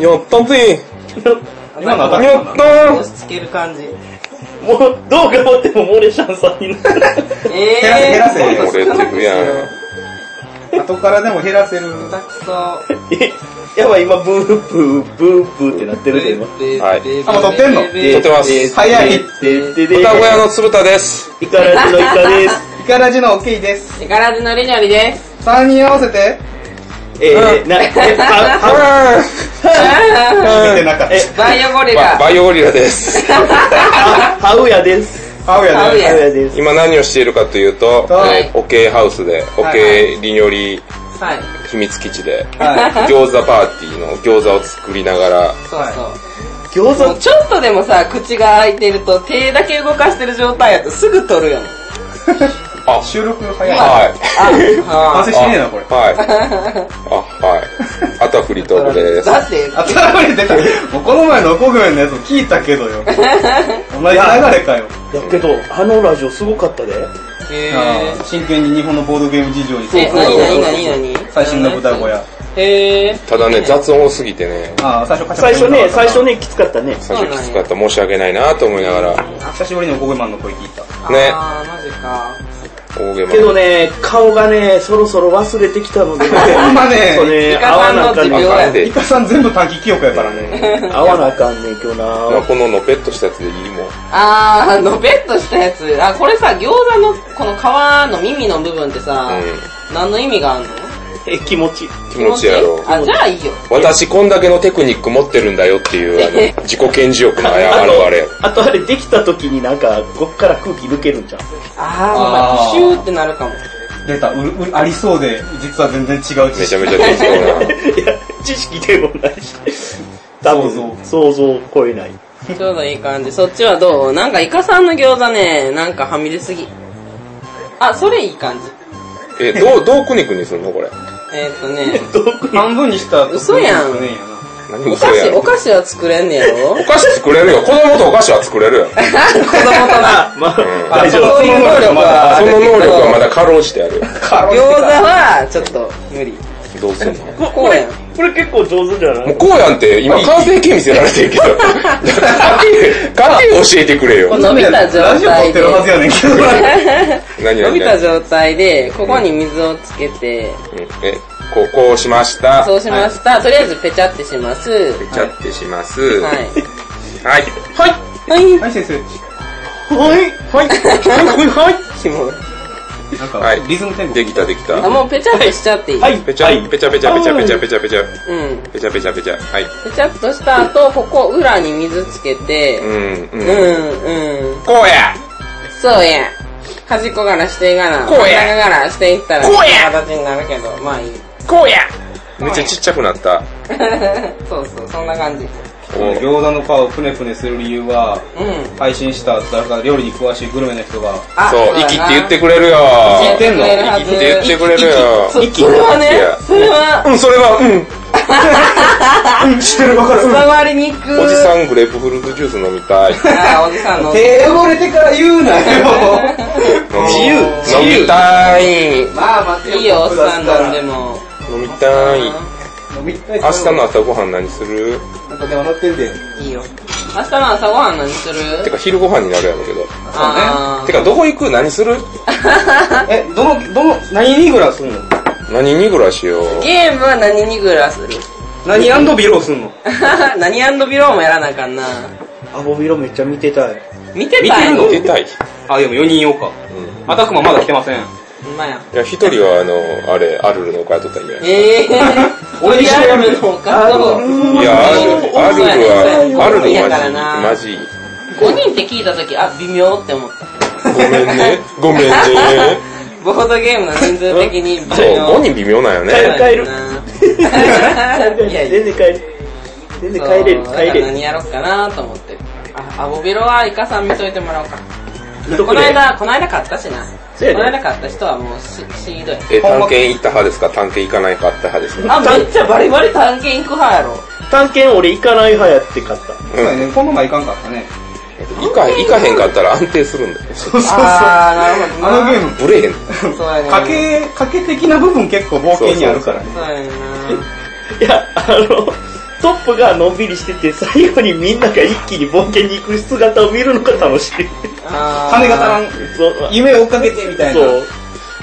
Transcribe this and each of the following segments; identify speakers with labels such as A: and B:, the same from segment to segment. A: やったぜ
B: 今のアタッ
A: や
B: クな
A: っ
B: ん
A: た
B: だ。
C: 押
A: ー
C: し付ける感じ。
D: もう、どう頑張ってもモーレシャンさんになる。
C: えぇー。
B: 減らせ
A: 俺ってやん。
B: 後からでも減らせる。
C: 下手く そ。
D: えやばい、今、ブーブー、ブーブーってなってるで、今。
A: はい
B: あもう撮ってんの
A: 撮ってます
B: 早い
D: で、で、で、
A: 歌小屋の鶴田です。
D: イカラジのイカです。
B: イカラジのオッケーです。
C: 手からずのりのりです。
B: 3人合わせて。
D: えー、な、え、
A: あ
D: は、は、
B: 見てなかった。
C: バイオゴリ
A: バ
C: ラ。
A: バイオゴリラです。
D: は、はうやです。
B: ハウ
C: ハ
B: ヤ
C: ウ
B: で。
C: ヤ
D: はうやです。
A: 今何をしているかというと、
B: はい
A: えーオケーハウスで、オケーりにより
C: はい。
A: 秘密基地で、
B: は
A: 餃子パーティーの餃子を作りながら、
C: そうそう。
D: 餃
C: も
D: 子
C: うちょっとでもさ、口が開いてると手だけ動かしてる状態やとすぐ取るよね。
A: あ、
B: い。収録早い。
A: はい。
C: あ
B: 完成しねえな、これ。
A: はい。あ、はい。あとはフリートークで
C: あ
A: す。
C: だって、
B: あ、たられ出た。もうこの前のコグメのやつ聞いたけ どよ。同じ流れかよ。
D: やけど、あのラジオすごかったで。
C: へ
B: あ
C: ぇ
B: ー真剣に日本のボードゲーム事情に
C: え、なになになになに
B: 最新の豚小屋。
C: へぇー。
A: ただね、雑音多すぎてね、
B: ああ、最初カチャカ
D: 最初
B: チャ音鳴
D: ね、
B: ったな
D: 最初。ね、きつかったね。
A: 最初きつかった。申し訳ないなと思いながら、
B: 久しぶりにおこげマンの声聞いた。
A: ね
C: あー、マジか。
A: 大げま
D: けどね、顔がね、そろそろ忘れてきたので、
B: ほんまね
D: そうね、
C: イ
D: 合
C: カ
D: わ
C: さん
D: なあ
C: の
D: か
C: 持
D: んね
C: 病や
A: あかんで
B: イカさん全部短期記憶やからね。
D: ん。合わなあかんねん、今日
A: まあ
D: な。
A: こののぺっとしたやつでいいもん。
C: あー、のべっとしたやつ。あ、これさ、餃子のこの皮の耳の部分ってさ、何の意味があんの
D: え、気持ち。
A: 気持ちやろ。
C: あ、じゃあいいよ。
A: 私こんだけのテクニック持ってるんだよっていう、あの、自己顕示欲のあれ、あれあれ。
D: あとあれ、できた時になんか、こっから空気抜けるんじゃん。
B: あー
C: あー、ほんまにシューってなるかも。
B: 出た、うるうるありそうで、実は全然違う
A: めちゃめち
B: ゃ。
A: ゃできそうな。
D: いや、知識でもないし。多分、想像を超えない。
C: ちょうどいい感じ。そっちはどうなんかイカさんの餃子ね、なんかはみ出すぎ。あ、それいい感じ。
A: え、どう、どうクニクニすんのこれ。
C: えーっとね、
B: 半分にしたら
C: 嘘やん
B: ねえな
A: 何
C: お
A: 嘘
C: 菓
A: や
C: 子、
A: ろ
C: お。菓子は作れんねやろ
A: お菓子作れるよ。子供とお菓子は作れるよ。
C: 子供とな。
D: まあ、
A: ん
D: 大丈夫。
C: そういう能力 はあ
A: そ
C: る
A: の
C: け
A: 能力はま
C: ど、
A: だかろうじてあるよ。
C: 餃子はちょっと無理。
A: どうすんの
D: こ
C: こうやん
D: これ結構上手じゃな
A: もう
D: い
A: こうやんって、今完成形見せられてるけど。家庭、家庭教えてくれ よ。
C: 伸びた状
B: ラジオ撮って
C: 態で
B: る、はずやねんけどな。
A: 何
C: 伸
A: 何
C: びた
A: 何
C: 状態で、ここに水をつけて、
A: うんえ、こう、こうしました。
C: そうしました。とりあえずペチャってします。
A: ぺちゃってします。
C: は
A: はいい。。はい。
C: はい。
B: はい、先生。
D: はいはいはいはい
C: キモい
B: なんか
A: はい、
B: リズムテンポ。
A: できたでき
C: あ、
A: た。
C: もうペチャってしちゃっていい。
D: はい
A: ぺちゃ、ぺちゃぺちゃぺちゃぺちゃぺちゃぺちゃ。
C: うん。
A: ぺちゃぺちゃぺちゃ。はい。
C: ぺちゃっとした後、ここ裏に水つけて
A: う、ん、
C: う
A: うん。
C: ん、うん。
A: こうや
C: そうや。端っこからしていかな。
A: こうや
C: 真ん中からしていったら、
A: こうや
C: 形になるけど、まあいい。
A: こうやめっちゃちっちゃくなった。
C: そうそう、そんな感じ。
B: 餃子の皮をくねくねする理由は、
C: うん。
B: 配信した誰か料理に詳しいグルメの人が、
C: あ
A: そう、息って言ってくれるよ。
B: 言ってんの
C: 言
A: 息って言ってくれるよ。
C: そそれはね、それは、
A: うん、それは、うん。
B: うん、知ってるわかる。
C: 伝わりにくい。
A: おじさんグレープフルーツジュース飲みたい。
C: あーおじさんの。
B: 手汚れてから言うな よ。
A: 自
D: 由
A: 飲みたい。
B: まあ待
C: いいよ、おっさんなんでも。
A: 飲みたい。
B: 飲みたい
A: 明日の朝ごはん何する
B: なんか電話鳴ってんで。
C: いいよ。明日の朝ごはん何する
A: てか昼ごはんになるやろうけど。
C: あ
A: てかどこ行く何する
B: え、どの、どの、何にグラすんの
A: 何にぐらしよう。
C: ーゲームは何にぐらする
B: 何アンドビローすんの
C: 何アンドビローもやらなあかんな。
D: アボビロめっちゃ見てたい。
C: 見てた
B: 見
C: い
B: てんの
A: 出たい。
B: あ、でも4人いようか。
A: うん。
B: アタックマンまだ来てません。
C: ほんまや。
A: いや、一人はあの、あれ、アルルの会とったんや。
C: えー、
B: 俺一緒やる
C: リアルの
A: いや、ア
C: 画像。
A: ルル、アルルは、アル
C: やから
A: ル
C: な
A: マジ、マジ。
C: 5人って聞いたとき、あ、微妙って思った。
A: ごめんね。ごめんね。
C: ボードゲームの人数的に微
A: そう、
C: 妙。
A: 5人微妙なんよ
D: 帰
A: ね
D: る。帰る
C: るい
D: 全
C: やいや
D: 然帰る。全然帰れる、帰
C: そうだから
D: れる。
C: 何やろっかなと思って。あ、アボビロはイカさん見といてもらおうか。
D: 見と
C: こ
D: く
C: の
D: れ。
C: 間、この間買ったしな。
D: そうや
C: この
D: ね
C: 間買った人はもうし、しーどい。
A: え、探検行った派ですか探検行かない派派ですか
C: あ、めっちゃバリバリ探検行く派やろ。
D: 探検俺行かない派やって買った。
B: そうやね、この前いかんかったね。
A: 行か、行かへんかったら安定するんだよ。
B: そうそうそう。あ
C: あー、なるほどな。
B: のゲーム、
A: ブレへん。
C: そうやねん
B: 賭け、賭け的な部分結構冒険にあるからね。
C: そうやねん
D: い
C: な。
D: や、あの、トップがのんびりしてて、最後にみんなが一気に冒険に行く姿を見るのが楽しい。
B: 金が足ら
C: ん。
B: ん。
D: そう。
B: 夢を追っかけてみたいな。
D: そう。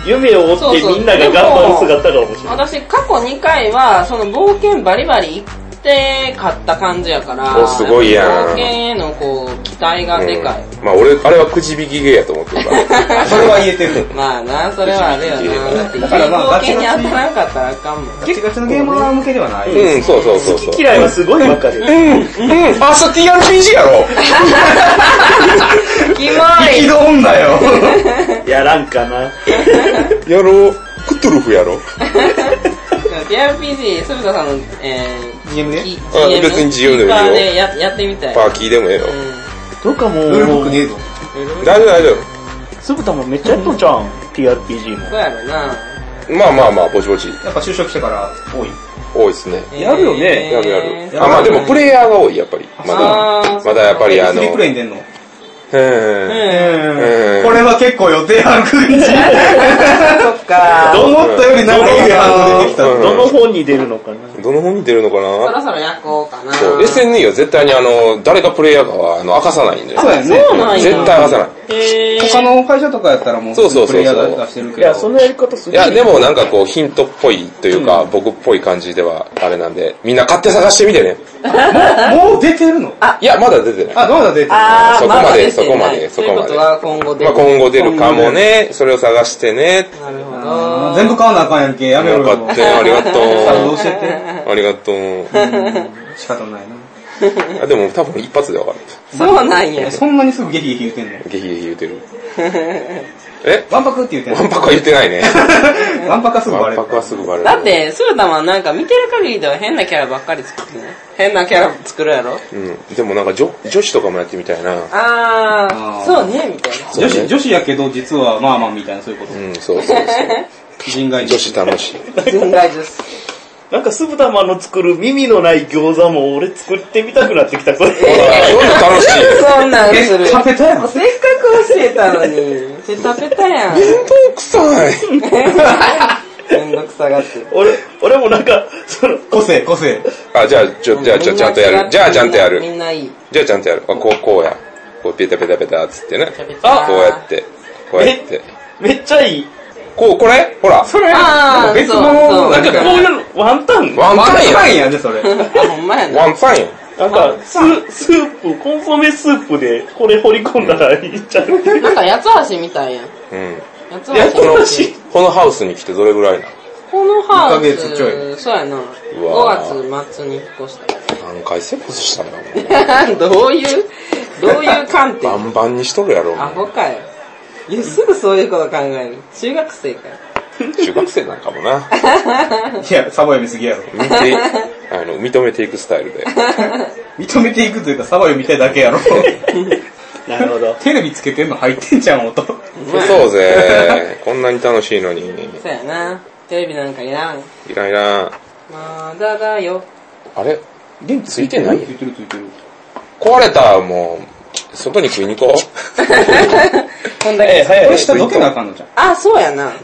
D: 夢を追ってみんなが頑張る姿が面白い。
C: 私、過去2回は、その冒険バリバリ行って買った感じやから、
A: おすごいやん
C: 冒険へのこう、期待がでかい。
A: うんまあ俺、あれはくじ引き芸やと思ってるから。
B: それは言えてる。
C: まあな、それはあれやな。だって、いい
B: だからまあ
C: 冒険に当たらんかったらあ かんもん。
B: ガチガチのゲーマー向けではない。
A: うん、そうそうそう そう。
D: 好き嫌いはすごいわかる。
A: うん、うん、あ、それ TRPG やろ
C: キモい
B: 生きどんだよ。
D: やらんかな。
A: やろう。クトゥルフやろ
C: !TRPG、すぶたさんの、え
B: DM
C: ー、
B: ね。
C: き
A: あ別に自由でもいいよ
C: キーパーでややってみたい。
A: パーキーでもええよ
C: う。ん
D: どうかも
B: ルールブック
D: う
B: ね、えぞ。
A: 大丈夫大丈
D: すぶたもめっちゃやっとるじゃん。TRPG も。
C: そうやろな。
A: 夫。まあまあまあ、ぼちぼち。
B: やっぱ就職してから多い。
A: 多いですね。
D: やるよね
A: やるや
C: えー
A: る。あ、まあでもプレイヤーが多い、やっぱり。まだ。
C: あー
A: まだやっぱりあ
B: ス
A: の、
B: リープレイに出んの
A: へん。
B: え
A: うん
B: これは結構予定ある感じ。
C: そっか。
D: ど
B: 思ったより長い反応出てきた。
A: うん
D: どの本に出るのかな。
A: どの本に出るのか
C: そ
A: な
C: ろそろ焼こうかな。
A: そう、SNE は絶対にあの、誰がプレイヤーかは、あの、明かさないんで。
B: そうやね。
C: そうなんや。
A: 絶対明かさない。
C: へー
B: 他の会社とかやったらもう、
A: そうそうそうそう
B: プレイヤーが出してるけど。
D: いや、そのやり方す
A: い
D: ごい。
A: や、でもなんかこう、ヒントっぽいというか、僕っぽい感じでは、あれなんで、みんな買って探してみてね。
B: もう出てるの
A: いや、まだ出てない。
B: あ、どうだ出てる
C: あー
A: そこまで
C: だ出てない
A: そこまで
C: ということは今後で。
A: まあ今後出るかもね、それを探してね。
C: なるほ
B: あー
C: ど。
B: 全部買わなあかんやんけ。やめろ
A: よ
B: よ。
A: かったよ、ありが
B: 作動
A: と
B: してって。
A: う。ありがとう。
B: 仕方ないな。
A: あでも多分一発でわかる。
C: そうなん や。
B: そんなにすぐゲヒゲヒ言ってんの
A: ゲヒゲヒ言うてる。え
B: ワンパクって言ってん
A: ワン
B: の
A: パクは言ってない ね。
B: ワンパクはすぐバ
A: ワン
B: レる
A: パ。クはすぐバレる。
C: だって、スータはなんか見てる限りでは変なキャラばっかり作ってね。変なキャラ作るやろ
A: うん。でもなんか女女子とかもやってみたいな。
C: あ
B: あ
C: ー、
B: ー
C: そうね、みたいな。
A: そう
B: 女
A: ね
B: 子、女子やけど実はまあまあみたいなそういうこと
A: う。ん、そうそうそう。
B: 人外
A: 女子楽しい。
C: 全外です。
D: なんか、すぶたまの作る耳のない餃子も俺作ってみたくなってきた、これ。
A: ほら、そういうの楽しい。
C: そんなんする。
B: え、
C: せっ
B: 食
C: かく
B: べたやん。
C: 教えたのに。ペタペタやん。
A: 面倒くさい。
C: めんどくさがって。
D: 俺、俺もなんか、その、
B: 個性、個性。
A: あ、じゃあ、ちょ、じゃあ、ちょ、ちゃんとやる。じゃあ、ちゃんとや
C: み
A: る。
C: んないい。
A: じゃあ、ちゃんとやる。あ、こう、こうや。こう、ペタペタペタっつってね。こ
C: ペタペタ
A: うやって。こうやって。
D: めっちゃいい。
A: こう、これほら。
B: れ
C: あー
B: 別の
C: そうそう
D: なんか、こう
B: う。
D: いうの、ワンタン
A: ワン
B: ワン
A: パン
B: パ
A: や
B: ンやんね、それ。
C: あ、ほんまや
A: ん。
C: な。
A: ワンパンやん。
D: なんか、ス、スープ、コンソメスープで、これ掘り込んだらいいんちゃう
C: なんか八つ橋みたいやん。
A: うん。
C: 八
D: やっ
C: つ
D: と
C: 橋
D: 欲
C: み
D: した
C: い。
D: い。
A: このハウスに来てどれぐらいな
C: このハウス、
B: 一ヶ月ちょい
C: そうやな。
A: わ
C: 5月末に引っ越した。
A: の何回セックスしたんだもん。
C: どういう、どういう観
A: バ
C: 点
A: ンバンにしとるやろ、お
C: ア
A: 前
C: ホかよ。いや、すぐそういうこと考える。中学生かよ。
A: 中学生なんかもな。
B: いや、サバ読みすぎやろ。
A: 見て、あの、認めていくスタイルで。
B: 認めていくというか、サバ読みたいだけ やろ。
D: なるほ ど。
B: テレビつけてんの入ってんじゃん、音。
A: そうぜ。こんなに楽しいのに。
C: そうやな。テレビなんかいらん。
A: いらんいらん。
C: まだだよ。
A: あれ電気ついてない
B: ついてるついてる。
A: 壊れた、もう。外に食いに行こ
C: こんだけ。
D: え、早
B: こ
D: い
B: れ。下どけなあかんのじゃん。
C: あ、そうやな。ど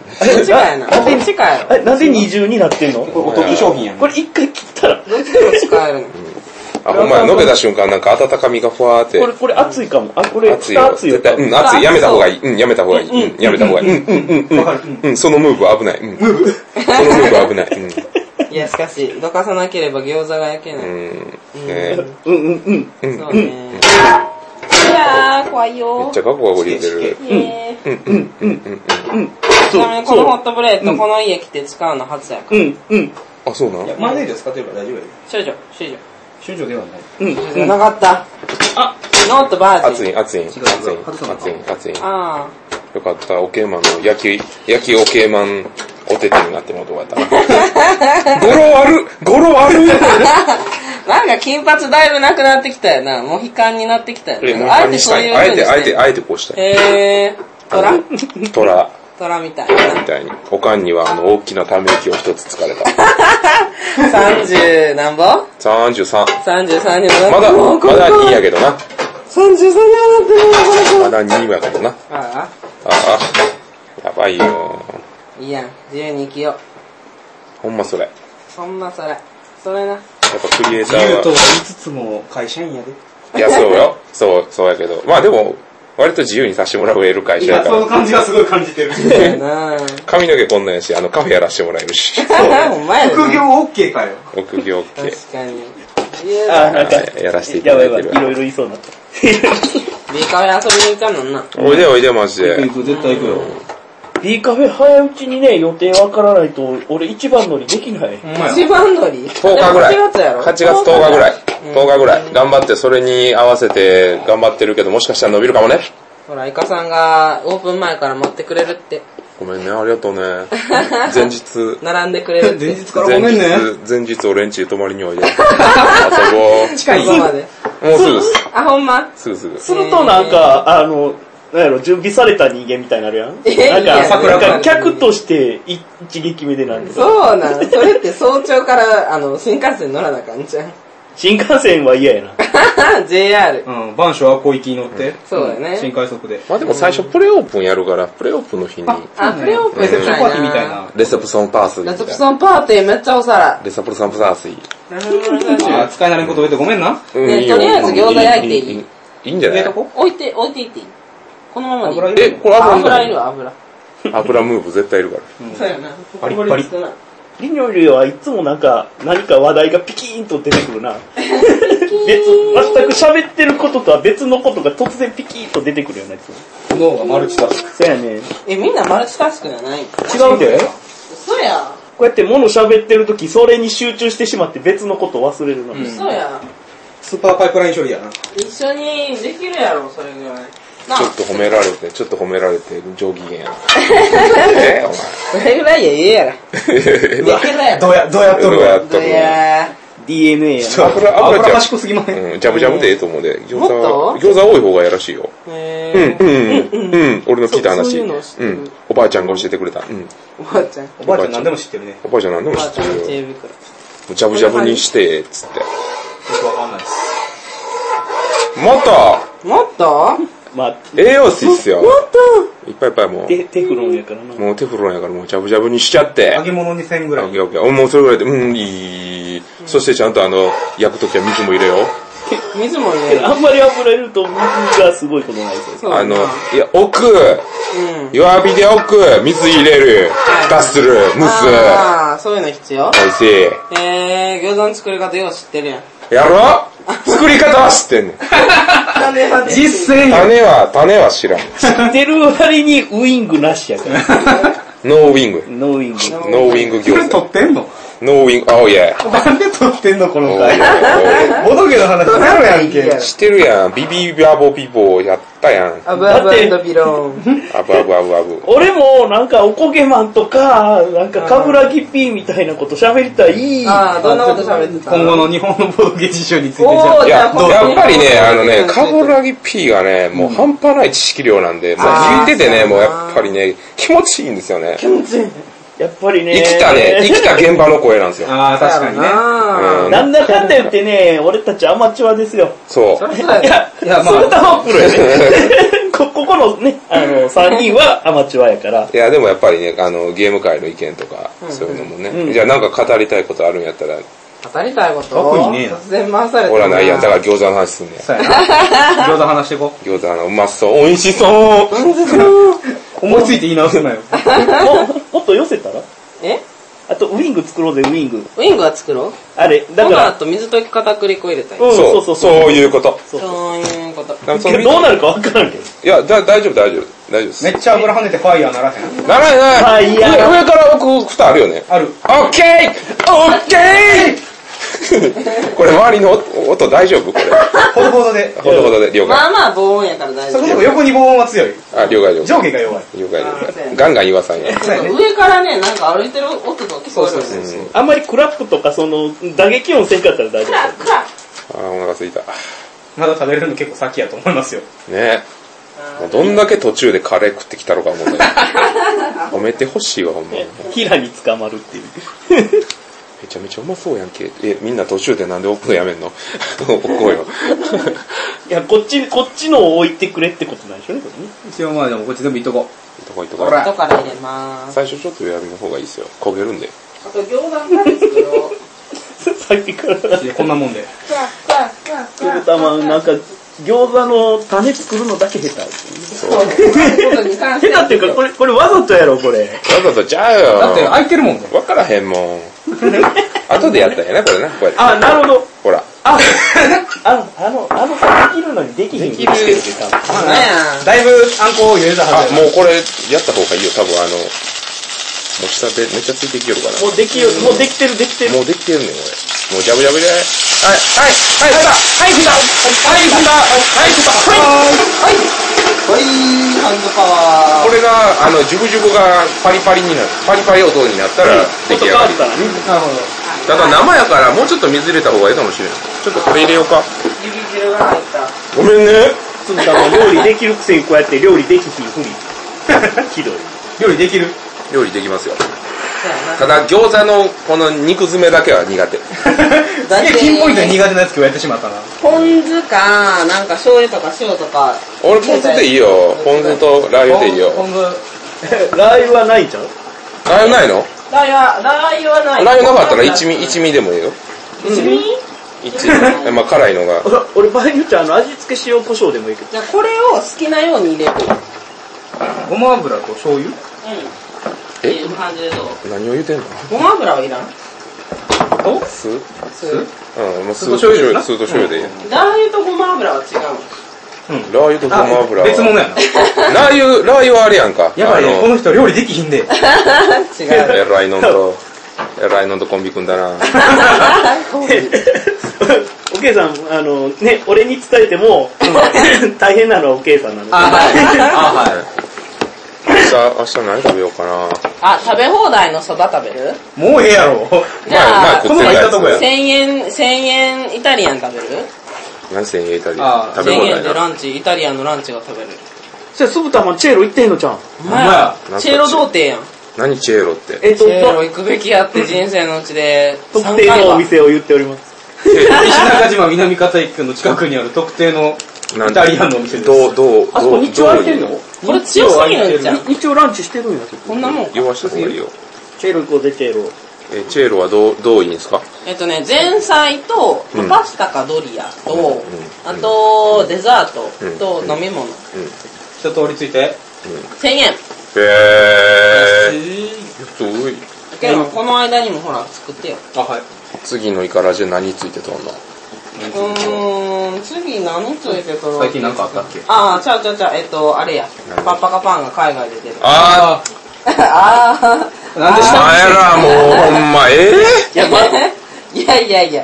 C: っちかやな。
D: あ
C: どっちかやろ。
D: え、なんで二重になってんの
B: これお得商品やん。
D: これ一回切ったら、
C: どっちかどっちかやるの。
A: う。あ、ほんまや、伸びた瞬間なんか温かみがふわーって
D: こ。れ、これ熱いかも。あ、これ、
A: 熱い
D: 蓋
A: よ。
D: 熱いよ
A: 絶。対、うん、熱い。やめた方がいい。うん、やめた方がいい。うん、やめた方がいい。うん、うん、うん、うん。
B: わかる。
A: うん、そのムーブは危ない。うん。そのムーブ危ない。うん。
C: いや、しかし、どかさなければ餃子が焼けな
A: う
C: い。
A: ん。ねえ
D: うんうんうん。
C: そうね。いやー、怖い
A: め
C: よ
A: っちゃガコガコ言うてる。
C: ー。イエーイちなみ
D: そう、
C: にこのホ
D: そ
C: ットプレート、この家来て使うの初やか
D: う。うんうん。
A: あ、そうなん
B: マネージャー使ってるから大丈夫やよ。
C: ら。少女、少女。
B: 主女ではない。
D: うん
C: 少女じゃなかった。
D: あ、
C: ノートバー
A: 熱
C: ジン。
A: い、熱い、熱い、熱い、熱い、熱い。
C: あ
A: よかった、オケーマンの焼き、焼きオケーマンおててになってもど うやったな。語呂悪っ語呂悪っ
C: あ。なんか金髪だいぶなくなってきたよな。モヒカンになってきたよ
A: え、もう
C: な。あえて
A: にし
C: そう
A: た
C: い
A: いうあ
C: 風
A: え
C: に
A: て、
C: し
A: あ
C: た
A: え
C: い
A: て、あえてこうしたい。
C: へー。トラ
A: トラ
C: トラみたい
A: みたいに。おかんにはあの大きなため息を一つつかれた。
C: な。30何本
A: 33。
C: ?33 にもなって
A: まだ、
C: もうこ
A: ま
C: れ
A: だ2やけどな。
C: 33にもなってもうこれ
A: まだ2やけどな。
C: あ
A: ああ、やばいよ。
C: あ、いいやん。自由に生きよう。
A: ほんまそれ。
C: そんなそれ。それな。
A: ぱクリエイター
B: 言うとは言い
A: は。
B: つつも会社員やで。
A: いや、そうよ。そう、そうやけど。まあでも、割と自由にさせてもらうる会
B: い
A: 社や
B: や、
A: か
B: その
A: ら。
B: 感じがすごい感 じてる。
C: そうやな
A: 髪の毛こんなんやし、あの、カフェやらしてもらえるし。
C: ほんまやで
B: 副業 OK かよ。
A: 臆病系。
C: 確かに。いや、
D: あ、なんか、
A: やらせていただいてる
D: やばいやばい、いろいろ言いそうになった。
C: ビーカーで遊びに行かんのんな。
A: おいでおいで、マジで。
B: く、絶対行くよ。
D: B カフェ早打ちにね、予定わからないと、俺一番乗りできない。
B: ほんまや。
C: 一番乗り
A: 10日ぐらい。
C: 8月やろ
A: 8月10日ぐらい。10日ぐらい。頑張って、それに合わせて頑張ってるけど、もしかしたら伸びるかもね。
C: ほら、イカさんがオープン前から待ってくれるって。
A: ごめんね、ありがとう ね。前日。
C: 並んでくれる って。
B: 前日から
A: 前
B: ごめんね。
A: 日、前日俺ん家に泊まりにおいで。遊ぼ
B: 近い
C: そこまで。
A: う。もうすぐです。
C: あ、ほんま
A: すぐすぐ。
D: するとなんか、あの、なんやろ、準備された人間みたいになるやん。
C: えい
D: な
C: や
D: んか、な
C: 桜
D: んか客としてい一撃目でなる。
C: そうなん。それって早朝から、あの、新幹線乗らなあかんじゃん。
D: 新幹線は嫌やな。
C: JR。
B: うん、番所は小行きに乗って。
C: そうだね
B: ん新快速で。
A: まあでも最初プレオープンやるから、プレオープンの日に、
C: あ、プレオープン
B: レセプションパーティーみたい
C: な。
B: な。
A: レセプションパースリー
C: レ
A: みた
C: セ
A: い
C: プ
A: な
C: ションパーティーめっちゃおさら。
A: レセプションパースリー。
B: あー、使い慣れんこと言ってごめんな。
A: う
C: ね
A: ん、いいよ。
C: とりあえず餃子焼いていい
A: いいいんじゃな
B: 入れ
A: い
B: とこ
C: 置いて、置いていっていいこのままでいい
B: 油入
A: え、
B: れ
A: これ
C: あ
A: 油
C: 油いるわ、油。
A: 油ムーブ絶対いるから。
C: そうやな。
B: バリッバリ
C: 少ない
D: りにょりはいつもなんか、何か話題がピキーンと出てくるな。別、全く喋ってることとは別のことが突然ピキーンと出てくるよね、いつも。
B: 脳がマルチタスク。
D: そやね。
C: え、みんなマルチタスクじゃない
D: 違うで。
C: 嘘や。
D: こうやって物喋ってるとき、それに集中してしまって別のことを忘れるな。
B: うん
C: 嘘や。
B: スーパーパイプライン処理やな。
C: 一緒にできるやろ、それぐらい。な
A: ちょっと褒められて、ちょっと褒められて、上機 嫌やな。え
C: それぐらいや、ええ やら。
A: お
C: できるやろ。
B: どうや、どうやっとるわ。
A: どう
C: い
A: や
C: や
D: DNA やな。
A: 油、
B: 油
A: 油
B: 賢すぎません。
A: うん、ジャブジャブでええと思うで、餃子
C: も
A: は、
C: っ
A: 餃子多い方がやらしいよ。
C: ー。
A: うん、
C: え
A: うん、うん、俺の聞いた
C: そうそ
A: 話。
C: ういうの知って
A: う
C: る
A: ん、おばあちゃんが教えてくれた。うん、
C: ー、おばあちゃん。
B: おばあちゃん何でも知ってるね。よ
A: おばあちゃん何で
C: お
A: も
C: ば
A: 知
C: あ
A: っ
C: ちゃんの知
A: てる
C: 恵
A: よ。
C: 袋。
A: もうジャブジャブにして、つって。
B: くわかんないです。
A: もっと
C: もっと
D: まあ、
A: 栄養士っすよ。
C: もっと
A: いっぱいいっぱいも
D: テテフロンやからな
A: う、。もうテフロンやからもうジャブジャブにしちゃって。
B: 揚げ物2000ぐら
A: オッケ
B: い。
A: ーオッケー。もうそれぐらいで、うん、いい。そしてちゃんとあの、焼くときは水も入れよう。
C: 水も入れる。
D: あんまり油入れると水がすごいことになりそうです。
C: そう
A: あ
C: や
A: の
C: な、
A: いや、奥、
C: うん。
A: 弱火で奥、水入れる、蓋する、蒸す。
C: ああ、そういうの必要
A: 美味しい。
C: えー、餃子の作り方よう知ってるやん。
A: やろ作り方は知ってんねん。
C: なんでなんで
B: 実践や。
A: 種は、種は知らん。
D: 知ってる割にウイングなしやから。
A: ノーウィング。
D: ノーウイング。
A: ノーウィング
B: こ
A: 餃
B: れ撮
A: 子。
B: ってんの
A: ノーウィング、あ、おいや。
B: なんで撮ってんのこ
A: お
B: の
A: い
B: 回。
A: や
B: ボドゲの話やろやんけ。
A: 知ってるやん。ビビビアボビボやったやん。
C: アブアブアンドビローン。
A: あぶあぶあぶあぶ。
D: 俺もなんかおこげマンとか、なんかカブラギピーみたいなこと喋りたい。
C: ああ、どんなこと喋ってた
B: 今後の日本のボドゲ事情についてじ
C: お
B: ゃ
C: ー、
A: い
C: じゃ
A: や、
C: あ、こ
A: やっぱりね、あのね、カブラギ P がね、もう半端ない知識量なんで、もう聞いててね、もうやっぱりね、気持ちいいんですよね。
D: やっぱりね。
A: 生きたね、生きた現場の声なんですよ。
B: あ。あー、確かにね。
A: うん
D: なんだかんだ言ってね、俺たちアマチュアですよ。
A: そう
C: そ。りゃそうや
D: い
C: で
D: や、
B: いやまあ
D: それとマップルやね。 こ、ここのね、あの、3人はアマチュアやから。
A: いや、でもやっぱりね、あの、ゲーム界の意見とか、そういうのもね、じゃあなんか語りたいことあるんやったら、
C: 語りたいこと
B: 特にねえな
C: 突然回されて
A: ほらないやん。だ
C: ら。
A: から餃子の話すんねん。
B: そうやな。餃子話してこ
A: 餃子のうまそう、美味しそう。
B: う。思いついて言い直すなよ。
D: も、もっと寄せたら
C: え
D: あと、ウイング作ろうぜ、ウイング。
C: ウィングは作ろう
D: あれ、だ
C: ト
D: か
C: マ
D: ら、
C: ト、水溶き片栗粉入れたい。
D: うん、そ
A: そ、
D: うそううそう。
A: そういうこと。
D: そうそう
C: そういうこと。
A: だからその
D: どうなるかわからんけど。
A: いや、だ大丈夫、大丈夫。大丈夫です。
B: めっちゃ油跳ねてファイヤーならへん。
A: ならないならない。
D: ファイヤー
A: 上上から奥、蓋あるよね。
B: ある。
A: オッケーオッケーこれ周りの音音大丈夫これ。
B: ほどほどで。
A: ほどほどで、了解。
C: まあまあ、防音やから大
B: そ
C: 丈
B: こそこ横に防音は強い。
A: あ、了解了解。
B: 上下が弱い。
A: 了解了
C: あそうや
A: 解。
C: ね
A: ガンガン言わさんや。
B: そうや
C: 夫。
B: ね。
C: 上からね、なんか歩いてる音とか聞こえるよね。
A: うん
D: あんまりクラップとか、その、打撃音せんかったら大丈
C: クラクラ
A: あー、お腹すいた。
B: まだ食べれるの結構先やと思いますよ。
A: ねえ。どんだけ途中でカレー食ってきたのか思うね。褒めてほしいわ、ほんま。め
D: 夫。ヒラに捕まるっていう。
A: ちゃめちゃうまそうやんけ。え、みんな途中でなんで置くのやめんの 置こうよ。
D: いや、こっち、こっちのを置いてくれってことなんでしょうね、これね。
B: 一応まあでもこっち全部いっとこ
A: どこいと
B: う。
A: こ
B: ほ。ら
C: 後。から入れます。
A: 最初ちょっと弱火の方がいいですよ。焦げるんで。
C: あと、餃子のタレ作ろう。
D: そさっきから。
B: でこんなもんで。
D: 黒玉、なんか、餃子の種作るのだけ下手ですね。
C: そう。ことに関して
D: 下手
C: は
D: っていうか、これ、これわざとやろ、これ。
A: わざとちゃうよ。
B: だって開いてるもんね。
A: わからへん もん。後でやったんやな、これな。こうやって。
D: あ、なるほど。
A: ほら。
D: あ、ああの、あの子できるのにできへんできる
C: そうなんや
B: だいぶあんこを入れたは
A: あ、
B: ずや
A: もうこれ、やった方がいいよ。多分あの、もう下でめっちゃついてきよるか
D: もうできよ、もうできてる、できて
A: ら。
D: る。
A: もうできてるねん、これ。もうジャブジャブで。はい、はい、はい、来た
B: はい、来たはい、来たはい、来たはい、はい、ハンドパワ
A: これが、あの、ジュブジュブがパリパリになる。パリパリ音になったら
D: ち
A: 出
D: ょ
A: 来
D: っと
A: 上
D: 変
A: が
D: わ
A: り
D: っ。たな。
B: ー。なるほど。
A: だから生やからもうちょっと水入れた方がいいかもしれない。ちょっとこれ入れようか。
C: 湯切汁が入った。
A: ごめんね。
D: つぶたま料理できるくせにこうやって料理できひんふり。ひどい。
B: 料理できる
A: 料理できますよ。
C: そうや
A: ただ
C: な。
A: 餃子のこの肉詰めだけは苦手。
C: だっ
B: すげえ
C: て
B: ピンポイントに苦手なやつ今日やってしまったな。
C: ポン酢か、なんか醤油とか塩とか。
A: 俺ポン酢でいいよ。ポン酢とラー油でいいよ。
B: 今後、
D: ラー油はないんちゃう
A: ラー油ないの
C: ラー油は、ラー油はない。
A: ラー油なかったら一味、一味でもいいよ。
C: 一味
A: 一味。まあ辛いのが。
D: 俺、俺場合によっちゃあの味付け塩胡椒でもいいけど。
C: じゃあこれを好きなように入れる。
B: ごま油と醤油
C: うん。
A: え
C: いう感じでどう
A: 何を言うてんの
C: ごま油はいらん
B: と、
A: 酢
B: 酢
C: 酢
A: うん、もう酢と
B: と
A: 醤
B: 醤
A: 油、
B: 油
A: 酢と醤油でいいよ。
C: ラー油とごま油は違う
A: ラ
C: の。
A: ー油とごま油。
B: あ別物。やな。
A: ラー油、ラー油はあれやんか。
B: やばいね、
A: あ
B: こ
A: の
B: の人料理できひんで。
C: 違う。
A: えらいのんと、えらいのんとコンビ組んだな。
D: おけいさん、あの、ね、俺に伝えても、 大変なのはおけいさんなんですよ。
B: はい。
A: 明日、明日何食べようかな。
C: あ、食べ放題のそば食べる
B: もうええやろ。
C: じゃあ、
A: 食ってたやつ
B: この前行ったとこ
C: 1000
B: や
C: 円、1000円イタリアン食べる
A: 何千円いたり
B: あ。ー
A: 食
C: ?1000
A: べ放
C: 円
A: 題
C: で
A: な。
C: ランチ、イタリアンのランチが食べれる。
D: それ、すぶたまチェーロ行ってんのちゃん。
B: ほんまや。
A: なんか
C: チェーロ童貞やん。
A: 何チェーロって。
D: えっと、
C: チェーロ行くべきやって人生のうちで
D: 特
C: 3
D: 定
C: 回
D: のお
C: は。
D: 店を言っております。
B: 石中島南片駅の近くにある特定の
A: なん
B: イタリアンのお店です。
A: どう、どう、
D: あそこ
A: どう
D: 日曜空いてんの
A: どう
C: これ強すぎるんじゃん。
D: 日曜ランチしてるんやけど。
C: こんなもんか
A: 言わした方がいいよ。
D: チェロ行こうぜ、チェロ。
A: え、チェーロはどう、どういいんですか
C: えっとね、前菜と
A: うん
C: パスタかドリアと、
A: うん
C: あとデザートと
A: うん
C: 飲み物。
A: うん。うん。
B: 一通りついて。
C: 1000円。
A: へー。すごい。
C: けど、この間にもほら作ってよ。
B: あ、はい。
A: 次のイカラジェ何ついてたんだ
C: うーん、次何ついてとろう
B: 最近なんかあったっけ
C: あー、ちゃうちゃうちゃう、えっと、あれや
A: 何。
C: パッパカパンが海外で出る。
A: あ
C: あ
B: あ。なん
A: ー、
B: で
A: お
B: した
A: 前らもうほんま、え
C: ー。やば。 いやいやいや、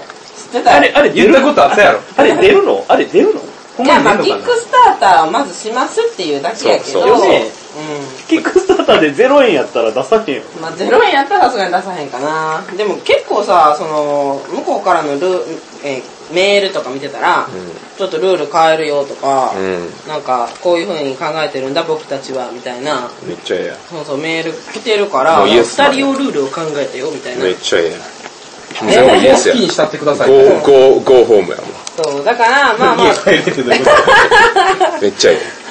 C: 知ってた
D: あ
C: よ
D: れ、あれ出
B: 言っ
D: る
B: たことあったやろ。
D: あれ出るのあれ出るの
B: ほん
C: いや、
B: ま
C: まあ、
B: に
C: キ
B: 出ん
C: ッ
B: のか
C: ク
B: な
C: スターターをまずしますっていうだけやけ
A: そ
C: ど、
A: う
C: う
A: そう
D: そうね
C: ん。
D: キックスターターで0円やったら出さへ んよ。
C: まあ、0円やったらさすがに出さへんかな。でも結構さ、その、向こうからのルー、えーメールとか見てたら、ちょっとルール変えるよとか、
A: えうん。
C: なんか、こういう風に考えてるんだ、僕たちは、みたいな。
A: めっちゃえ
C: そうそう、メール来てるから、
A: もうイエス
C: 二人用ルールを考えてよ、みた
A: えや
C: い
A: ん。
C: な
A: め。っちゃええやん。全部イエス
B: 好
A: や
B: き
A: ん。
B: にしたってください。
A: ゴー、ゴー、ゴーホームやも
C: そう、だから、まあまあ
B: 家、帰れって どういうこ
A: ん。めっちゃええ。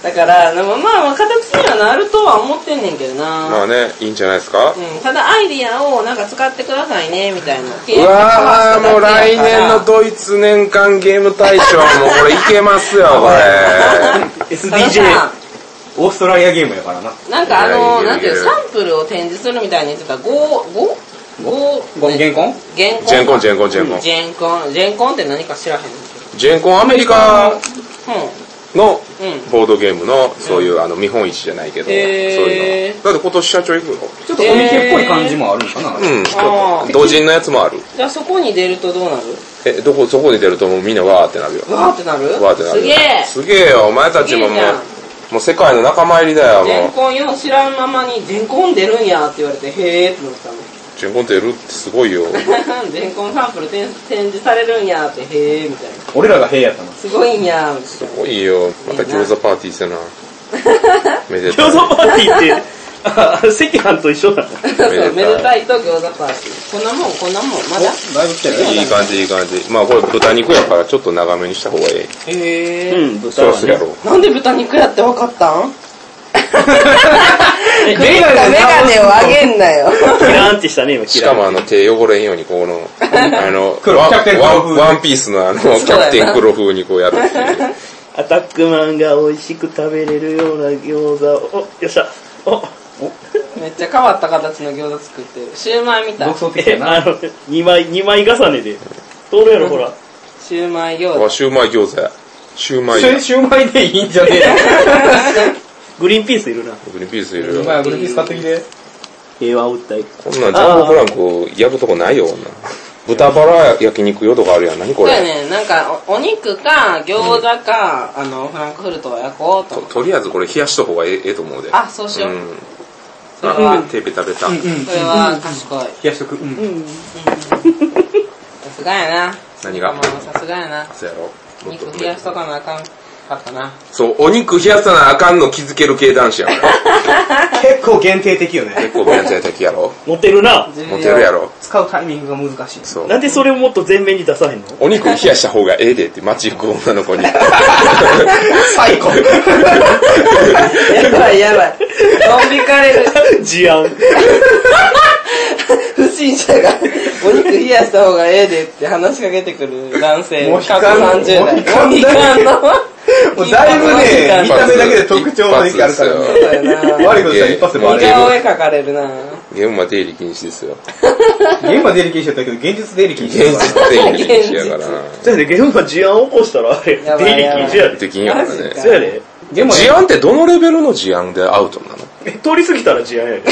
C: だから、でもまあまあ、形にはなるとは思ってんねんけどな。
A: まあね、いいんじゃないですか
C: うん、ただアイディアをなんか使ってくださいね、みたいな。
A: うわー、もう来年のドイツ年間ゲーム大賞もうこれいけます よ、これ。
B: と
C: DJ
B: ?SDJ。。オーストラリアゲームやからな。
C: なんかあ
A: いやいやいやい
C: の、
A: や
C: なんていうのサンプルを展示するみたいに言ってた、ゴー、ゴーゴー、
B: ゴンゲンコン
C: ゲンコン。
A: ジェンコン、ジェンコン、ジェンコン。
C: ジェンコン。ジェンコンって何か知らへんねん
A: ジェンコンアメリカ
C: けど。
A: の
C: うん。うん。
A: ボードゲームの、そういう、あの、見本市じゃないけど、そう
C: へー
A: いうの。だって今年社長行くよ。
B: ちょっとコミケっぽい感じもあるのかな、
A: うん
C: あ。ー
A: 同人のやつもある。
C: じゃあそこに出るとどうなる
A: え、どこ、そこに出るともうみんなわーってなるよ。
C: わーってなる
A: わーってなる
C: す
A: よ。
C: げえ。
A: すげえよ、お前たちもも
C: すげ
A: う
C: えじゃん、
A: もう世界の仲間入りだよ、
C: ジェ
A: も
C: ンコンよう知らんままに、ジェンコン出るんやって言われて、へーって思ったの。
A: う。ジェンコン出るってすごいよ。
C: ジェンコンサンプル展展示されるんやって、へーみたいな。
B: 俺らが平やったな。
C: すごいんやみたいな。
A: すごいよ。また餃子パーティーしてな。めで
D: 餃
A: たい。
D: 子パーティーって、あ赤飯と一緒なの
C: そう、めでたいと餃子パーティー。こんなもん、こんなもん、まだ。
B: だいぶ来てる
A: いい感じ、いい感じ。まあこれ豚肉やからちょっと長めにした方がいい。
C: へ
D: う
C: え。
D: ん、
A: そ
D: 豚
A: う
D: は
A: する
D: ね
A: やろ。
C: なんで豚肉やってわかったん首かメガネをあげんなよ。
D: キラーンってしたね、今、キ
A: し
D: ラ
A: か
D: ーン。
A: もあの手汚れんようにこの、あの、
B: 黒
A: ワン
B: キャプテン黒風
A: ワンピースのあの、キ
C: うだよ
A: ャ
C: な
A: プテン黒風にこうやるっていう。
D: アタックマンが美味しく食べれるような餃子を、お、よっしゃ。お、
C: めっちゃ変わった形の餃子作ってる。シューマイみたい
B: 独。創的
D: え、
B: やな。
D: あの、2枚、二枚重ねで。通るやろ、ほら。
C: シューマイ餃
A: あ、
C: 子。
A: シューマイ餃子や。シューマイ
B: シュ
A: や。
B: シューマイでいいんじゃねえ
D: グリーンピースいるな。
A: グリーンピースい
B: の
A: る
B: お前
A: よ。
B: はグルピース買ってきて。
D: 平和を訴え。
A: こんなんジャンボフランクやるとこないよ、こんなん。豚バラ焼肉用とかあるやん。何こ
C: そうや
A: れ。
C: ね、なんかおお肉か餃子か、あの、フランクフルトは焼こう
A: と
C: と。
A: とりあえずこれ冷やしとこがええええと思うで。
C: あ、そうしよう。
A: ん。
C: それは、
A: あ、手ベタベタ。
C: それは賢い。
B: 冷やしとく。うん。
C: さすがやな。
A: 何が
C: もうさすがやな。
A: そうやろ。もっと
C: 肉冷やしとかなあかんかったな。
A: そう、お肉冷やさなあかんの気づける系男子 やん。
B: 結構限定的よね。
A: 結構便利な時やろ。
D: モテるな。
C: 重
A: モ
C: 要
A: テるやろ。
B: 使うタイミングが難しい。
A: そう。
D: なんでそれをもっと前面に出さへ んの
A: お肉冷やした方がええでって街行く女の子 に。
B: 最高。
C: やばいやばい。 ドン引かれる。
D: 事案。
C: 不審者が、お肉冷やした方がええでって話しかけてくる男性。
B: モヒカン
C: 過去30代。
B: モヒカンも
C: モ
B: う
C: ヒカンの。
B: だいぶね、見
C: モヒカン
B: た目だけで特徴があるから
A: 一発。
B: ね
C: そうやな。
B: 悪いことしたら一発でバ
C: 似
B: レる。
C: 顔絵描かれるな。
A: ゲームは出入り禁止ですよ。
B: 現場出入り禁止だったけど、現実出入り禁止
A: 現
B: だった。
A: 実出入り禁止やからな。
D: じゃあね、現場事案起こしたら、あれ、出
C: やばい
D: 入り禁止やで。
A: できんやから
C: マジ
A: ね
C: か。
D: そうやで。
B: でも、
A: 事案ってどのレベルの事案でアウト なの
D: え通り過ぎたら事案やで。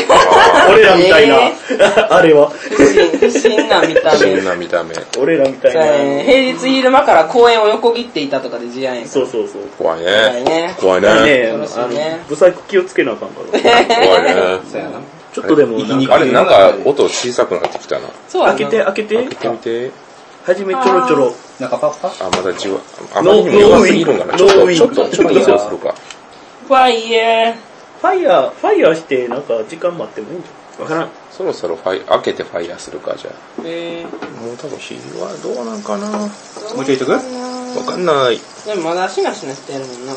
D: 俺らみたいな、
C: え
D: あれは。
C: 不審、不審な見た
A: 不
C: 目。そう
A: 審な見た目。
D: 俺らみたい
C: や
D: な。
C: ね平日昼間から公園を横切っていたとかで事案や
D: そうそうそう。
A: 怖い
C: 怖い
A: ね
C: ね。
A: 怖い
D: だから
A: ね。
D: ね、あ
C: よろしい
D: の
C: ね、
D: 不細工気をつけなあかんから。
A: 怖いね。
B: そうやな。
D: ちょっとでもなんか、
A: あれ、なんか音小さくなってきたな。
C: そうや
D: 開
C: な
D: けて、開けて
A: 開、けてみて。
D: はじめちょろちょろ。
B: なんかパッパ
A: あ、まだじわ、あまりにも弱すぎるんかな。ちょっ
D: ノー
A: と、
D: ウィン
A: ちょっと、ちょっと移動するか。
C: ファイヤー。
D: ファイヤー、ファイヤーして、なんか時間待ってもいいんじゃん。わからん。
A: そろそろファイ、開けてファイヤーするか、じゃあ。
C: えー
A: もう多分昼はどうなんかな。わ
B: もうちょいとく
A: かんない。
C: でもまだしなしなしてやるもんな。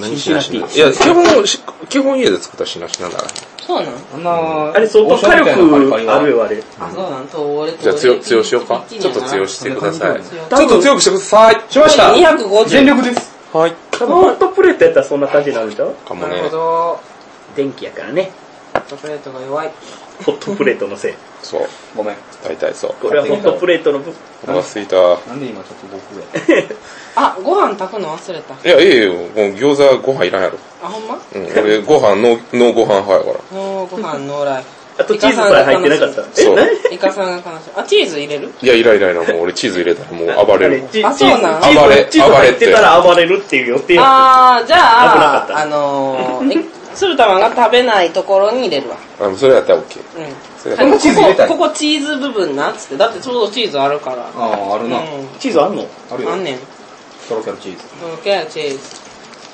A: 何し
D: シン
A: な
D: シ
A: し
D: ナ
A: な。いや、基本、し基本家で作ったしなしなだから。
C: そうなん
B: あんな
D: あれ相当火力あるよ、あれ。
C: あ、そうなんと俺と
A: じゃあ強、強しようか。ちょっと強
C: し。
A: してください。
B: そ
A: ち
B: ん
C: な感じ
A: ょっと強くしてください。
B: しました
C: 250。
B: 全力です。
A: はい。
D: 多分ホットプレートやったらそんな感じになるでしょ
A: かも
C: なる
A: ね
C: ほ。ど。
D: 電気やからね。
C: チョコレートが弱い。
D: ホットプレートのせい。
A: そう。
B: ごめん。
A: 大体そう。
D: これはホットプレートの分。
A: お腹すいた。
B: なんで今ちょっと僕や。
C: あ、ご飯炊くの忘れた。
A: いや、いいよ。もう餃子ご飯いらんやろ。
C: あ、ほんま
A: うん。俺、ご飯、ノー、ノーご飯派やから。
C: ノーご飯ノーライフ。
D: あとチーズさえ入ってなかった
C: イカさんが悲し。
A: そう
D: え、
C: いイカさんが悲しい。あ、チーズ入れる
A: いや、いらんいらんいらん。もう俺チーズ入れたらもう暴
D: 何あ
A: れる
D: れ。チー
C: あ
D: ズ、チ
C: そうなん
D: ーズ
A: 暴れ
D: チーズ
A: 暴れ
D: 入
A: っ
D: っててたら暴れるっていう予定や
C: あー、じゃ
D: 危なかっ
C: あ、
D: た
C: あのー、え、鶴田が食べないところに入れるわ。
A: あの、それやったら OK。
C: うん。
A: それやった
B: こ
A: ら
B: のチーズ入れたい
C: ここここチーズ部分なっつって。だってちょうどチーズあるから。
B: ああ、あるな。
C: う
D: チーズあんの
B: ある
C: ん。
B: よ
C: あ。んねん。
B: とろけるチーズ。
C: オッケー、チーズ。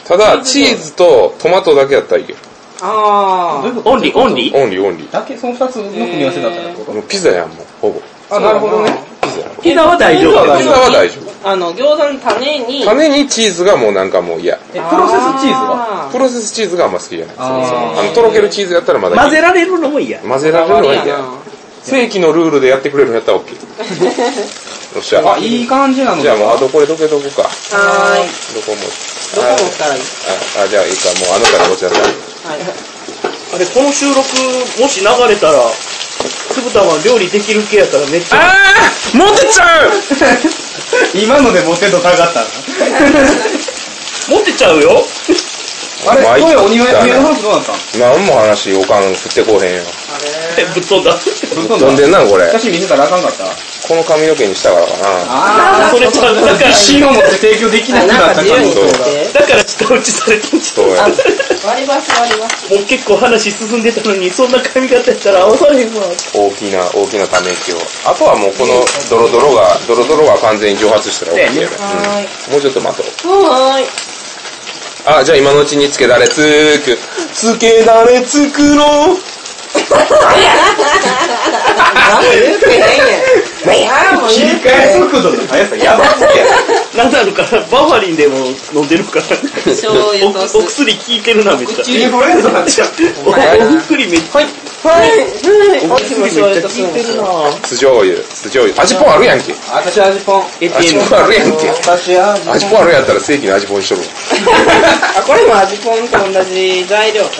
A: ただ、チーズとトマトだけやったらいいよ。
C: あー。
D: オンリー、オンリー
A: オンリーオンリー。
B: だけその二つの組み合わせだったってこと
A: もうピザやん、もう。ほぼ。
B: あ、なるほどね。
A: ピザやん。
D: ピザは大丈夫。
A: ピザは大丈夫。
C: あの、餃子の種に、
A: 種にチーズがもうなんかもう嫌。
B: え、プロセスチーズは
C: あ
A: プロセスチーズがあんま好きじゃない。そもそも
B: あ
A: あの、とろけるチーズやったらまだいい
D: 混ぜられるのも嫌。
A: 混ぜられるのはいいんだ
C: こだわ
A: よ。正規のルールでやってくれるんやったら OK。よ っしゃ。
B: あ、いい感じなの
A: じゃあもう、あとこれどけどこか。
C: はーい。
A: どこも。
C: どこ持ったらいい
A: あ、あじゃあいいか。もうあなたが持ちなさい。
C: はい。
D: あれ、この収録、もし流れたら、つぶたま料理できる系やったらめっちゃ、
A: あーモテちゃう
B: 今のでモテ度下がったな。
D: 持ってちゃうよ
B: あれ、
A: 参
B: 声お庭
A: ったな
B: や、お庭の話どうなった
A: 何も話、おかん振ってこうへんよ。
C: あ
D: ってぶっ飛んだ。
B: のぶっ
A: 飛んでんな、これ
B: 写。真見せたらあかんかった
A: この髪の毛にしたからか
B: あ
D: それちゃう。だから、
B: 自信を持って提供できな
C: れ
B: く
C: な
B: なんっ
C: か
B: た
C: 自由に
B: 感
A: そう
C: しといて。
D: だから下打ちされ
A: な。どうや。
D: てんじ
C: あ割り箸割り
D: ゃん。
C: 箸。
D: もう結構話進んでたのに、そんな髪型やったら合わされへんわ。
A: 大きな、大きなため息を。あとはもうこのドロドロが、ドロドロが完全に蒸発したら OK だよね。
C: は
A: う
C: ーい。
A: んもうちょっと待とう。
C: はーい。
A: あ、じゃあ今のうちにつけだれつーく。つけだれつくろう。
C: 何も言うてへんやん。何も
B: 切
C: 言
B: り
C: う
B: 替
C: てへ
B: え
C: ん。
B: 速度の速さやばすぎや
D: なんなるから、バファリンでも飲んでる から。
C: 醤油と酢
D: おお薬効いてるな、めっちゃ。
B: インフルエンザになっちゃう。
D: おお薬めっちゃ、
C: はい。
D: お
C: はい。
D: 薬めっちゃ効いてるな
A: 酢醤油、酢醤油。味ぽんあるやんけ。
B: 私味ぽん。
D: エテ
A: 味
D: ィエンヌ
A: ぽんあるやんけ。
B: 私味ぽん。
A: 味ぽんあるやったら正規の味ぽんにしとる
C: あ、これも味ぽんと同じ材料か。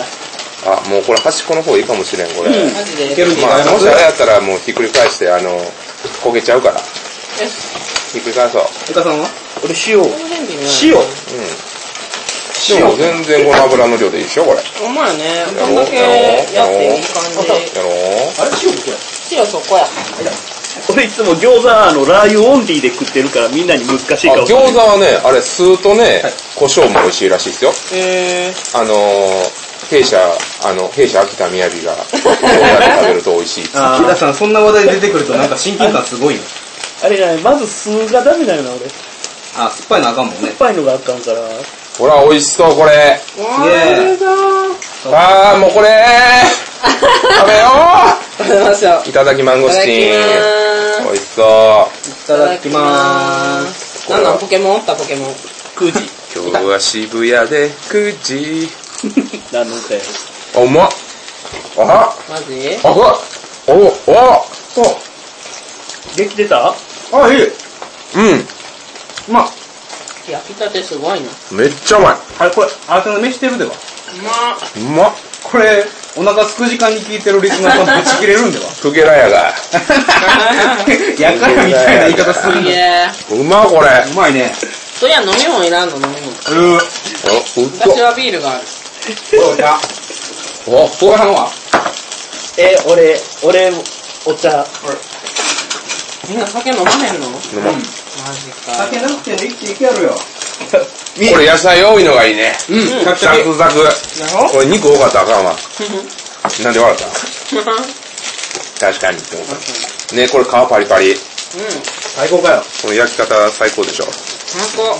A: わあ、もうこれ端っこの方いいかもしれん、これ。
C: マジで。
B: いける
A: まあ、もしあれやったらもうひっくり返して、あの、焦げちゃうから。
C: え
A: ひっくり返そう。
B: ゆかさんは
D: 俺塩。
C: この辺微妙やな
D: 塩。
A: うん。でも全然この油の量でいいでしょ、これ。
C: ほんまやね。
A: や
C: こ
A: ろうん
C: だけやっていい感じ。
A: やろう
B: あれ塩どこや
C: 塩そこや。
D: 俺いつも餃子あのラー油オンリーで食ってるからみんなに難しい
A: あ
D: 顔
A: 餃子はね、あれ、酢とね、胡椒も美味しいらしいですよ。
C: へえ。
A: あのー、弊社、あの、弊社秋田宮城が、こうやって食べると美味しい。
B: あー、ゆかさん、そんな話題出てくるとなんか親近感すごいね。
D: あれじゃないまず酢がダメだよな俺酸
B: あ、酸っぱいのあかんもんね
D: っ。ぱいのがあかんから
A: ほら、美味しそう、これ。
C: わ
B: ねえ
C: ー、だー。
A: あー、もうこれ食べよ
C: 食べましょう。
A: ういただきマン
C: い
A: ゴ
C: た
A: ス
C: だ
A: チン。
C: きま
A: 美
C: ーす。
A: 味しそ
B: いただきまーす。
C: す。なんなんポケモンおったポケモン。
D: 9時
A: う。今日は渋谷で9時。
D: 何の歌や
A: あ、うまっ。あ、
C: マジ
A: あ、うわお、お、お、
D: できてた
B: あ、いい。
A: う。
B: うまっ。
C: 焼きたてすごいな。うん
A: めっちゃうまい。
B: あれ、これ、あ、その飯してるでは。
C: まっ。
A: うまっ。
B: これ、お腹すく時間に聞いてるリスナーさんぶち切れるんでは
A: クゲラヤが。
B: やからみたいな言い方する
C: すげ
B: ね。
C: え。
A: うまっ、これ。
B: うまいね。
C: そりゃ飲み物いらんの飲み物。
B: うー。
A: お、うっ
C: 私はビールがある。
B: そうじゃ。
A: と。お、
B: ご飯は
D: え俺俺お茶
C: みんな酒飲まへんのマジ
A: 飲もう
C: か。
B: なくても生きていけやろよ。
A: これ野菜多いのがいいね。
B: うん。シャキシ
A: ザ
B: ャキ。
A: クザク。
C: やろ
A: これ肉多かったらあかんわ。なんで笑った確かにって思った。ねこれ皮パリパリ。
C: うん。
B: 最高かよ。
A: この焼き方最高でしょ。
C: ほんと。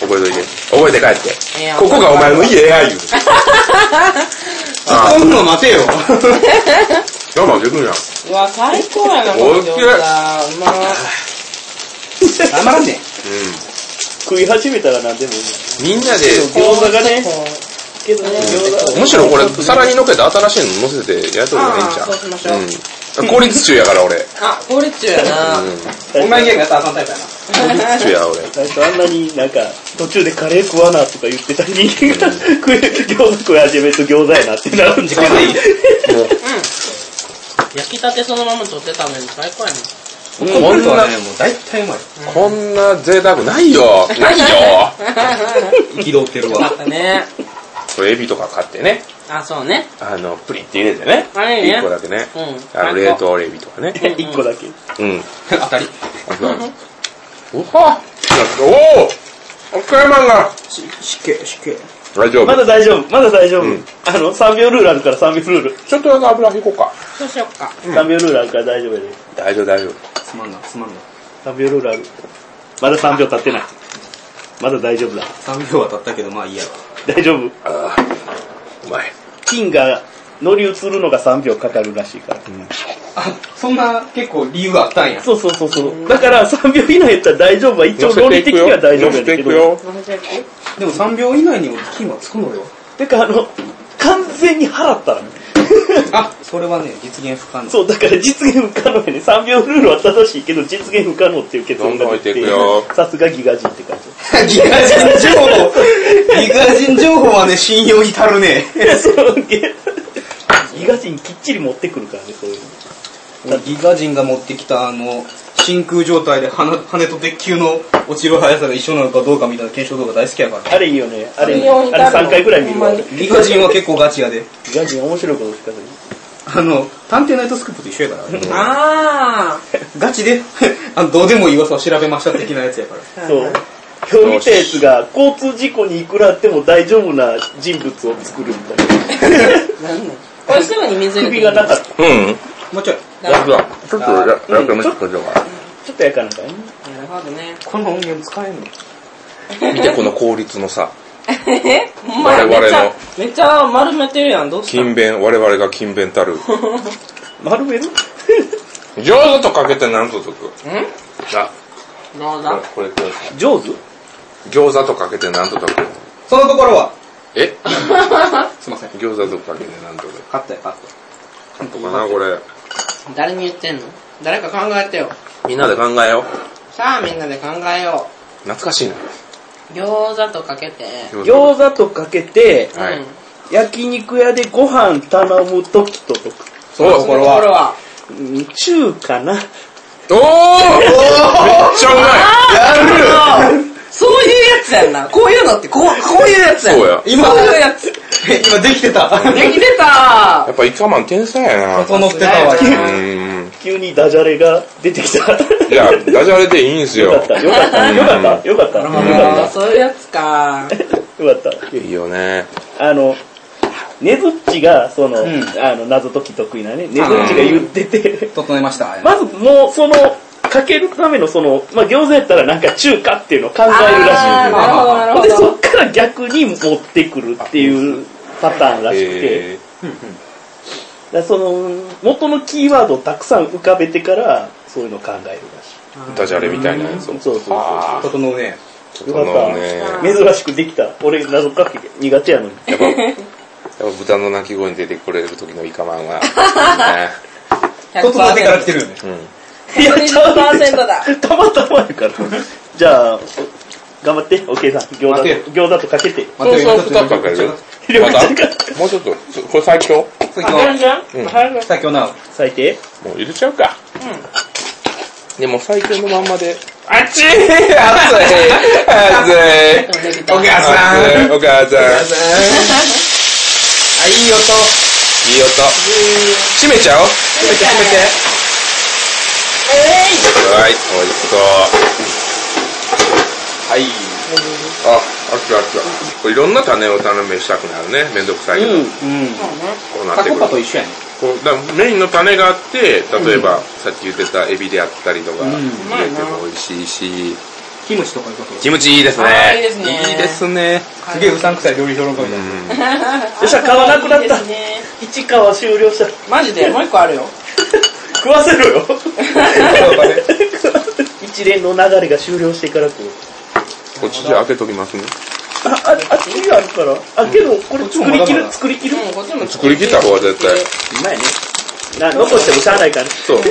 A: 覚えといて。覚えて帰って。
C: ええやん
A: ここがお前の家や言う。あ
B: 突っ込むの待てよ。
A: やばい、でくんやん。
C: うわ、最高やな、
A: おい
C: この
A: しい
C: 餃子。うまっ。
B: たまらんね。
A: う
D: 食い始めたら何でもいい
A: ん。みんなで、
D: 餃子がね
C: こう
D: けどね餃子
A: むしろこれ、皿に乗っけて新しいの乗せてやっとくのええんち
C: あーそうしましょう
A: ゃう。うん。効率中やから俺。
C: あ、効率中やな。
A: うん。
D: 最初
B: ゲームやったらあかんタイプやな。
A: 効率中や俺。
D: 最初あんなになんか途中でカレー食わなとか言ってた人間が食え餃子食い始めると餃子やなってなるんだけど
A: もう、
C: 焼きたてそのまま取ってたのに最高やね。
B: こんなのはね、もう大体うまい。
A: こんな贅沢ないよ。ないよ。
B: 憤ってる
C: よかっ。たね。
A: これエビとか買ってね。
C: あ、そうね。
A: あの、プリって入れてね。
C: あれね
A: 一個だけね。
C: うん
A: あの、冷凍エビとかね。
C: うん
D: 1個だけ
A: うん。
B: 当たり。
A: うわおはおお岡山が
B: し、しけ、しけ。
A: 大丈
D: ま
A: 夫。
D: だ大丈夫まだ大丈夫
A: うん
D: あの3秒ルールあるから3秒ルール
A: ちょっとだけ油引こうか。
C: そうしよっか。
D: 3秒ルールあるから大丈夫やで
A: 大丈夫、大丈夫。
B: すまんな、すまんな。
D: 3秒ルールある。まだ3秒経ってない。まだ大丈夫だ。
B: 3秒は経ったけど、まあいいやわ。
D: 大丈夫。
A: ああ、うまい。
D: 金が乗り移るのが3秒かかるらしいから。
B: あ、そんな結構理由があったんや。
D: そうそうそうそう。だから3秒以内やったら大丈夫は一応論理的には大丈夫
A: 乗せてい
D: やねんけ
A: く
D: ど。
A: よ。
C: 飲みていく
B: でも3秒以内に俺キーはつくのよ。
D: てかあの、完全に払ったら。
B: あ、それはね、実現不可 能。
D: そう、だから実現不可能やね。3秒ルールは正しいけど、実現不可能っていう結
A: どん
D: 論が出
A: どん置いていくよ
D: さすがギガ人って感じ。
B: ギガ人情報 ギガ人情報はね、信用至るね。
D: そうゲギガ人きっちり持ってくるからね、そういうの。
B: ギガ人が持ってきたあの、真空状態で羽羽と鉄球の落ちる速さが一緒なのかどうかみたいな検証動画大好きやから。
D: あれいいよね。あれ、
C: 信用に
D: あ
C: 至る
D: れ3回くらい見るわ。
C: ほんま
D: ギ
C: に
B: ギガ人は結構ガチやで。
D: ガ人面白いこと聞かせる。
B: あの、探偵ナイトスクープと一緒やからあれ。
C: あ
B: ガチで、 あの、どうでもいい噂を調べました的なやつやから。
C: ー。
D: そう。今日見たやつが交通事故にいくらあっても大丈夫な人物を作るみたいな。
C: なんなんこれすぐに水入れ
D: 首
C: て
D: がなかった。
A: うん。
B: もうちょい。
A: 大丈夫。ちょっとや、や
D: うん
A: ってみてくれか
D: ちょっとやからかね。
C: なるほどね。
B: この音源使えんの
A: 見てこの効率のさ、
C: えほんまや
A: 我々の
C: めっちゃ、めっちゃ丸めてるやん。どうした
A: 勤勉、我々が勤勉た る。
D: 丸める
A: 上手とかけて何と解く
C: ん
A: あ、
C: どう
A: これ
C: だ
A: これください
D: 上手
A: 餃子とかけてなんとかこう
B: その心は
A: え
B: すいません。
A: 餃子とかけてなんとか
B: カットやカット。
A: なんとかなこれ
C: 誰に言ってんの誰か考えてよ。
A: みんなで考えよう
C: さあみんなで考えよ
A: 懐かしいな
C: う。餃子とかけて。
A: 子
D: 餃子とかけて、
A: は
C: う
A: い
C: ん。
D: 焼肉屋でご飯頼むときととく。
B: その心
C: ところ
B: は。
C: は。
D: うん中かな。
A: おーめっちゃ
C: あーそういうやつやんな。こういうのって、こう、こういうやつやん。
A: そうや
C: 今そういうやつ。で
B: 今できてた。
C: きて
A: うまいや
C: た
A: っぱイカマン天才やなう
B: 整ってたわ。
A: ーん
D: 急にダジャレが出てきた。よ
A: いやダジャレでいいんすよ
D: かった、よかった、よかった、よかった、よ
C: あー
D: かっ
C: そういうやつか。
D: た。よかっ
A: いいよね
D: た。あの、ねずっちが、その、
B: ん
D: あの、謎解き得意なね、ねずっちが言ってて、
B: 整えました。
D: まずもう、その、かけるためのその、まあ、餃子やったらなんか中華っていうのを考え る
C: あ
D: ら
C: ー
D: しい
C: なるほど、なる
D: ほ
C: ほ
D: んで、そ
C: ど。
D: っから逆に持ってくるっていうパターンらしくて、
A: え
D: だからその、元のキーワードをたくさん浮かべてから、そういうのを考えるらしい。
A: ーダジャレみたいなやつを
D: そうそうそう。
A: あ
B: 整うね。
A: ーそのねやっ
D: 珍しくできた。俺、謎かけ苦手やのに。
A: ぱ豚の鳴き声に出てこれる時のイカマンはね
B: 整ってから来て
C: て
B: るよね。
D: いやちゃう
C: 120%だ。
D: たまたまやから。じゃあ、頑張って、おけいさん。餃
B: 待て
D: 子、餃子とかけて。
A: そうそう二つかけるまだ
D: 両手か
A: もうちょっとそこれ最強
B: 先の、
D: じゃん
A: うん
B: 先のな、
D: 最低
A: もう入れちゃうかでも最強のまんまで
D: あっ
A: 熱
D: ち
A: い 熱い
C: でき
B: お
A: お
B: 母
C: た
A: 母
B: さん。
A: さんお母さん
B: あ、いい音。
A: いい音閉めちゃおう
B: 閉めて閉めて。
A: はい、おいしそう。
B: はい。
A: あ、あったあった。これいろんな種を種めしたくなるね。めんどくさいけど、こ
B: うん。
A: うなっ
B: タ
A: てく
B: コ
A: る
B: パ。と一緒やね。
A: こうだからメインの種があって、例えば、さっき言ってたエビであったりとか、
B: うん
A: 入れても美味しいし、
B: キムチとかいうこと。
A: キムチいいです
C: あ
A: ね。
C: ーいいですね
A: いいですね。
B: すげえうさんくさい料理評論家みたいな。
A: うん
D: よっしゃ、皮なくなっ
C: いいで
D: た
C: す。ね
D: 一皮終了した。
C: マジでもう一個あるよ。
D: 食わせろよ。
B: うだね
D: 一連の流れが終了してからこう。
A: こっちじゃあ開けときますね。
D: あ、あ、あっちにあるから。あ、けど、これ
B: こっちも
D: 作
B: ま
D: り
B: だまだ
D: 切る、作り切る。
C: うんこっちも
A: 作り切った方が絶対。
D: うまいね。な、残してもしゃあないから。
A: そう。
D: で、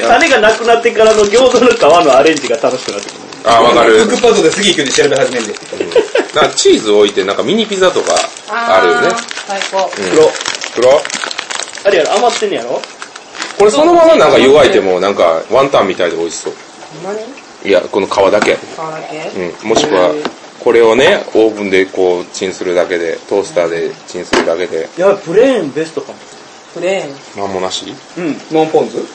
D: 種がなくなってからの餃子の皮のアレンジが楽しくなってくる。
A: あー、わかる。
B: クックパッドで次行くんで調べ始めるんで。
A: なんかチーズ置いて、なんかミニピザとかあるよね
C: ー。最高。
A: うん
D: 黒。
A: 黒。
D: あれやろ、余ってんねやろ
A: これそのままなんか湯がいても、なんかワンタンみたいで美味しそう。
C: ほんまに
A: いや、この皮だけ。
C: 皮だけ
A: うん、もしくはこれをねオーブンでこうチンするだけでトースターでチンするだけで
D: いや、プレーンベストかも。
C: プレーン。
A: なんもなし
D: うん。
B: ノンポン酢
C: 皮のみ。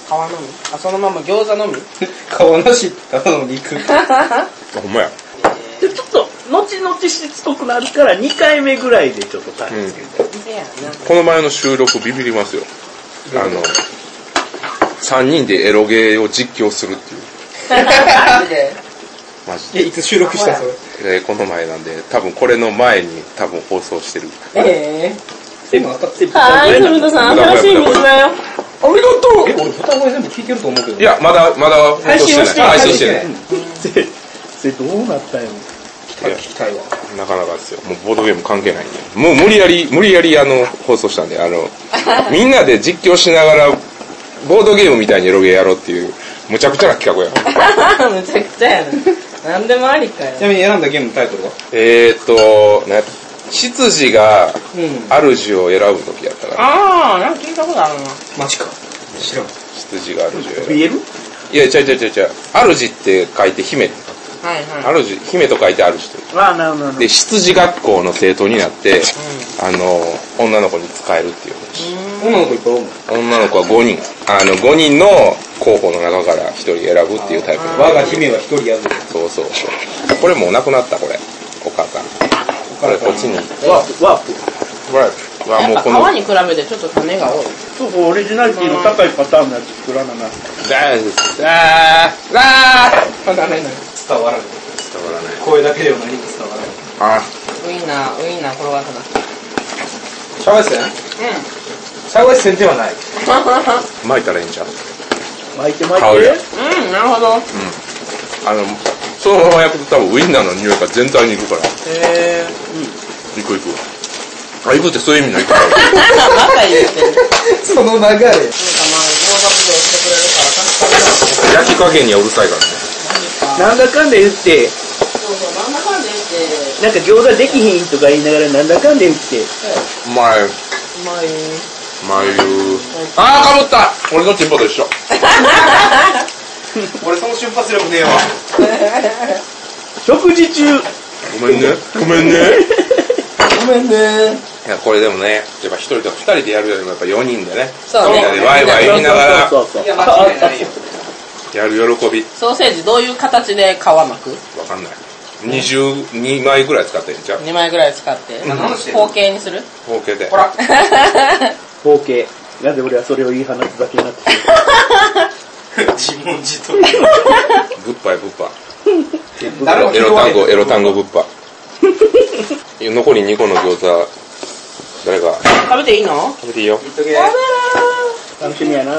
C: あ、そのまま餃子のみ。
B: 皮なし、ただの肉。
A: あほんまや
D: で、ちょっと、後々しつこくなるから、2回目ぐらいでちょっとタイムつけて。
C: せやな。
A: この前の収録ビビりますよあの3人でエロゲーを実況するっていう
C: マジで。
A: マジ
B: え、いつ収録したそれ。
A: で、えーこの前なんで多分これの前に多分放送してる
C: え
B: え、また、え、
C: えはい、
D: 豚
C: 富
D: 骨
C: 田さん、
A: 豚骨
C: 新しい水だよ。
B: ありがとうえ、俺豚声全部聞いてると思うけど。
A: い、やまだまだ放送してない配
B: 配
A: 信
B: 信
A: し
B: してて
A: な
B: ないい
D: それ、そ れどうなったんやろ。
A: いや
B: 聞きたいわ。
A: なかなかですよもうボードゲーム関係ないんでもう無理やり無理やりあの放送したんであ のみんなで実況しながらボードゲームみたいにエロゲーやろうっていうむちゃくちゃな企画や
C: むちゃくちゃやな。なんでもありか
B: ち
C: よ。
B: なみに選んだゲームのタイトルは
A: えーっと、ね、執事が
B: うん。
A: 主を選ぶ時やったから、
C: あー、なんか聞いたことあるな。
B: マジか。知らん。
A: 執事が主を選ぶ。
D: 見える
A: いや、違う違う違う違う。主って書いて姫って書く。
C: はいはい。
A: 主、姫と書いて主と。
D: ああ、なるほどなるほど。
A: で、執事学校の生徒になって、あの、女の子に使えるっていう。
B: 女の子いっぱいおるの
A: 女の子は5人。あの、5人の候補の中から1人選ぶっていうタイプの。
B: 我が姫は一人やる。
A: そうそうそう。これもうなくなった、これ。お母さん。これこっちに。
D: ワープ、ワープ。
A: ほら、わもう
C: やっ
A: この
C: ぱ皮に比べてちょっと種が多い。
D: そうそう、オリジナリティの高いパターンのやつ作らなな。
A: ダンス、あー、あー
C: あ、ダメな
B: 伝
A: 伝わら
B: わらない。
A: ない。
B: 声だけでは何も伝わらない。
A: あ
C: ウインナー、ウインナー転がすな。
B: シャワー戦
C: う
B: シャワー戦ではない。
A: 巻いたらいいんちゃう
D: 巻いて巻い
A: 香り
D: て。
C: ん。うん、なるほど。
A: あの、そのまま焼くと多分ウインナーの匂いが全体に行くから。
C: へえ
A: 行く行く。あ、行くってそういう意味の行くから。
C: ー。また 言ってる。なんかまあ、合格度して
B: その流
C: くれる
B: れ。
C: から助かるな。
A: 焼き加減にはうるさいからね。
D: なんだかんだ言って、
C: そうそう、なんだかんだ言って、
D: なんか餃子できひんとか言いながらなんだかんだ言って、
A: うまい。
C: うまい。
A: 眉。あー、かぶった俺のチンポと一緒。
B: 俺その瞬発力ねえわ。
D: 食事中、
A: ごめんね。ごめんね。
C: ごめんね。
A: いや、これでもね、やっぱ一人とか二人でやるよりもやっぱ四人でね、
C: そうね
A: みんなでワイワイ言いながら
D: そうそうそうそう
B: いや、間違いないよ。
A: やる喜び、
C: ソーセージどういう形で皮巻く
A: わかんない。22枚ぐらい使ってんじゃん。
C: ?2 枚ぐらい使って。
B: 何してんの
C: 方形にする
A: 合計で
B: ほ。ら。
D: 包茎。なんで俺はそれを言い放つだけになってる
B: 自問自答。
A: ぶっぱいぶっぱ。
B: 誰も
A: エ
B: 拾
A: ロ
B: わ
A: 単
B: へん
A: 語、エロ単語ぶっぱ。 残り2個の餃子、誰か
C: 食べていいの
A: 食
C: 食
A: べていいよ。
B: 言っとけ。
D: 楽しみやな。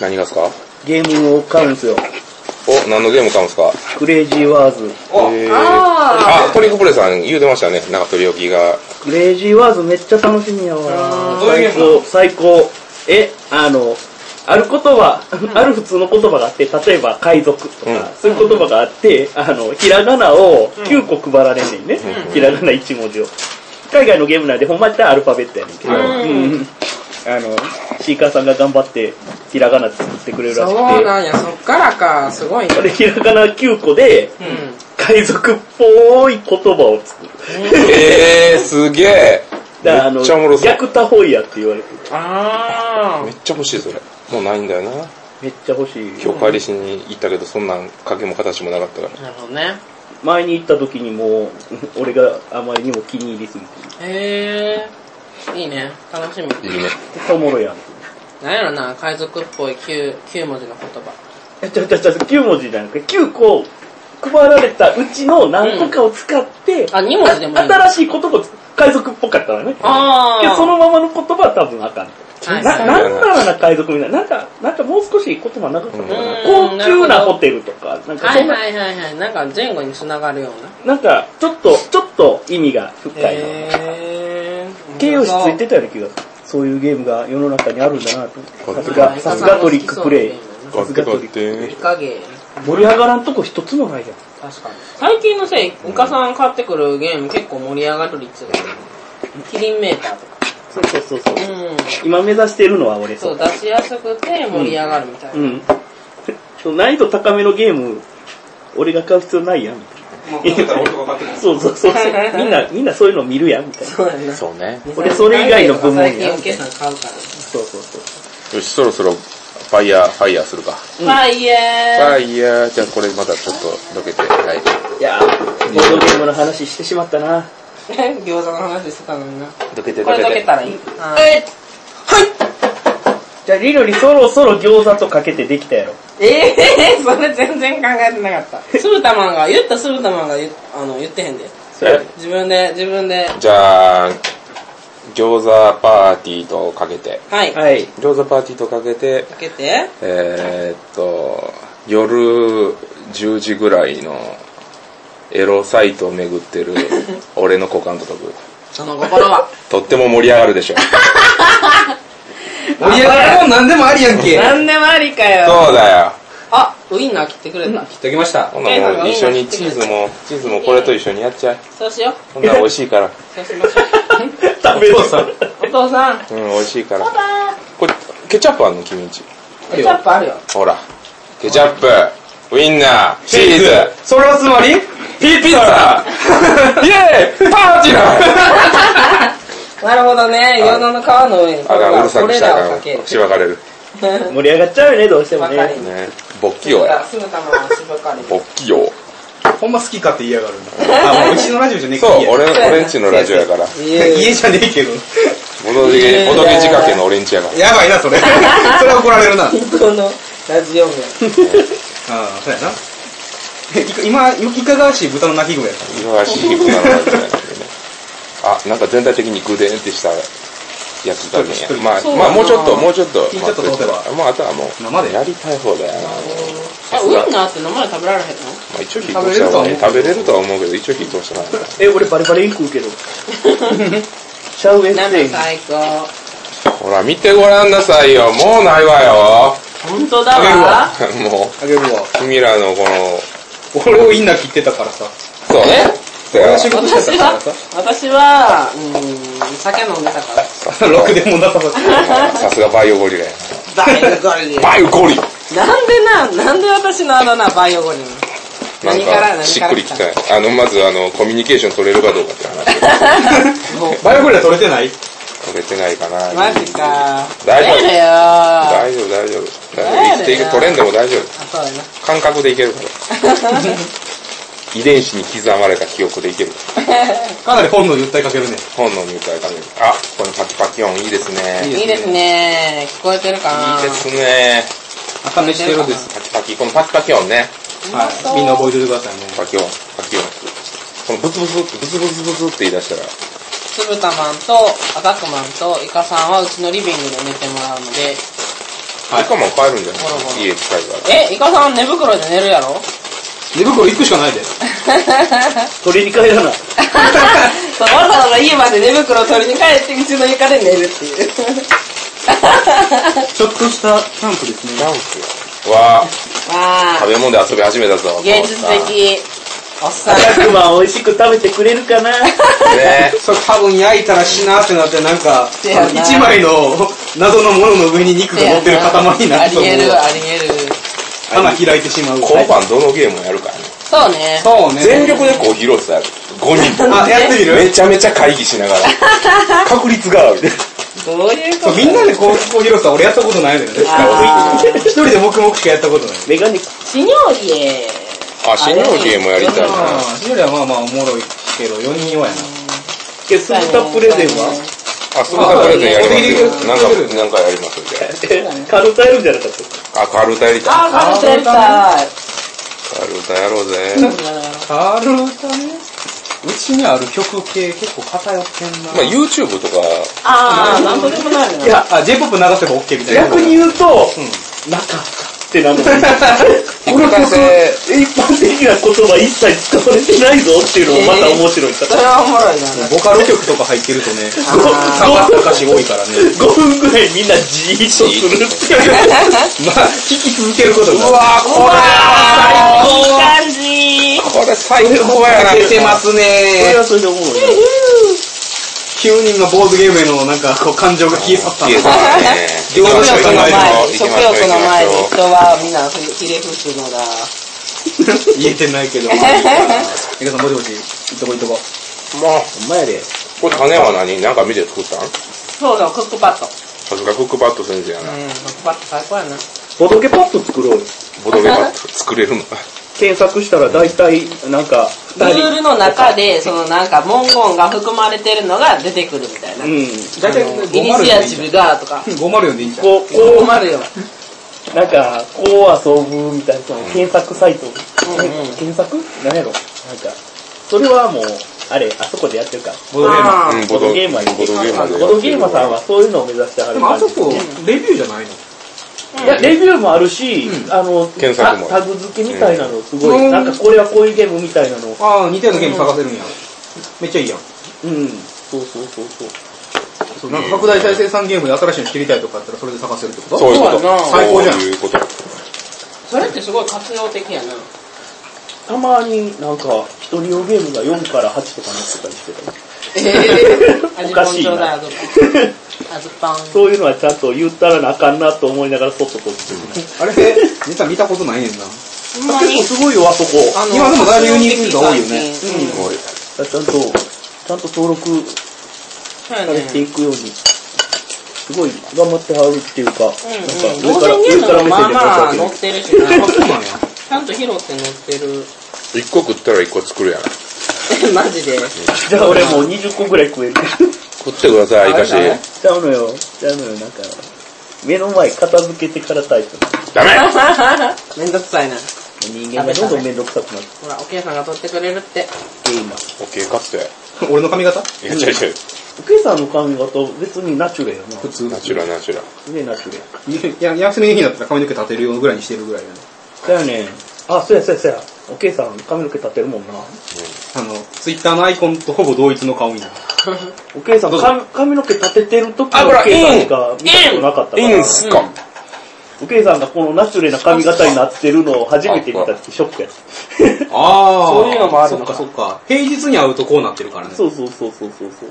A: 何がっすか
D: ゲームを買うんすよ。
A: お、何のゲーム買うんすか
D: クレイジーワーズ。
B: お、
A: えー
C: べるあ
A: あ、トリックプレイさん言うてましたね。なんか取り置きが。
D: クレイジーワーズめっちゃ楽しみやわ
B: あー。どういうゲ
D: 最
B: ームな
D: 高、最高。え、あの、ある言葉、ある普通の言葉があって、例えば海賊とか、
A: うん
D: そういう言葉があって、あの、ひらがなを9個配られんねんね。ひらがな1文字を。海外のゲームなんで、ほんまやったらアルファベットやねんけど、
A: うん
D: うんあの、シーカーさんが頑張って、ひらがな作ってくれるらしく
C: そう
D: て、
C: なんや、そっからか。すごいね。
D: あれひらがな9個で、
C: うん。
D: 海賊っぽい言葉を作る。
A: えー、すげえ。
D: だからあ
A: め
D: の、
A: っちゃおもろそう
D: 逆タホイヤって言われてる。
C: あ
A: めっちゃ欲しい、それ。もうないんだよな。
D: めっちゃ欲しい。
A: 今日帰りしに行ったけど、そんなん影も形もなかったから。
C: ー。なるほどね。
D: 前に行った時にもう、俺があまりにも気に入りすぎて、
C: へえ。いいね。楽しみ。
A: いいね。
D: めっちゃおもろいやん。
C: なんやろな、海賊っぽい 9, 9文字の言葉。
D: えちゃちゃちゃ、9文字じゃなくて、9個配られたうちの何個かを使って、
C: あ、2文字でもいいの
D: 新しい言葉を使う、海賊っぽかったわね。
C: あ
D: で
C: ー。
D: そのままの言葉は多分あかん。
C: はい
D: な、なんならな海賊みたいな。なんか、なんかもう少し言葉なかったかな。
C: うん
D: 高級なホテルとか、なんか
C: は
D: そん
C: い
D: な、
C: はいはいはい。なんか前後に繋がるような。
D: なんか、ちょっと、ちょっと意味が深いの。
C: へ
D: 形容詞ついてたような気がする。そういうゲームが世の中にあるんだなと。さす
C: う
D: が、
C: ん
D: さすがトリックプレイ。
A: 買
D: さ
A: っ
D: す
A: て
D: が
A: 買
D: ト
A: っ
D: リック。
C: ー。イ
A: て。
C: カゲー。
D: 盛り上がらんとこ一つもないやん。
C: 確かに。最近のせい、イカさん買ってくるゲーム結構盛り上がる率が。キリンメーターとか。
D: そうそうそうそう。
C: うん。
D: 今目指してるのは俺
C: そう、。出しやすくて盛り上がるみたいな。
D: うん。その難易度高めのゲーム、俺が買う必要ないやん。
B: もう食べたら俺とか買ってくる。
D: そうそう そうそう。みんな、みんなそういうの見るやん、みたいな。
C: そうやな。
A: そうね。
D: 俺それ以外の部門や
C: 最近お客さん買うから。
D: そうそうそう。
A: よし、そろそろ、ファイヤー、ファイヤーするか。フ
C: ファイヤー。
A: ァイヤー、じゃあこれまたちょっとどけて、はい。
D: いやー、ボードゲームの話してしまったな。
C: 餃子の話してたのにな。
A: どけて
C: これどけたらいい。はい
D: いじゃあ、リロリそろそろ餃子とかけてできたやろ。
C: ええー、 それ全然考えてなかった。スルタマンが、言ったスルタマンが言っあの言ってへんで。
A: え
C: 自分で、自分で。
A: じゃあ、餃子パーティーとかけて。
C: はい。か
D: はい。
A: 餃子パーティーとかけて、
C: けて。
A: えー、っと、夜10時ぐらいのエロサイトを巡って る俺の股間と解く。
C: その心 は。
A: とっても盛り上がるで しょ。
B: 盛り上がるもん何でもありやんけ。言っ
C: なんでもありかよ。
A: そうだよ。
C: あ、ウインナー切ってくれた。
B: ときました。
A: ほんならもう一緒にチーズも、チーズもこれと一緒にやっちゃえ。
C: そうしよ
A: ほんなら美味しいから。
C: う。そうしましょう。
D: 食べようさ。
C: お父さん。
A: うん、美味しいから。これ、ケチャップあんの君んち。
C: ケチャップあるよ。
A: ほら。ケチャップ、ウインナー、チーズ、
B: それはつまり
A: ピピッツァイエーイパーティーだ
C: なるほどね。
A: あ
C: 餃子の皮の上に。
A: あかん、うるさくした
C: こ
A: ら
C: れらを
A: あ
C: かけ
A: か
C: る
A: ん。。しばかれる。
D: 盛り上がっちゃうよね、どうしても
C: わかる
D: ね。
A: ね勃起王や。
C: すぐたまはしばかり。
A: 勃起王。
B: ほんま好きかって言いやがるな。あ、もううちのラジオじゃねえ
A: そ
B: か
A: う
B: らいい、や
A: 俺、俺んちのラジオ やから。
B: 家じゃねえけど。
A: おど
C: い
A: け、
C: や
A: おどけ仕掛けの俺んちやから。
B: やばいな、それ。それ怒られるな。うん、
C: 本当のラジオ名。
B: そうやな。えいか今、いかがわしい豚の鳴き声やった。
A: 忙しい豚のラジオやからね。あ、なんか全体的にグデンってしたやつだね
B: しっとりしっとり。
A: まあ、
C: そう
A: まあもうちょっと、もうちょっと。
B: ちょっと
A: まあ
B: 通せば
A: まああとはもう、
B: 生で
A: やりたい方だよな。
C: え
A: さす
C: ウ
A: が。
C: インナーって生で食べられ
A: ま
C: へんの
A: あ、一応火通した方がね、食べれるとは思うけど、一応火通した方がね。
D: え、俺バリバリ食うけど。 シャウエッ
C: な
D: セ
C: め
D: ン。
C: 最高。
A: ほら、見てごらんなさいよ。もうないわよ。
C: 本当だ
B: 食べる
C: わ
B: わ。
A: も
B: あげるわ。
A: う、君らのこの、
B: 俺をインナー切ってたからさ。
A: そうね。そう
B: 俺
A: や
B: が仕事してた
C: 私
B: か
C: は
B: らさ。、
C: 私は、うーん、酒飲んでたから。
B: ろくでもなさそう。
A: さすがバイオゴリラや
C: バイオゴリラ
A: バイオゴリラ
C: なんでな、なんで私のあだ名バイオゴリラ
A: なん
C: 何から
A: か、しっくりきたい。あの、まず、あの、コミュニケーション取れるかどうかって話。
B: バイオゴリラ取れてない
A: 取れてないかな。
C: マジか。
A: 大丈夫
C: だよあ、
A: 大丈夫、大丈夫。
C: 誰
A: 大丈
C: や
A: 夫。生きていけ、取れんでも大丈夫。
C: そうだね。
A: 感覚でいけるから。 遺伝子に刻まれた記憶でいけるから。
B: かなり本能に訴えかけるね。
A: 本能に訴えかける。あ、このパキパキ音いいですね。
C: いいですね。聞こえてるかない
A: いですね。
B: 赤飯してるです。
A: パキパキ。このパキパキ音ね。
B: はい。みんな覚えててくださいね。
A: パキ音、パキ音。このブツブツって、ブツブツブツって言い出したら、
C: つぶたまんと、アタックマンと、イカさんはうちのリビングで寝てもらうので、
B: はい
A: 他も帰るんじゃない
C: ほらほら
A: 家近いから。
C: え、イカさん寝袋で寝るやろ
B: 寝袋行くしかないで。
D: 取りに帰らな。
C: そうわざわざ家まで寝袋を取りに帰って、うちの床で寝るっていう。
B: ちょっとしたキャンプですね。
A: ダンスわあ、
C: わ
A: 食べ物で遊び始めたぞ。
C: ー、現実的。おっさん。
D: 100万美味しく食べてくれるかな
A: ね
B: それ多分焼いたら死なってなって、なんか、
C: せやな
B: 一枚の謎のものの上に肉が乗ってる塊にな
C: あ
B: ると
C: り
B: 思う
C: え。る、ありえる。
B: 花開いてしまう。
A: 今晩どのゲームをやるかね。
C: そうね。
B: そうね。
A: 全力でこう披露したやる。5人
B: あ、やってみる
A: めちゃめちゃ会議しながら。確率が、みたいな。
C: どういう
B: そ
C: こと
B: うみんなでこう、こう広さ、俺やったことないのよね。
C: あー
B: 一人で黙々しかやったことない。
D: メガネ、
C: 死尿家。
A: あ、死ぬゲームやりたいな。
B: ああ、よりはまあまあおもろいけど、4人はやな。
D: ケスタプレゼンは
A: あ、そのプレゼンやりますよ。なんか、なんかやりますんで。
D: カルタやるんじゃなかっ
A: あ、カルタやりたい。
C: あー、カルテルタイ。
A: カルタやろうぜ。
B: カルタね。うちにある曲系結構偏ってんな。
A: まあ YouTube とか、
C: あー、なんとでもない
D: た。
C: ない
D: や、
B: あ、J-POP 流せば OK みた
D: 逆
B: いな。
D: に言うと、なかったってな のに、この曲、一般的な言葉一切使われてないぞっていうのもまた面白いさ。
C: それはおもろいな。
B: ボカロ曲とか入ってるとね、
C: あ
B: サバ高し多いからね。
D: 5分ぐらいみんなじーっとするっていう。
B: まあ、聴き続けることが。うわ
C: うわー、いい感じ。
A: これ最高やな。
B: 出てます
D: それ
B: ね
D: はそれで思うよ。
B: 9人の坊主ゲームへのなんかこう感情が消え去った
A: 消えた
B: な
A: ね。
B: 食欲の前
C: 食欲の前に人はみんなひれ伏すのだ。
B: 言えてないけど。えかさん、もしもし、いっとこいっとこ。
A: も
B: ほんまやで。
A: う、これ種は何なんか見て作ったん
C: そうだ、クックパッド。う
A: さすがクックパッド先生やな。
C: ん、クックパッド最高やな。
D: ボドゲパッド作ろうよ。
A: ボドゲパッド作れるの。
D: 検索したら大体、なんか、二
C: ルールの中で、そのなんか文言が含まれてるのが出てくるみたいな。
D: う
C: イ
D: ん。
B: だいたい
C: ニシアチブがとか。
B: 504でいいんじゃん。
D: こう、こ
C: 困るよ。
D: う、なんか、こう遊ぶみたいな、その検索サイト。検索なんやろなんか、それはもう、あれ、あそこでやってるから。
B: ボドゲーム。
C: あ
A: う
C: ー
A: ん
D: ボドゲーマーに
A: ボドゲーマーで
D: ボドゲーマーさんはそういうのを目指しては
B: で
D: る
B: も
D: 感
B: あ
D: じ
B: そこ、レビューじゃないの
D: いや、レビューもあるし、あの、
A: 検索も
D: タタグ付けみたいなの、すご
B: う
D: い、
B: ん
D: なんかこれはこういうゲームみたいなの。
B: ああ、似たようなゲーム探せるんや。めっちゃいいやん。
D: うん。そうそうそうそう。
B: そう、なんか拡大再生産ゲームで新しいの知りたいとかあったらそれで探せるってこと
A: そういうこと。
B: 最高じゃん
A: そういうこと。
C: それってすごい活用的やな。
D: たまになんか、一人用ゲームが4から8とかなってたりしてたり。
C: え
D: おかしいな
C: 味ぽんちょうだい、あずパン。
D: そういうのはちゃんと言ったらなあかんなと思いながらそっと撮ってる。結
B: あれ、実は見たことない ねんな。
C: ほんまに
D: 構。すごいよ、あそこ。
C: あの
B: 今でもだいぶユニークが多いよね
C: 活用的
A: すごい。
D: ちゃんと、ちゃんと登録
C: 最
D: されて
C: 近
D: いくように、すごい頑張ってはるっていうか、
C: うんうん。
D: な
C: 同
D: んか
C: 然ゲ
D: 上から、
C: ー
D: 上から
C: ムも
D: 目
C: ま
D: 線
C: あ
D: で申し訳ない。
B: あ、
C: まあ載ってるしな。
B: そうなんや。
C: ちゃんと拾って載ってる。
A: 一個食ったら一個作るやん。
C: え、マジで。
D: じゃあ俺もう20個ぐらい食える。
A: 食ってください、いかし。
D: ちゃうのよ、ちゃうのよ、なんか、目の前片付けてからタイプ。
A: ダメ
C: めんどくさいな。
D: 人間がどんどんめんどくさくなって
C: ほら、おけいさんが取ってくれるって。
D: 今。
A: オッケー、かつて。
B: 俺の髪型
A: いや、違う違う。
D: 福井さんの髪型別にナチュラルやな。
B: 普通
A: ナチュラナチュラ。
D: ね、ナチュラル。
B: いや、休みの日になったら髪の毛立てるよぐらいにしてるぐらいだね。
D: だよね。あ、そうやそうやそうや。おけいさん髪の毛立ってるもんな。
B: あの、ツイッターのアイコンとほぼ同一の顔になる。
D: おけいさん
B: どうぞ
D: 髪髪の毛立ててる時
A: あほ
D: の
A: ら
D: おけいさんしか見たことなかったか
A: いいん
D: ら。
A: すか、
D: おけいさんがこのナチュレな髪型になってるのを初めて見た時ショックやった。
B: ああ。
C: そういうのもある
B: そ
C: の
B: っか
C: か
B: そっか。平日に会うとこうなってるからね。
D: そうそうそうそうそうそう。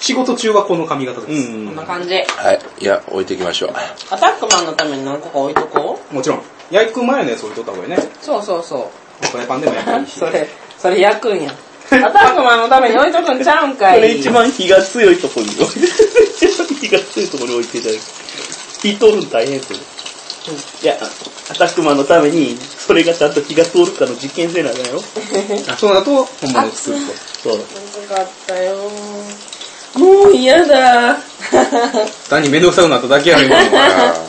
B: 仕事中はこの髪型
D: う
B: です。
D: ん
C: こん。な感じ。
A: はい。いや、置いていきましょう。
C: アタックマンのために何個か置いとこ
B: もちろん。焼く前のやつ置いとった 方がいいね。
C: うそうそうそ。
B: フライパンでも焼けばいういし。
C: それ、それ焼く んや。アタックマンのために置いとくんちゃうんかい。
D: これ一番火が強いところに置いて、一番火が強いところに置いていただく。火通るの大変そう。いや、アタックマンのために、それがちゃんと火が通るかの実験性なんだよ。
B: あそうだと、本物を作 る
D: そ
B: と。
D: う。
C: よかったよもう嫌 だ
B: 単に面倒くさくなっただけやねん、今の
A: あ
B: は
A: ー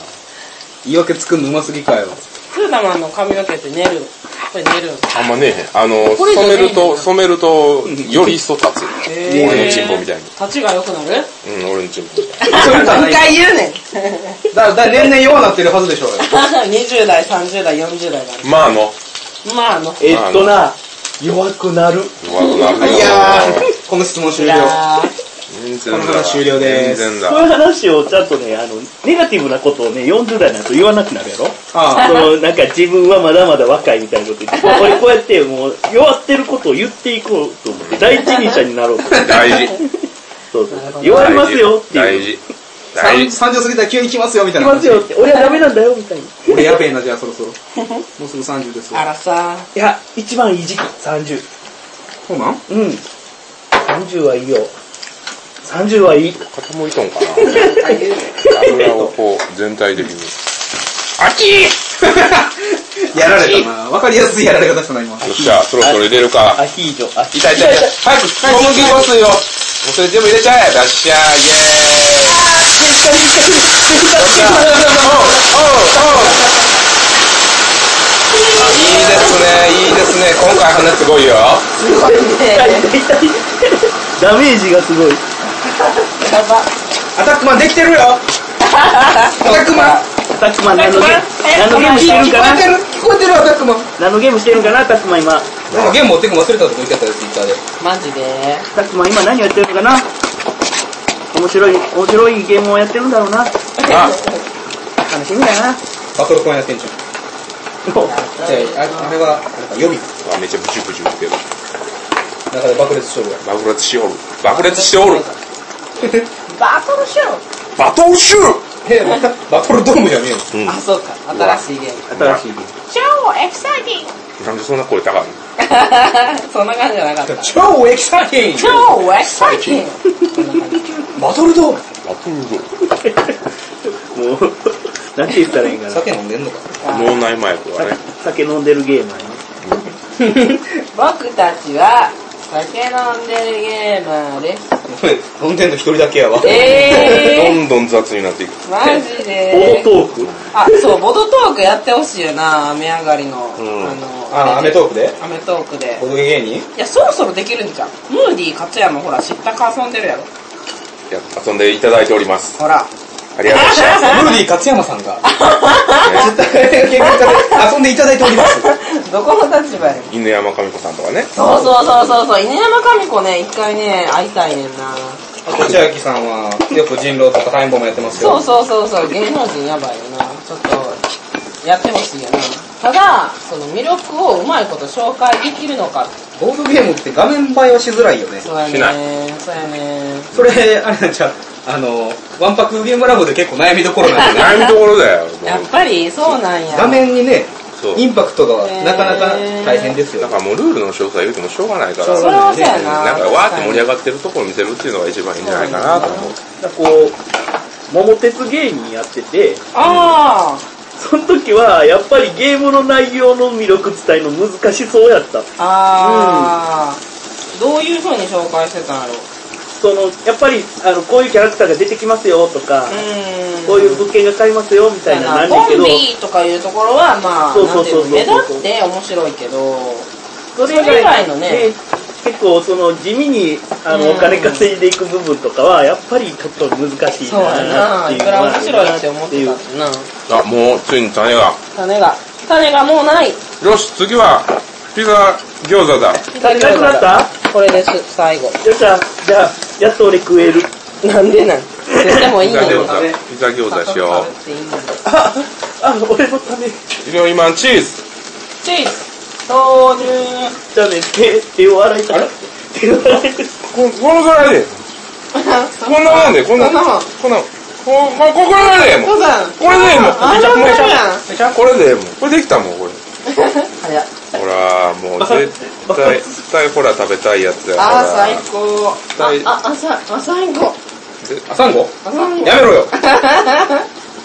B: 言い訳作るのうますぎかよ。
C: クーダマンの髪の毛って寝るこれ寝る
A: あんまねえへん。あの、
C: これじゃね
A: 染
C: え
A: めると、染めると、より一層立つ。
C: へー
A: 俺のチンポみたいに。
C: 立ちが良くな
A: う
C: る
A: ん、俺のチンポみたい
B: そういうのはな
C: 何
B: い。
C: 回言う ねん
B: だ、だ、年々弱なってるはずでしょうよ。
C: 20代30代40代がある
A: に。まあの。
C: まああの
D: えっとな、弱くなる。
A: わかんない
B: いやー、この質問終了。
C: や
A: 全然
B: この話終了です
A: 全然
D: そうい
A: だ。
D: う話をちゃんとね、あの、ネガティブなことをね、40代になると言わなくなるやろ
B: あ
D: その、なんか自分はまだまだ若いみたいなこと言 って、俺こうやってもう、弱ってることを言っていこうと思って、第一人者になろうと思って。
A: 大事。
D: そうそう そう。弱りますよって
A: 大
D: いう。
A: 事。
B: あ、
A: 大事。
B: 30過ぎたら急に来ますよ、みたい
D: い
B: な。
D: ますよって、俺はダメなんだよみたいな。
B: 俺やべえな、じゃあそろそ ろ。もうすぐ30です
C: あ
B: よ。
C: らさ
D: いや、一番いい時期、30。
B: そうなん
D: うん。30はいいよ。30はいい。
A: 傾いとんかな。油をこう、全体的に。あき
B: やられたな。わかりやすいやられ方したな、今。
A: よっしゃ、そろそろ入れるか。
D: アヒージョ、アヒージ
A: 痛い痛い痛い。早く、小麦粉水を。もうそれ全部入れちゃえ。ダッシャー、イェーイ。いいですね、いいですね。今回花すごいよ。
C: すごいね
D: ョ。痛い痛い。 ダメージがすごい。
C: やば
B: アタックマンできてるよ アタックマン
D: タックマン何のゲーム
C: え
D: 何のゲームしてるん
B: 聞こ
D: か
B: えて
D: な
B: る聞こえてるアタックマン
D: 何のゲームしてるんかなタックマン今。
B: なんかゲーム持ってくの忘れたとこ言ってたよ、ツイッターで。
C: マジで
D: タックマン今何やってるのかな面白い、面白いゲームをやってるんだろうな。楽
A: あ、
D: しみだな。
B: バトルコンやってんじゃん。
D: もう
B: じゃあ、ああれは、なんか予備。
A: あめちゃブチュブチュ言ってる。
B: 中で爆裂勝負や。
A: 爆裂しておる。爆裂しておる。
C: バトルショ
A: バトルシュー
B: え、バトルドームじゃねえよ。
A: う
C: ーあそうか新しいゲーム
D: 新しいゲーム。
C: 超エキサイティン
A: なんでそんな声高いの
C: グ そんな感じじゃなかった
B: 超エキサイティン
C: 超エキサイティング
B: グバトルドーム
A: バトルド
D: もう、なんて言ったらいいんかな。
B: 酒飲んでんのか
A: 脳内麻薬はね。
D: 酒飲んでるゲームやね。
C: 僕たちは酒飲んでるゲーマーです
B: お前飲んでんの一人だけやわ。
A: ど
C: え
A: んどん雑になっていく。
C: ー、マジ
D: オー
C: で
D: トーク。
C: あそうボドトークやってほしいよな雨上がりの、
A: ん
C: あの
B: あ、アメトークで
C: アメトークで
B: ボドゲ芸人
C: いやそろそろできるんじゃんムーディ勝山ほら知ったか遊んでるやろ
A: いや遊んでいただいております。
C: ほら
A: ありがとうございま
B: ムーディ勝山さんが、 絶対芸人から遊んでいただいております。
C: どこの立場やねん
A: す。犬山神子さんとかね。
C: そうそうそうそうそう犬山神子ね一回ね会いたいねんな
B: あと、千秋さんは、よく人狼とかタインボもやってますけ
C: そう
B: ど、
C: そうそうそう芸能人やばいよなちょっとやってほしいよなただその魅力をうまいこと紹介できるのかって
B: ボードゲームって画面映えはしづらいよね。
C: そうや
A: しな
C: ねそうやね
B: それ、あれなんちゃう、あの、ワンパクゲームラボで結構悩みどこ ろなんでね。
A: 悩みどころだよ。も
C: やっぱりそうなんや
B: 画面にね、
A: うそう。
B: インパクトがなかなか大変ですよ
A: だ。からもうルールの詳細言うてもしょうがないから、
B: しょう
C: それはそうやな
A: なんかわーって盛り上がってるところを見せるっていうのが一番いいんじゃないかなと思う。
D: だからこう、桃鉄芸人やってて、
C: あ
D: その時はやっぱりゲームの内容の魅力伝えるの難しそうやった。
C: あああ、どういう風に紹介してたんやろう
D: その、やっぱり、あの、こういうキャラクターが出てきますよとか、
C: ーん
D: こういう物件が買いますよみたいな、なん
C: コ
D: だけ
C: ン
D: ど、
C: ビとかいうところはまあ
D: そうそうそう
C: な
D: そ
C: ん
D: う
C: ていうの目立って面白いけど
D: そ
C: れ以外のね
D: 結構その地味にあの
C: うん
D: お金稼いでいく部分とかはやっぱりちょっと難しい
C: そうや
D: なっ
C: な
D: てい
C: いう
D: の
C: くら
D: は
C: 面白いって思っ
D: い
C: て
D: う
C: たってな
A: あ、もうついに種が。
C: 種が種がもうない。
A: よし、次は、ピザ餃子だ。
D: 足りなくなった
C: これです、最後。
D: よっしゃ、じゃあ、やっと俺食 える。
C: なんでなんでもい
A: ピ
C: い
A: ザ
C: の
A: 餃
C: に。
A: 子。ピザ餃子しよ
D: あ、あ、俺のため。
A: う。医療マンチーズ。
C: チーズ豆乳
D: じゃあね、手、手を洗いた
A: あれ
D: い。手を洗いたい。
A: こ、このぐらいで。こんなもんで、こんな、
C: そんなもん
A: こんなもん。こ、こ、ここらでも
C: そう
A: う。
C: だ
A: これでもう。
C: あのぐらいやん
A: これでもう。これできたもん、これ。
C: 早っ
A: ほら、もう絶対、絶対ほら食べたいやつやか
C: あ
A: ら。
C: ー最高
A: 絶対
C: あ、あ、あさ、あ、最高
A: ぜあ、サンゴ
C: あ、最
A: やめろよ。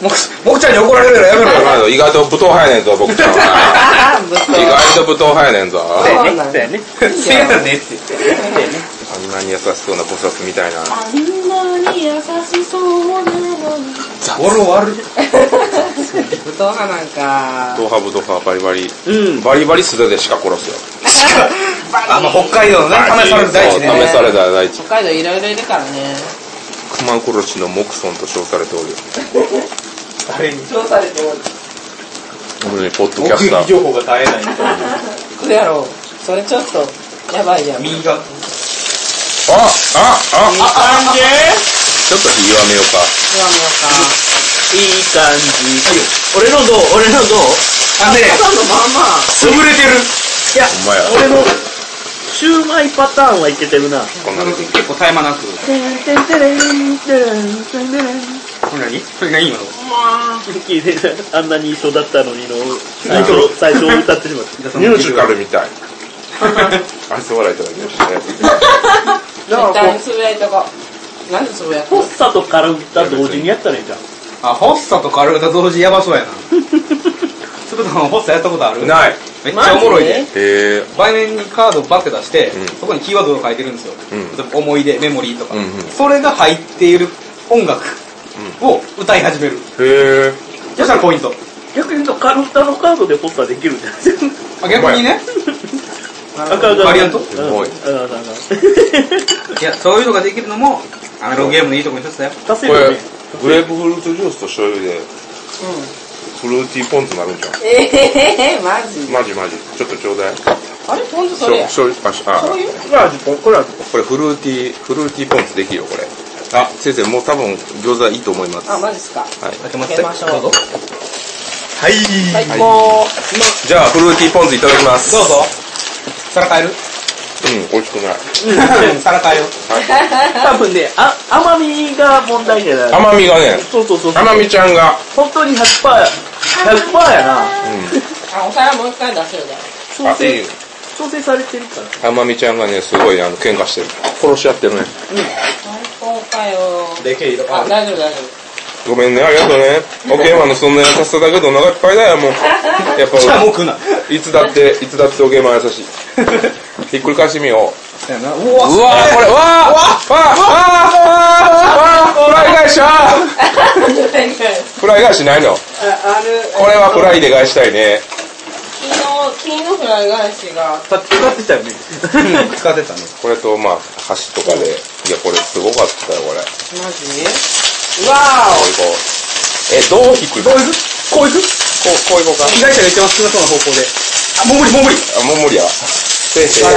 B: 僕、僕ちゃんに怒られるよ、
A: やめろよ、やめろよ意外と武闘派やねんぞ、僕ちゃんは。
C: あ、ぶっ
A: 意外と武闘派やねんぞ。
C: そうなん
D: だよね。
B: せやねって。
A: あんなに優しそうな菩薩みたいな。
C: あんなに優しそうなのに
B: ボロ悪い。
C: ぶっと派なんか
A: ドハブドハバリバリ。
D: うん。
A: バリバリ素手でしか殺すよ。
B: あ、まあ北海道のね、試される大地で
A: そう
B: ね。
A: 試された大地。
C: 北海道いろいろいるからね
A: 熊殺しの木村と称されておるよ。
B: あれに。
C: 調査でどう
A: 俺ね、ポッドキャスター。
B: 情報が絶えない。
C: 行くやろそれちょっとやばいやん
B: 右が。
A: ああああ
D: 感じ
A: ちょっと火弱めようか。
C: うわもうか
D: いい感じ。俺のどう俺のどう
B: あ、ね
C: 朝のまんま
B: 潰れてる。
D: いや、
A: ほんまや
D: 俺の、シューマイパターンはいけてるな。
A: こんなの。
B: 結構絶え間なく。
D: てんてんてれん、てれん、てんてれん。
B: これ何これ何今の
D: あんなに一緒だったのにの、最初、最初歌ってしまった。
A: ミュージカルみたい。愛想笑いとか言うしね。
D: だか
C: 絶
D: ら
C: 対
D: こ
C: につぶやいとこなんでつぶや
D: う、
C: こ
D: ホッサとカラフタ同時にやったらいいじ ゃん。
B: あ、ホッサとカルフタ同時やばそうやな。つぶたんホッサやったことあるめっ
A: ない。
B: ちゃおもろい
C: マ
B: で
C: ジ。
A: へえ。
B: 場面にカードをバッて出して、
A: うん
B: そこにキーワードを書いてるんですよ。
A: うん
B: 例えば思い出、メモリーとか、
A: うんうん
B: それが入っている音楽を歌い始める。
A: へえ。
B: そしたらポイント。
D: 逆に言うと、カラフタのカードでホッサできるじゃん。
B: あ、逆にね。
D: あかんあかん
B: バリアント
D: うん
A: すごい
D: あかんあかんあかん
B: いや、そういうのができるのも、アナログゲームのいいところに一つだよ。
D: 出せ
A: こ
D: るよ
A: れ
D: ね。、
A: グレープフルーツジュースと醤油で、
C: うん
A: フルーティーポンとなるんじゃん。
C: ええマジ
A: マジマジ。ちょっとちょうだい。
C: あれほんとそ
A: 醤
C: れや
A: 醤油、あ、しあ
C: そういう
D: これは味ぽん、これは味ぽん。
A: これフルーティー、フルーティーポン酢できるよ、これ。あ、先生、もう多分餃子いいと思います。
C: あ、
A: はい。
C: マジっすか
B: 開けま
C: 開けましょう
B: どうぞ。
A: はい。
C: 最高
A: じゃあ、フルーティーポン酢いただきます。
B: どうぞ。皿変える
A: うん、美味しくない。
B: 皿変えよう。
D: 多分ね、あ、甘みが問題じゃない。
A: 甘みがね、
D: そうそうそう。
A: 甘みちゃんが、
D: 本当に100%、100%やな。
A: う
C: あ、お皿もう一回出せるじゃん
A: ん。あ、
D: 調
A: いい
D: 整
A: よ、。
D: 調整されてるから。
A: 甘みちゃんがね、すごい、あの、喧嘩してる。殺し合ってるね。
C: 最高かよ
B: でけえ色。
C: あ、大丈 夫大丈夫
A: ごめんね、ありがとうね。オケーマンのそんな優しさだけど、お腹いっぱいだよ、もう。やっ
B: じゃあ
A: ぱ
B: もう 食うな。
A: 俺、いつだって、いつだってオケーマン優しい。ひっくり返してみよう。
B: やな。う
A: うわ
B: わ
A: ーこれ、わーわーわーわーわーフライ返しはフライ返しないの
C: あ、ある
A: これはフライで返したいね。
C: 昨日、昨日フライ返しが
D: 使ってたよね。
B: うん使ってたね。
A: これと、まあ、箸とかで。いや、これすごかったよ、これ。
C: マジわ
A: こういこう。え、どう引く
B: こ
A: こ
B: ういくこういく
A: う、こういこうか。
B: 被害者が一番少なそうな方向で。あ、もう無理、もう無理。
A: あ、もう無理やわ。せいせいせいせい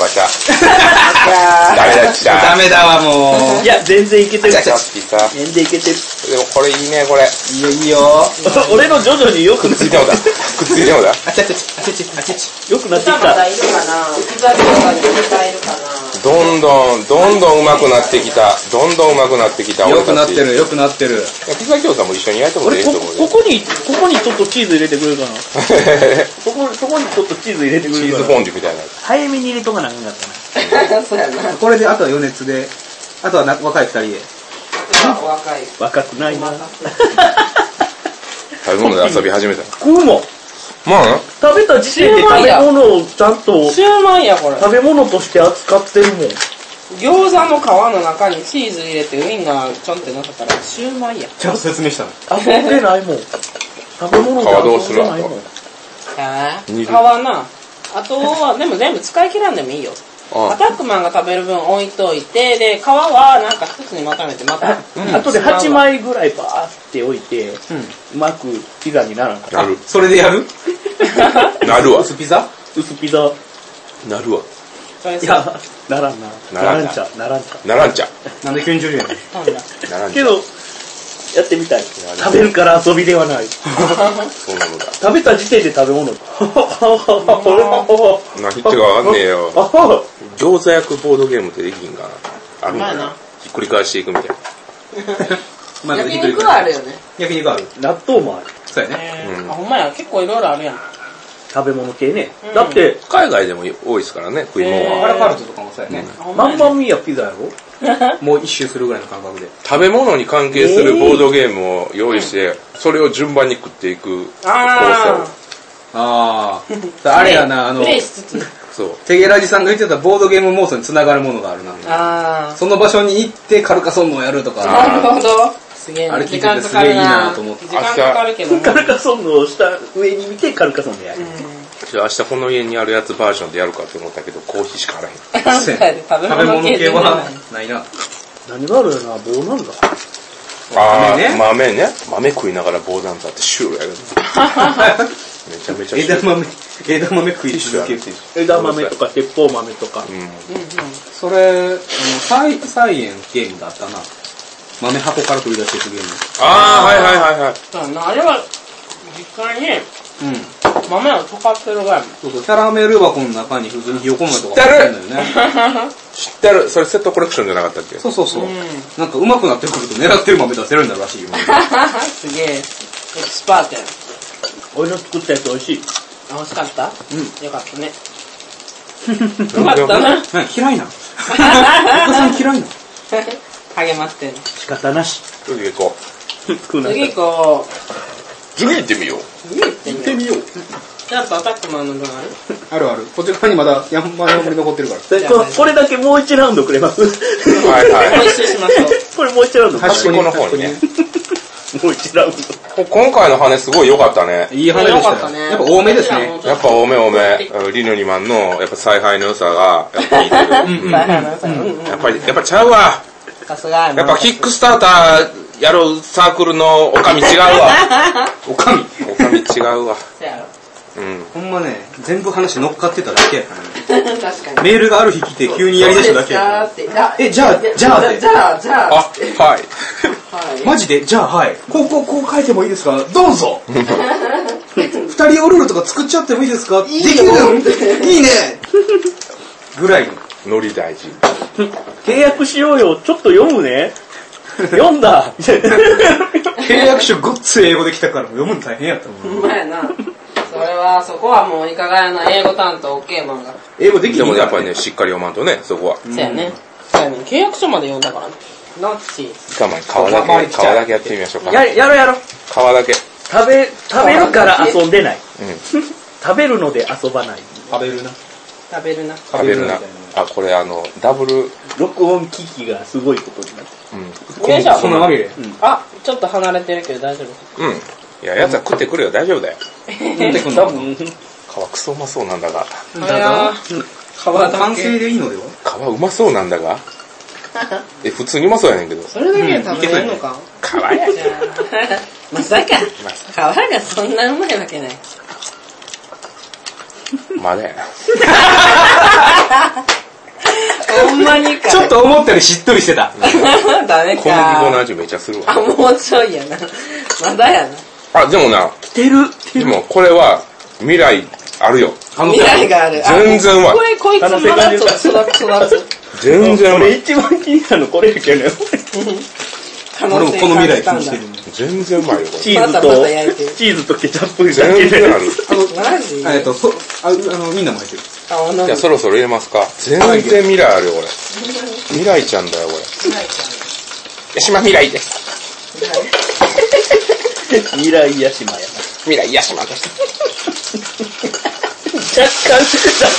A: わしゃ。
C: ー
A: ダメだっちだ。
B: ダメだわ、もう。
D: いや、全然いけてる
A: じゃ。さっきさ。
D: 全然いけてる。
A: でもこれいいね、これ。
B: いいよ、いいよ。
D: 俺の徐々に良くな
A: くっ
D: っ
A: つ
D: て
A: いて
D: きた
A: も。だ。くっついてもだ。
B: あちゃちゃち、あちゃち、あちゃち。
D: 良くなってき
C: 歌ま
D: た。
C: だいるかな歌とかに歌いるかな
A: どんどん、どんどん上手くなってきた。どんどん上手くなってきた。
B: よくなっ
A: 俺
B: て
A: たち。
B: る、よくなってる。
A: ピザ餃子も一緒に焼いてもい
D: 俺
A: い
D: こと
A: 思う
D: こ、ここに、ここにちょっとチーズ入れてくれるかな。
A: で。
D: そこ、そこにちょっとチーズ入れて く
A: チ
D: れ
A: ー
D: る
A: ズ
D: か
A: フ
D: な。
A: ォンデュみたいな。
D: 早めに入れとかなあかんかったな。
C: そうやな
B: これで、あとは余熱で、あとはな若い二人で。
C: 若い
D: 若くないな。
A: 食べ物で遊び始めた。
D: 食うもん。
A: まあな、
D: 食べた時点で食べ物をちゃんと、
C: シューマイやこれ
D: 食べ物として扱ってるもん。
C: 餃子の皮の中にチーズ入れてウインナーちょんってなかったらシューマイや
B: ちゃんと説明したの。
D: 遊んでないもん。食べ物
A: 皮どうする
D: 遊んでないもん
A: あ
C: へ
A: 煮
C: ぇ
A: る
C: 皮なあとはでも全部使い切らんでもいいよ
A: あ
C: アタックマンが食べる分置いといて、で、皮はなんか一つにまとめてまた。
D: あとで8枚ぐらいバーって置いて、うまくピザにならんか
A: なる。
B: それでやる
A: なるわ。
B: 薄ピザ
D: 薄ピザ、
A: なるわ。
C: それ
D: い
C: さ、
D: や、ならんな。
A: ならんな
D: ちゃう、ならんちゃう。
A: ならんちゃ
B: なんで急に徐々にやる
C: なん だ。
A: う。ならんち
D: け
A: ゃう。
D: ど、やってみたい。
A: や
D: 食べるから遊びではない。
A: そうなのだ。
D: 食べた時点で食べ 物。
A: 何言ってるかわかんねえ よ
D: あはは
A: 餃子焼くボードゲームってできひんかな。あるん
C: ま
A: だ
C: あ
A: な
C: な。
A: ひっくり返していくみたいな。
B: ま
C: 焼肉はあるよね。
B: 焼肉ある
D: 納豆もある。
B: そうやね。
C: え
A: うん
C: ーあ、ほんまや、結構いろいろあるやん。
D: 食べ物系ね
C: う。ん
D: だって、
A: 海外でも多いですからね、食い物
C: へ
A: は。
C: ー
B: アラカルトとかもそうやね。
C: あほんま
D: マ
C: や
D: ン
C: ね
D: マミーやピザやろ
B: もう一周するぐらいの感覚で。
A: 食べ物に関係するボードゲームを用意して、それを順番に食っていく構
C: あ
B: あー。
C: あ。
B: あれやな、あの
C: プ、レイしつつ。
A: 想。そう。
B: テゲラジさんが言ってたボードゲーム妄想に繋がるものがあるな。
C: あ
B: その場所に行ってカルカソンヌをやると
C: あ。
B: か。
C: なるほど。すげえ
B: あ
C: な。
B: れ聞い
C: 時
B: てて
C: 間
B: す
C: か
B: げえ
C: か
B: いい
C: る
B: な
C: な。
B: と思って
C: 時間かかるけども。
D: カルカソンヌをした上に見てカルカソンヌやる。
A: じゃあ明日この家にあるやつバージョンでやるかと思ったけど、コーヒーしかあらへん。
C: なんかやで食
B: 食べ
C: べ物
B: 物
C: 系
B: 系
C: で
B: はないな。
D: 何があるよな、棒なんだ。
A: あ
B: 豆
A: ー
B: ね
A: 豆ね。豆食いながら棒ダンサーってシュールやる。 めちゃめちゃシュー
B: 枝
A: ル。
B: 豆、枝豆食い続けるっていう。
D: 枝豆とか鉄砲豆とか。
A: うん。
B: それ、あの、サイ、サイエンゲームだったな。豆箱から取り出していくゲー
A: あー、はいはいはいはい。
C: そうやなあれは、実際に
B: ム。うん。
C: 豆を溶かしてるぐ らいの。
B: そうそう、キャラメル箱の中に普通にひよこ豆とか入ってんだよね。
A: 知ってる。それセットコレクションじゃなかったっけ
B: そうそうそう。
C: うん
B: なんか上手くなってくると狙ってる豆出せるんだらしいよ。
C: すげえ。エキスパートやな。
D: 俺の作ったやつ美味しい。
C: 楽しかった
B: う
C: よかった ね。よかったな。
B: なんか 嫌いなのお子さん嫌いなの
C: 励ましてる。
D: 仕方なし。
A: 次行こ
D: 作るな
C: 次こ
A: う。次行ってみよう。
C: う、次行ってみよ
B: み
C: う。
B: よう。
C: ちゃんとアタックマンの分ある
B: あるある。こっち側にまだ山盛り残ってるから。
D: でこれこれだけもう1ラウンドくれま す。
A: はいはい
C: もう一周しましょう。
D: これもう1ラウンド。も
A: 端っこの方にね
B: 端っこ
D: う1ラウン
A: こ今回の羽すごい良かったね。
B: にいい話で
C: よか
B: し
C: ったた
B: よ。
C: ね。
B: やっぱ多めですね。
A: やっぱ多め多め。リノリマンの、やっぱ采配の良さが、やっぱ効いてる。うんや
C: ぱ、
A: っぱり、やっぱちゃうわ。
C: さすがや
A: やっぱキックスターターやるサークルのおかみ違うわ。
B: おかみ。
A: おかみ違うわ。
C: そうやろ
A: うん。
B: ほんまね、全部話乗っかってただけやからね。
C: 確かに。
B: メールがある日来て急にやりだしただけやから。
C: そうですかって
B: えじゃあじゃあ
C: じゃあ、じゃ
A: あ、
C: あ。
A: はい。
C: は
B: マジでじゃあはい。こうこうこう書いてもいいですかどう ぞ二人用ルールとか作っちゃってもいいですかできるいいねぐらいの。
A: ノリ大事。
D: ド。契約しようよ。ちょっと読むね。読んだ。
B: 契約書ごっつい英語できたから読むの大変やったもん。
C: い。ほんまやな。それは、そこはもういかがやな英語担当 OK マンが。
B: 英語でき
A: で
B: ても
A: も
B: や
A: や
B: っ
A: っ
B: ぱ
A: ぱ
B: り
A: り
B: ね
A: ね、。しっかり読まんとね、そこは。
C: そうやね。そうやね。契約書まで読んだからね。ノッチーズ。
A: 我慢、皮だけ、皮だけやってみましょうか。
D: や、やろうやろう。
A: 皮だけ。
D: 食べ、食べるから遊んでない。
A: うん。
D: 食べるので遊ばない。
B: 食べるな。
C: 食べるな。
A: 食べるな。あ、これあの、ダブル、うん。
D: 録音機器がすごいことになって
C: よいし
B: そんな
C: ょ。
B: わけで。
C: あ、ちょっと離れてるけど大丈夫。
A: うん。いや、やつは食ってくるよ、大丈夫だよ。
B: 持ってくんの
A: 皮クソうまそうなんだが。
C: だが、皮だ
B: 完
C: け。
B: 成でいいのでは
A: 皮うまそうなんだ が。え、普通にうまそうやねんけど。
C: それだけで食べれるのか、
A: 皮や。
C: じゃあ、 まさか、皮がそんなうまいわけない。
A: まだやな。
C: ほんまにか。
B: ちょっと思ったよりしっとりしてた。
C: ダメか。
A: 小 麦粉の味めっちゃするわ。
C: あ、もうちょいやな。まだやな。
A: あ、でもな、
D: きてる。
A: でもこれは、未来あるよ。
B: 可能
C: 未
B: 性ある
C: 来がある。あ
A: 全然うまい
C: これ、こいつまだちょっと育つ、育
A: 全然うま
D: 俺
A: い。
D: 一番気になるのこれやけどね。
C: つ。可
B: 俺
C: 能
B: も
C: 性
B: この未来気
C: 感
B: に
C: じ
B: したて
C: んだ
B: る。
A: 全然うまいよ、こ
D: チーズ
C: パタパ
D: と
C: タ焼いてる、
D: チーズとケチャップ
A: れ。
D: だけ
A: 全然あ
D: で。
A: る。
C: マジ
B: えっと、そ、ああの、みんなも入ってる。
C: あ、おの
A: じゃあそろそろ入れますか。全然未来あるよ、 これ。未来ちゃんだよ、これ。八島未来です。
D: 未来屋島やな。
A: 未来八島です。
D: 若干、若干寄せれてる。若干、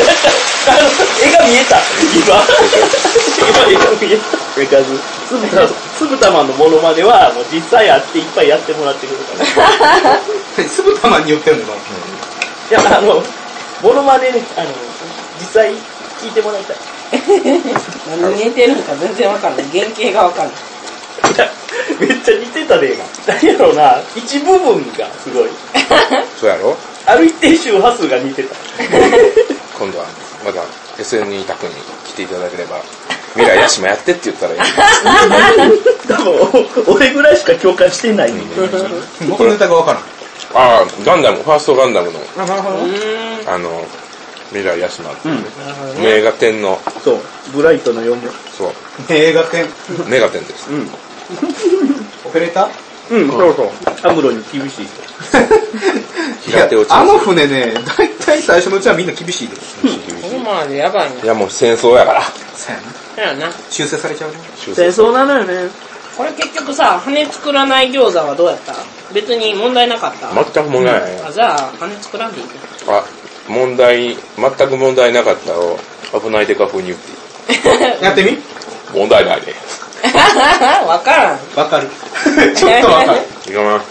D: 絵が見えた、今。今、絵が見えた。とにかく、つぶた、つぶたまんのモノマネは、もう実際あっていっぱいや ってもらってくるから。
B: すぐたまに寄ってんのか
D: いや、あの、モノマネね、あの、実際聞いてもらいたい。
C: 何に似てるのか全然わかんない。原型がわかんない。
D: いや、 めっちゃ似てたで、今。何やろうな、一部分がすごい。
A: そうやろ
D: ある一定周波数が似てた。
A: 今度はまだ SN に拓に来ていただければ未来屋島やってって言った らいい
D: 多分、俺ぐらいしか共感してないね。
B: 元ネタがわからん。
A: ああガンダムファーストガンダムの
B: あ、なるほど。
A: あの未来屋島っていうね
D: なるほどね
A: 名画展の
D: そう、ブライトの4分。
A: そう
B: 映画展。
A: 名画展です
D: うん。
B: オペレーター
D: うん、そうそう。アムロに厳しい人。
A: 平手打ち
B: いやあの船ね、大体最初のうちはみんな厳しいです。
C: ここまでやばいな。
A: いやもう戦争やから
B: そうやな。
C: そうやな。
B: 修正されちゃうね。
A: 終
D: 戦
A: 戦
D: 争なのよね。
C: これ結局さ、羽作らない餃子はどうやった別に問題なかった。
A: 全く問題ない、
C: あじゃあ、羽作ら んでいいか。
A: あ問題全く問題なかったを危ないデカ風に言っていい
B: やってみ
A: 問題ないで
C: わからん。
B: わかる。ちょっとわかる。
A: いかな
D: うん。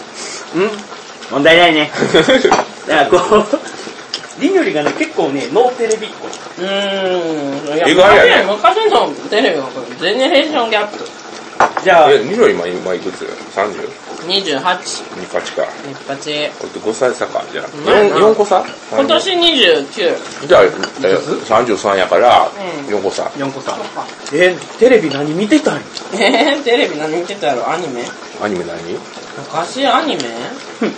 D: 問題ない ね。だからこう、りんよりがね、結構ね、ノーテレビっ子。
C: うーん。いや
A: 意外やね
C: 昔の昔のテレビはこれ、ジェネレーションギャップ。
D: じゃあ、
A: え、ニロ今、今いくつ ?32
C: 28、
A: かちか。これ
C: 28。
A: って5歳差か、じゃあ。
C: まあな
A: 4, 4個差
C: 今年29。
A: じゃあ、え33やから、4個差。
D: 4個さん
C: そ。っか。
D: え、テレビ何見てたんよ
C: えー、テレビ何見てたやろアニメ
A: アニメ何
C: 昔アニメ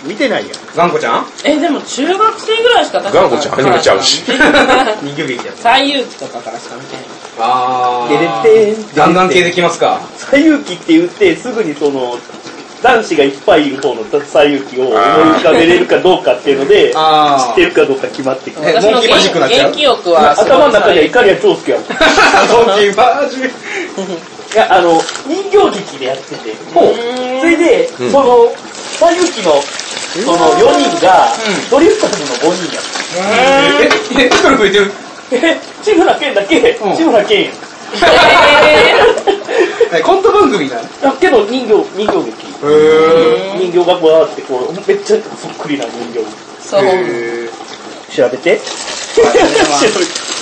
D: 見てないやん。
B: ガンコち ゃん
C: え、でも中学生ぐらいしか確
A: ガンコちゃんアニメちゃうし
B: 人魚劇やつ。
C: 最遊記とかからしか見てへん。
B: あ
D: てれてん
B: ガンガン系できますか。
D: 西遊記って言って、すぐにその、男子がいっぱいいる方の西遊記を思い浮かべれるかどうかっていうので、知
B: あ
D: ってるかどうか決まってくる。
B: え
C: 私の
B: モンキーマジックになっちゃう
C: 元気欲はすごい
D: 頭の中では怒りは長介やもん。い
B: ドキュマジ。
D: や、あの、人形劇でやってて、もう、それで、
A: うん
D: その、西遊記の、その4人が、ドリフトの5人やも
B: え、え、一人増えてる。
D: ん。え、志村けんだけ、
B: うん
D: 志村けんやん。
B: えコント番組だ。へ
D: だけど人形、人形劇。
B: ぇ
D: 人形がわーってこう、めっちゃそっくりな人形。
C: そう。
D: 調べて。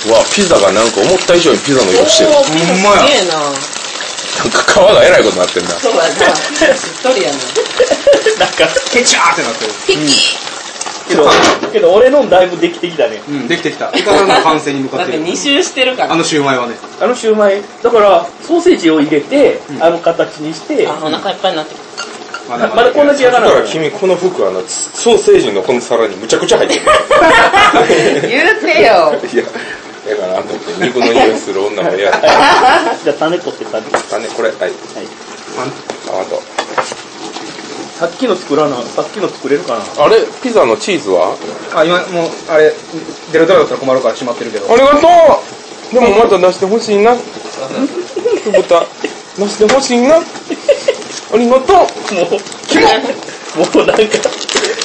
A: うわ、ピザがなんか思った以上にピザの色してる。
C: おー、ピ
B: ほん
C: ザ
B: ますや
C: げえな。
A: なんか皮がえらいことになってんだ。
C: そうやな。しっとりやな。
D: なんか、
B: ケチャーってなってる。
C: ピッキ
D: けど、けど俺のだいぶできてきたね。
B: うん、できてきた。いかなの完成に向
C: ー
B: か
C: だっ
B: って
C: て
B: る。
C: 2周してるか
B: あ
C: ら。
B: のシューマイはね。
D: あのシューマイ、だから、ソーセージを入れて、あの形にして、
C: あ、お腹いっぱいになってくる。
B: ま
D: まだこんな時間
A: だ
D: が
A: か
D: な
A: ら
D: い。
A: 君、この服、あの、ソーセージのこの皿にむちゃくちゃ入ってる。
C: 言うてよ。
A: いや、だから、あの、肉の匂いする女も嫌だ。
D: じゃあ種取って種。は
A: あね、これ、はい、
D: い。
A: あと。
D: さっきの作らな、さっきの作れるかな
A: あれ、ピザのチーズは
B: あ、今、もう、あれ、デロデロだったら困るから閉まってるけど。
A: ありがとうでもまた出してほしいな。久保田、出してほしいな。ありがとう
D: もう、もうなんか、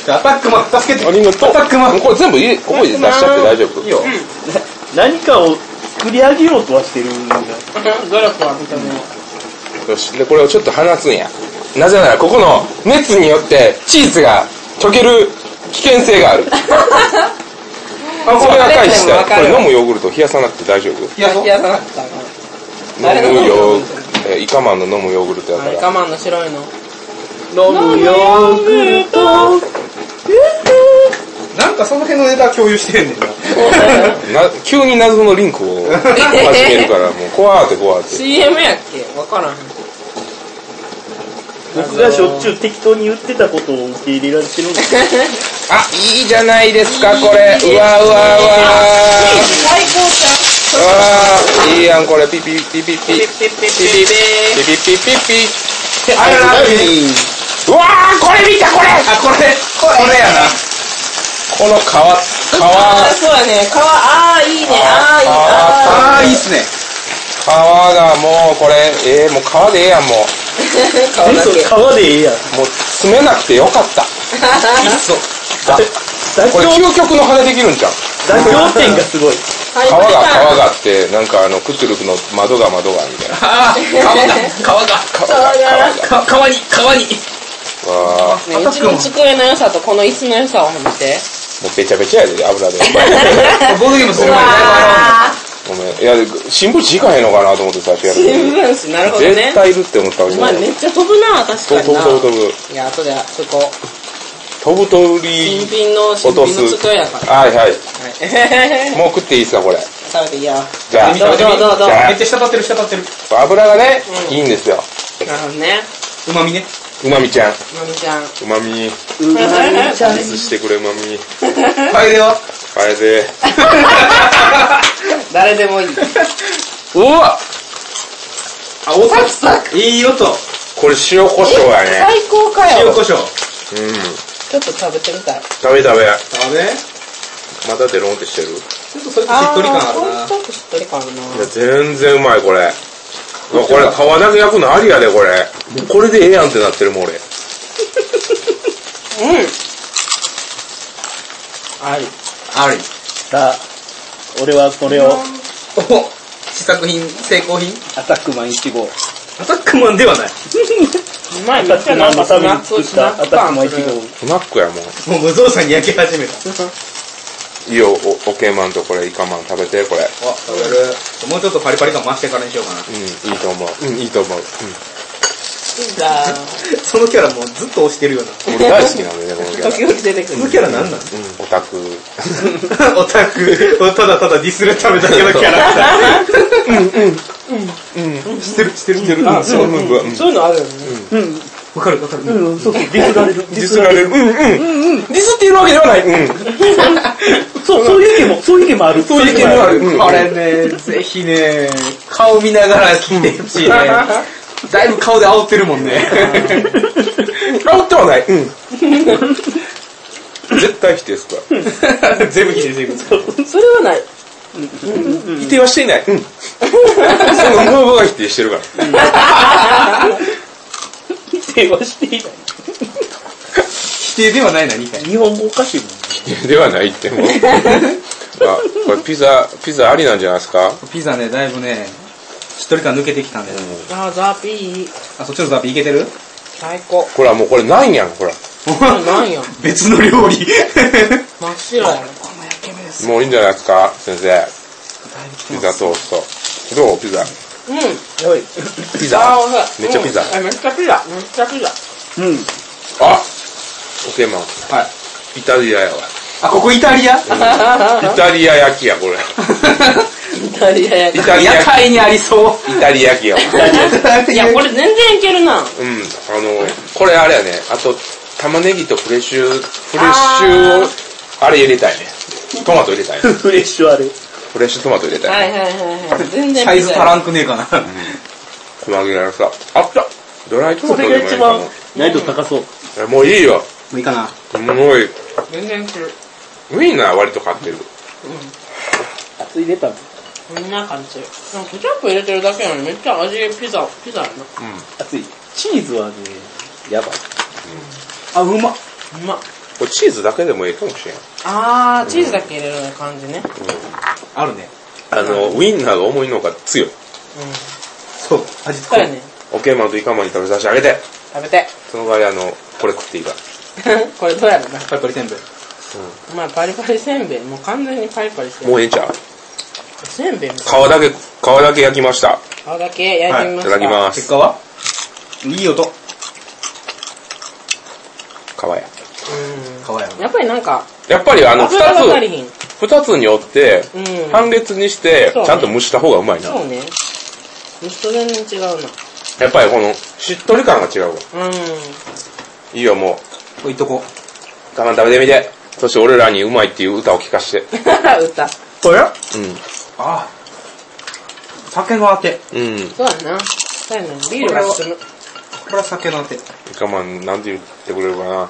B: アタックマン、助けて。
A: ありがとう
B: アタックマン。
A: これ全部入れ、ここに出しちゃって大丈夫。
B: いいよ。
D: 何かを作り上げようとはしてるんだ。
C: 努力は認めよ。
A: よし、で、これをちょっと放つんや。なぜなら、ここの熱によってチーズが溶ける危険性 がある。あ、これ赤いしたこれ飲むヨーグルト冷やさなくて大丈夫。
B: いや、そう
C: 冷やさなくちゃあかん誰が
A: 飲
C: 飲
A: む
C: むヨ
A: ヨ
C: ーグル
A: ー、えイカマンの飲むヨーグルトや
C: あれ
A: から。
C: 我慢の白いの。
D: 飲むヨーグルト。
B: なんかその辺のネタ共有してんねんな。
A: な急に謎のリンクを始める から、もう怖ーって怖ーって。
C: CM やっけわからん。
D: 僕がしょっちゅう適当に言ってたことを受け入れられてるんだ。
A: あ、いいじゃないですか、これ。うわうわうわ
C: 最高ちゃ
A: うわ
C: ん。
A: いいやん、これ。ピピピピピ。ピピ
C: ピッピッピッピ
A: ピピ
C: ッピ
A: ピピ。
B: あれラ
A: うわー、これ見た、これ
B: あ、これ、これやな。
A: この皮、皮、
C: あー、そうやね。かわ、あー、いいね。あー、いい。あ
B: あ
C: ー、
B: ー、いいっすね。
A: 皮がもう、これ、ええもう皮でええやん、もう。
C: 顔だ
D: そ
C: け。
D: 皮でええやん。
A: もう、詰めなくてよかった。
D: 妥
A: これ、
D: 協、
A: 究極の羽できるんじゃん。
D: 妥協点がすごい。
A: 皮
C: 皮
A: が、皮があって、なんかあの、クットゥルフの窓が窓が、みたいな。
B: あー、皮が、皮が。
A: 皮が、皮が。
B: か、川に、川に。
A: わ
C: ねうちの机の良さとこの椅子の良さを褒めて。
A: もうべちゃべちゃやで、油で。
B: ボードゲームする前にだいぶ洗わん
C: あ
A: ごめん。いや、新聞紙いかへんのかなと思って最初や
C: ー
A: る時
C: 新聞紙なるほどね
A: 絶対いるって思ったわけ
C: お
A: じゃない
C: 前。めっちゃ飛ぶな確
A: 飛
C: か
A: ぶ
C: にな
A: 飛ぶ飛ぶ飛ぶ。
C: いや後でそこ
A: 飛ぶ鳥
C: 新品の新
A: 落と
C: 品の
A: す。
C: 机やから
A: はいはい。
C: はい 食
A: もう食っていいですか、これ。
C: べていいや
A: じゃあ、
B: 見た見た見た
C: どうぞどうぞ
A: じゃ
B: めっちゃ滴ってる滴ってる。
A: あ油がね、
C: うん
A: いいんですよ。
C: なるほどね
B: うまみね。
A: うまみちゃん。
C: まみちゃん
A: うまみ。
D: うまいチャン
A: キスしてくれ、うまみ。
B: はいでは。
A: あれで。
C: 誰でもいい
A: うわ
B: あ、おさいい音。
A: これ塩コショウやね。
C: 最高か
B: 塩
C: よ
B: 胡椒。
A: うん。
C: ちょっと食べてみたい
A: 食べ食べ。
B: 食べ。
A: またデロンってしてるい
B: ちょっとそれとしっとり感ある
C: ー
B: な
C: ほ。んとしっとり感あるな
A: や、全然うまい、これ。うわこれ、皮だけ焼くのありやで、これ。もうこれでええやんってなってるもん、俺。
C: うんあり
B: あり。
D: さあ、俺はこれを
B: お試作品、成功品
D: アタックマン1号。
B: アタックマンではない。
C: うまい
D: アタックマンのために作っ
C: スナ
D: た
C: ッ
D: ア
C: ク
D: タッ
C: パ
D: ク
C: ン
D: マン
C: それ
D: 1号。
A: スナックやもん。
B: もう無造作に焼き始めた。
A: いいよ、お、おけまんとこれ、イカマン食べて、これ。
B: あ、食べる。もうちょっとパリパリ感増してからにしようかな。
A: うん、いいと思う。うん、いいと思う。
C: いいなぁ
B: そのキャラもうずっと押してるような。
A: うん。俺大好きなんだよね、このキ ャラ
C: 時。々出てく
B: その
C: る
B: キャラなんなん
A: うん、オタク。
B: オタクをただただディスるためだけのキャラクター。うんうん。うん。知ってる知ってる知ってる。あ、そう。
A: うん、うん、
C: そういうのあるよね
B: わかるわかる。
D: うん、そうそう、ディスられる。
A: ディスられる。うん、うん。ディスっていうわけではない。うん。
D: そう、そういう意見も、そういう意見もある。そう
A: いう意見もあるうん
B: これね、ぜひね、顔見ながら聞いてほし いね。だいぶ顔で煽ってるもんね。
A: 煽ってはない。うん。 絶対否定すか
B: 全部聞いて全部。
C: それはない
A: ら。否定はしていない。うん。そのムーブは否定してるから。
D: 否定はしていない。
B: 否定ではないな、理解。
D: 日本語おかしいもん。
A: ではないってもう。 あ、これピザ、ピザありなんじゃないですか
B: ピザね、だいぶね、しっとり感抜けてきたんで。
C: あーザーピー
B: あ、そっちのザピいけてる
C: 最高
A: これはもうこれないんやん、ほら。
C: なんや
B: 別の料理。
C: 真っ白やろ
A: もういいんじゃないですか先生。ピザトースト。どうピザ。
C: うん
D: はい。
A: ピ
C: あ
A: ザ
C: ー美味しい
A: めっちゃピザ。
C: うんめっちゃピザめっちゃピザ
D: うん。
A: あオケマン。
B: はい。
A: イタリアやわ。
B: あ、ここイタリア
A: イタリア焼きや、これ。
C: イタリアや
A: イタリア
B: 屋
A: 焼
B: 台にありそう。
A: き。イタリア焼きやわ。
C: いやこれ全然いけるな
A: うん、あの、これあれやね、あと、玉ねぎとフレッシュ、フレッシュを、あれ入れたいね。トマト入れたいね。
D: フレッシュあれ。
A: フレッシュトマト入れたい。
C: はいはいはいはい全然ピザ
B: サイズ足らんくねえかな。
A: 細切れのさ、あったドライトマ
D: そ
A: トでも
D: れが
A: いい
D: 一
A: か
D: 番
A: も
D: 難易度高そう。
A: え。もういいよ。
B: もういいかな。
A: すごい。
C: 全然する
A: ウインナー割と買ってる。
D: 熱い出たの。
C: こんな感じなんかケチャップ入れてるだけなのにめっちゃ味ピザピザやな
D: 熱い。チーズはね、やばい。
B: あ、うまっ。
C: うまっ
A: これチーズだけでもいいかもしれん。
C: あーチーズだけ入れる感じね
B: あるね。
A: あの、ウインナーが重いのが強い。
C: うん
B: そう。味
C: そ
B: 付
C: う
B: け
C: や。ね
A: オケーマンとイカマンに食べさせてあげて。
C: 食べ て
A: その代わりあの、これ食っていいから。
C: これどうやろな
B: パリパリせんべい。
C: お前パリパリせんべいもう完全にパリパリしてる
A: もうええんちゃう
C: せんべいも
A: 皮だけ、皮だけ焼きました。
C: 顔だけ焼いてみ
A: い
C: まし
A: た
C: た
A: だきま
B: 結
A: す。
B: 果はいい音。
A: 皮や。
B: かわいい。
C: うんやっぱりなんか
A: やっぱりあの、二
C: 油が足り
A: つ、
C: ひんうん
A: 二つによって、半月にして、
C: そうね
A: ちゃんと蒸した方がうまいな。
C: そうね虫と全然違うな
A: やっぱりこの、しっとり感が違うわ。
C: うん
A: いいよ、も
B: 置いとこ
A: う。たまに食べてみて。そして俺らにうまいっていう歌を聞かして。
C: 歌
B: これあ
A: うん。
B: あ。酒のあて。
A: うん。
C: そうやなそうやなビールが進む
B: これは酒のあて。
A: イカマン、なんて言ってくれるかな。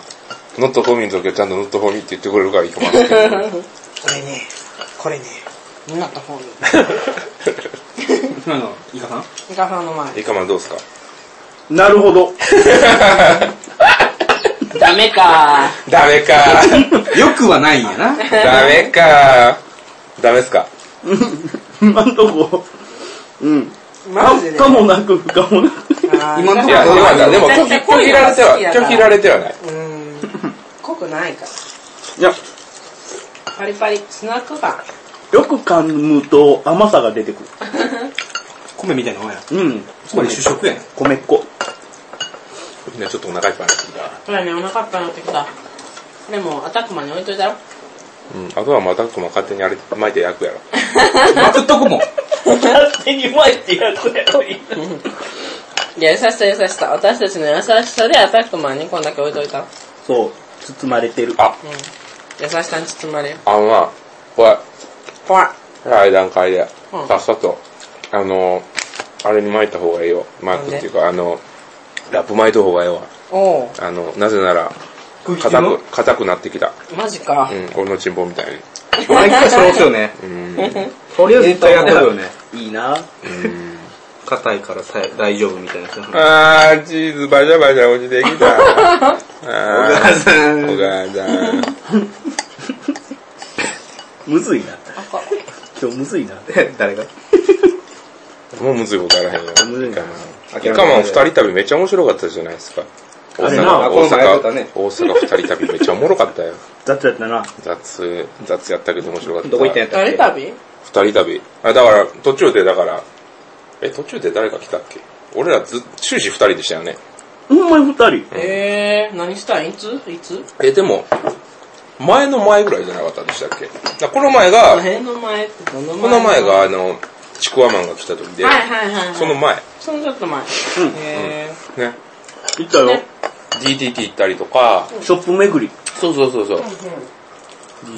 A: ノットホミの時はちゃんとノットホミって言ってくれるから、イカマンだけど。
C: これねこれねなった方がいい
B: 今の、イカさん
C: イカさんの前
A: イカマンどうすか
D: なるほど。
C: ダメか
A: ダメ かー。
B: よくはないんやな。
A: ダメかー。ダメっすか
D: 今んとこ。うん。
C: マジで
D: かもなく、不可もなく。
B: 今の
A: いや、よかった。でも拒否、
C: 絶対濃
A: 拒
C: い
A: 否ら
C: の
A: れ
C: が
A: て
C: 好き
A: は
C: や、
A: 拒
C: な
A: 否られてはない。
C: うん濃くないから
D: いや、
C: パリパリ、スナック感。
D: よく噛むと甘さが出てくる。
B: 米みたいなもんや。
D: うん。
B: つまり主食やん。
D: 米っこ。
A: みんなちょっとお腹いっぱいになってきた。
C: そうやね、お腹いっぱいになってきた。でも、アタックマンに置いといた ろ。
A: うん。あとはまたこの勝手にあれ巻いて焼くやろ。
B: まくっとくもん。
D: 勝手にうまいってやつやろ、
C: いや、優しさ優しさ。私たちの優しさでアタックマンにこんだけ置いといた。
D: そう。包まれてる。
A: あ、
C: 優しさに包まれる。
A: あのな、これ、
C: 怖い。
A: 早い段階で
C: う、ん
A: さっさと、あの、あれに巻いた方がいいよ。巻くっていうか、あの、ラップ巻いた方がいいわ。
C: おう、
A: あの、なぜなら、
B: 空気中
A: 硬
B: の
A: く、硬くなってきた。
C: マジか
A: う。ん、俺のチンポみたいに。
B: 毎回 それ押すよね。
A: うん。
B: とりあえず絶対やってるよね。
D: いいな
A: うん。
B: 硬いからさ大丈夫みたいな。 お
A: あー、チーズバシャバシャ落ちてきた。あー、
B: さ
A: お母さん。
D: むずいな。
C: 赤。
D: 今日むずいな。
B: 誰が
A: もうむずいことあらへんよ。
D: むずいな
A: イカマン二人旅めっちゃ面白かったじゃないですか。大
D: あれ
A: 阪、
D: な
A: 大
B: この前やってた
A: 阪、
B: ね
A: 大阪二人旅めっちゃおもろかったよ。
D: 雑やったな。
A: 雑、雑やったけど面白かった。
B: どこ行ったんやったっ
C: 誰
B: け
C: 旅
A: 二人旅。あ、だから、途中でだから、え、途中で誰か来たっけ俺らず、終始二人でしたよね。
D: ほんまに二人。
C: えー、何したいいついつ
A: え、でも、前の前ぐらいじゃなかったでしたっけだからこの前
C: この
A: が、
C: 辺の前ってどの前
A: この前があの、ちくわマンが来た時で、
C: はいはいはいはい。
A: その、前、
C: そのちょっと前。え
A: ね、
D: 行ったよ
C: ね。
A: DDT 行ったりとか、
D: ショップ巡り。
A: そうそうそうそう、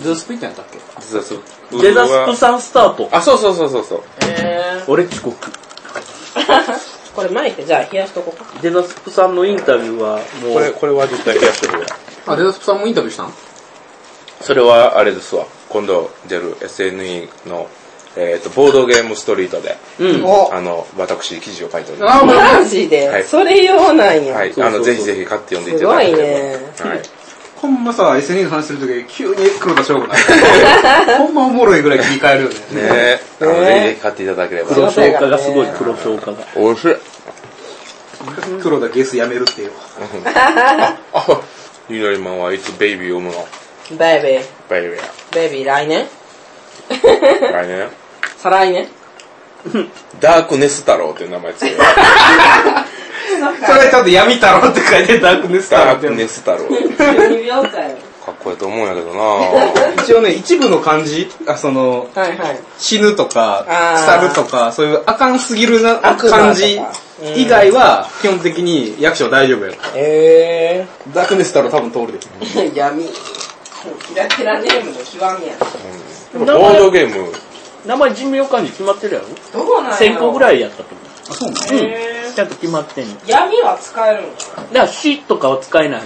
B: ズースピッタやったっけ
A: デザス
D: デザスプさんスタート。
A: あ、そうそうそうそうそう。
C: ー、え
D: 俺遅刻。
C: ー、これマイクじゃあ冷やしとこうか。
D: デザスプさんのインタビューはも
A: これ、
D: う、
A: これは絶対やってるわ。
B: あ、デザスプさんもインタビューしたの
A: それはあれですわ。今度出る SNE の、えっ、と、ボードゲームストリートで、
D: うん。
C: お
A: あの、私、記事を書いております。
B: あ、もう。
C: マジで、
A: はい
C: それ用なんや。
A: はい、
D: そうそうそう
A: あの、ぜひぜひ買って読んでいただければ。
C: す
A: はい。
B: ほんまさ、SNE の話するとき、急に黒田翔吾な るほんまおもろいぐらい切り替えるよね。
A: ねえ、あの、
C: ね
A: ぜひぜひ買っていただければ。
D: 黒消化がすごい、黒消化が。
A: おいしい。
B: 黒田ゲスやめるっていう。
A: あ、ゆのりまんはいつベイビーを産むの
C: ベイビー、
A: ベイビー。
C: ベイビー来年
A: 来年。
C: 再来年
A: ダークネス太郎っていう名前つけてる。
B: そ れちゃんと闇太郎って書いてダークネス太郎
A: ダ
B: っ
A: ーク
B: ていうの
A: ネス太郎。
C: ?2 秒
A: か
C: 間
A: っこいいと思うんやけどな
B: 一応ね、一部の漢字、あその、
C: はいはい。
B: 死ぬとか、
C: あー
B: 腐るとか、そういうあかんすぎるな
C: 悪魔とか
B: 漢字以外は、基本的に役所大丈夫やから。
C: え
B: ダークネス太郎多分通るで。
C: ー。 闇。キラキラネームの極みや。
A: ボードゲーム、
D: 名前人名漢字決まってるやろ
C: どこなんやろ
D: ?1000 個ぐらいやったと思う。
B: あ、そうな
D: うん。ちゃんと決まってんの。だか
C: 闇は使えるの
D: ら死とかは使えない。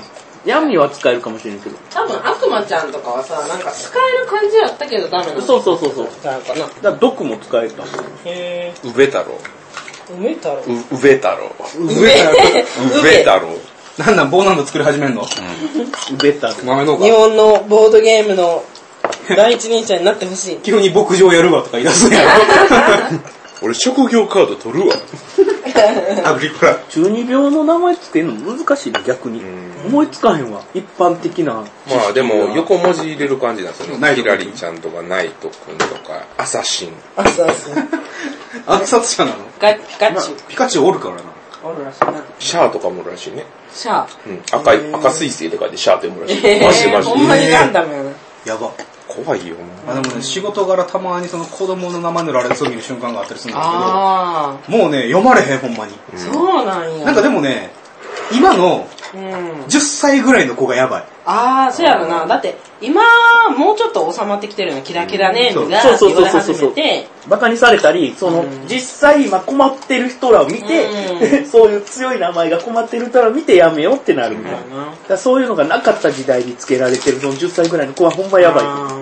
D: 闇は使えるかもしれんけど。
C: 多分悪魔ちゃんとかはさ、なんか使える感じやったけどダメなの。
D: そうそうそうそう。だか
C: ちゃうかな。
D: ら毒も使えた。
C: へ
A: うべ太郎。
C: ぇー。梅太郎。
A: う、うべ太郎。
B: の上から
A: うべ太郎。
B: なんなん、棒なんだ作り始めんの
D: ベタ。
B: 豆農
C: 日
B: 家。
C: 本のボードゲーム の第一人者になってほしい。
B: 急に牧場やるわとか言い出すんや ろ。
A: 俺職業カード取るわ。
B: アグリコラ。
D: 中二病の名前つけるの難しいね、逆に。
A: ん
D: 思いつかへんわ。一般的な。
A: まあでも横文字入れる感じなんですよ
B: ナ
A: ね。ひ
B: イト
A: ら
B: 君
A: りちゃんとかナイトくんとか、アサシン。
C: あ、そうそう。
B: 暗殺者なの
C: ピカピカチュ
B: ピカチュウおるからな。
C: ウ。おるらしいな。
A: シャアとかもいるらしいね。
C: シャア。
A: うん。赤い、赤水星って書いてシャアって読むらし
C: え
A: い。マジマ
C: ー、ほんま
A: ジ。
C: にガンダムやな。
B: やば。
A: 怖いよな。
B: あでもね、仕事柄たまにその子供の名前塗られてそう見る瞬間があったりするんだ
C: あ
B: けど、もうね、読まれへん、ほんまに。
C: ー、そうなんや。
B: なんかでもね、今の
C: うん。
B: 10歳ぐらいの子がやばい。
C: あー、そうやろな。だって、今、もうちょっと収まってきてるよね。キラキラネームが、
D: そうそう
C: 言わ
D: そう
C: れ
D: そう
C: 始
D: そう
C: めて、
D: バカにされたり、その、
C: うん
D: 実際今困ってる人らを見て、
C: う
D: そういう強い名前が困ってる人らを見てやめようってなるみたいな。
C: う
D: だ
C: ん
D: からそういうのがなかった時代につけられてるその10歳ぐらいの子はほんまやばい。
C: あ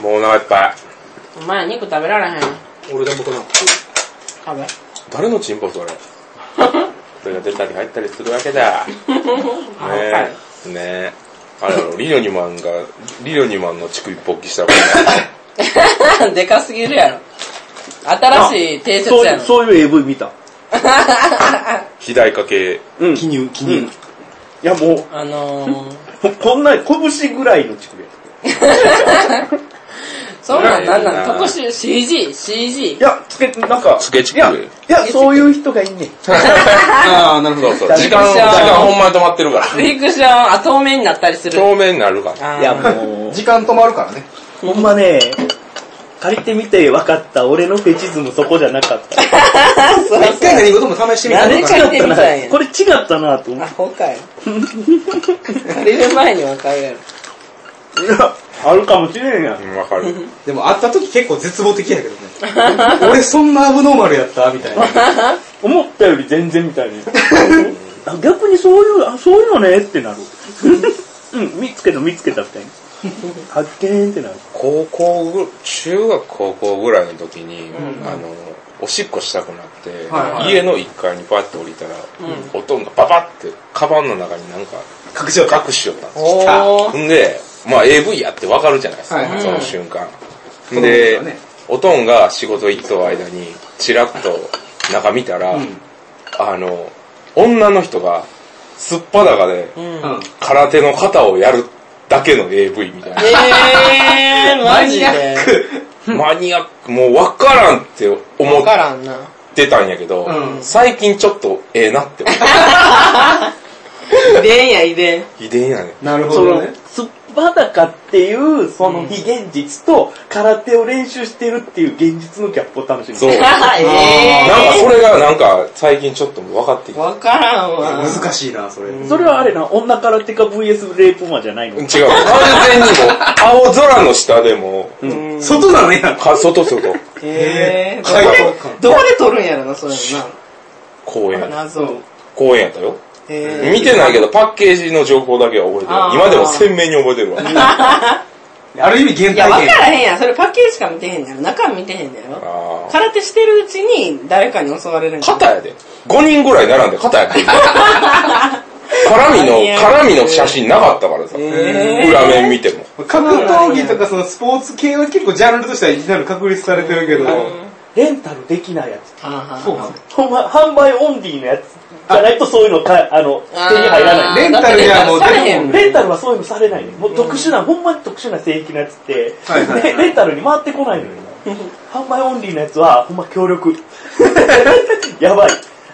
A: もうお腹いっぱい。
C: ーお前肉食べられへん。
B: 俺だもかな。
C: 食べ。
A: 誰のチンポそれ。それが出たり入ったりするわけだ。ね
C: あ
A: え。ねえ。あれやろ、リロニマンが、リロニマンの乳首勃起したわ
C: はい でかすぎるやろ。新しい定説
D: そうい
C: や
D: う、
C: ろ。
D: そういう AV 見た。
A: 肥大化系。
D: うん。
B: 記
D: い
B: 入、記入。
D: やもう、
C: あのー、
D: こんな、拳ぐらいの乳首や。
C: そんなんなんなん特殊 CG、CG
D: い。や、つけ、なんか、
A: つけちく
D: いや、いや、そういう人がいんねん。
B: ああ、なるほど。
A: そうそう時間、時間ほんまに止まってるから。
C: フィクション、あ、透明になったりする。
A: 透明になるから。
C: あー
D: いや、もう、
B: 時間止まるからね。
D: ほんまね、借りてみて分かった俺のフェチズムそこじゃなかった。
C: そう
B: 一回何事も試してみた
C: やる
B: ら
C: か。借りてみたんや
D: これ違ったなと思
C: あ、
D: って。
C: ほ かよ。借りる前に分かるやろ。
D: いやあるかもしれんやん。
A: うん、わかる。
B: でも会った時結構絶望的やけどね。俺そんなアブノーマルやったみたいな。
D: 思ったより全然みたいに。 あ逆にそういう、あ、そういうのねってなる。 うん、見つけた見つけたみたい な。発見ってなる。
A: 高校ぐ、中学高校ぐらいの時に、あの、おしっこしたくなって、
B: はいはい
A: 家の1階にパッて降りたら、おとんがパパって、カバンの中になんか、
B: 隠しようか。
A: 隠しよったんですよ。
C: おー。
A: んで、まあ AV やってわかるじゃないですか、
B: はいはい
A: その瞬間。
B: う
A: で、
B: ん子供ですよね
A: おとんが仕事行った間に、チラッと中見たら、
B: うん
A: あの、女の人が、すっぱだかで、
C: うん
B: うん。
A: 空手の型をやるだけの AV みたいな。
C: えー、マジ
B: マニア
C: で。
A: マニアック、もうわからんって思
C: 分
A: っ
C: からんな。
A: てたんやけど、
B: うん
A: 最近ちょっとええなって思っ
C: 遺伝や遺伝。
A: て。遺伝やね。
B: なるほ
D: そ
B: ど
D: の
B: ね。、
D: すっぱだかっていう、その非現実と、空手を練習してるっていう現実のギャップを楽しむ。
A: そう。なんか
C: え
A: それがなんか最近ちょっと分かってき
C: ー。
A: た。
C: 分からんわ。
B: 難しいな、それ。
D: それはあれな、女空手家 VS レイプマンじゃない
A: 違
D: の
A: う。完全にもう、青空の下でも、
B: 外なのや。
A: か外外、
C: えー、ど
B: 海
C: こ
B: 外
C: で、どこで撮るんやろな、それ
A: 公
C: な。
A: 園。
C: 謎。
A: 公園やったよ。
C: え
A: 見てないけど、パッケージの情報だけは覚えて
C: あー
A: る。今でも鮮明に覚えてるわ。
B: ある意味
C: ー、
B: 限
C: いや、
B: 界
C: 分
B: 点
C: か。らへんやん。それパッケージしか見てへんねやろ。中見てへんねやろ。
A: あー
C: 空手してるうちに誰かに襲われるん
A: 肩やで。5人ぐらい並んで肩や ってる。絡みの、絡みの写真なかったからさ。
C: えー
A: 裏面見ても。
B: 格闘技とかそのスポーツ系は結構ジャンルとしてはなる確立されてるけど、
D: レンタルできないやつ。
C: はあはあ
B: そうか
D: ほんま、販売オンリーのやつじゃないとそういうのか、あの、手に入らない。
B: レンタルにはもう
C: だって出されへん
D: レンタルはそういうのされないね。もう特殊な、ほんまに特殊な聖域のやつって、
B: はいはいはい
D: レレンタルに回ってこないのよ。販売オンリーのやつは、ほんま協力。やばい。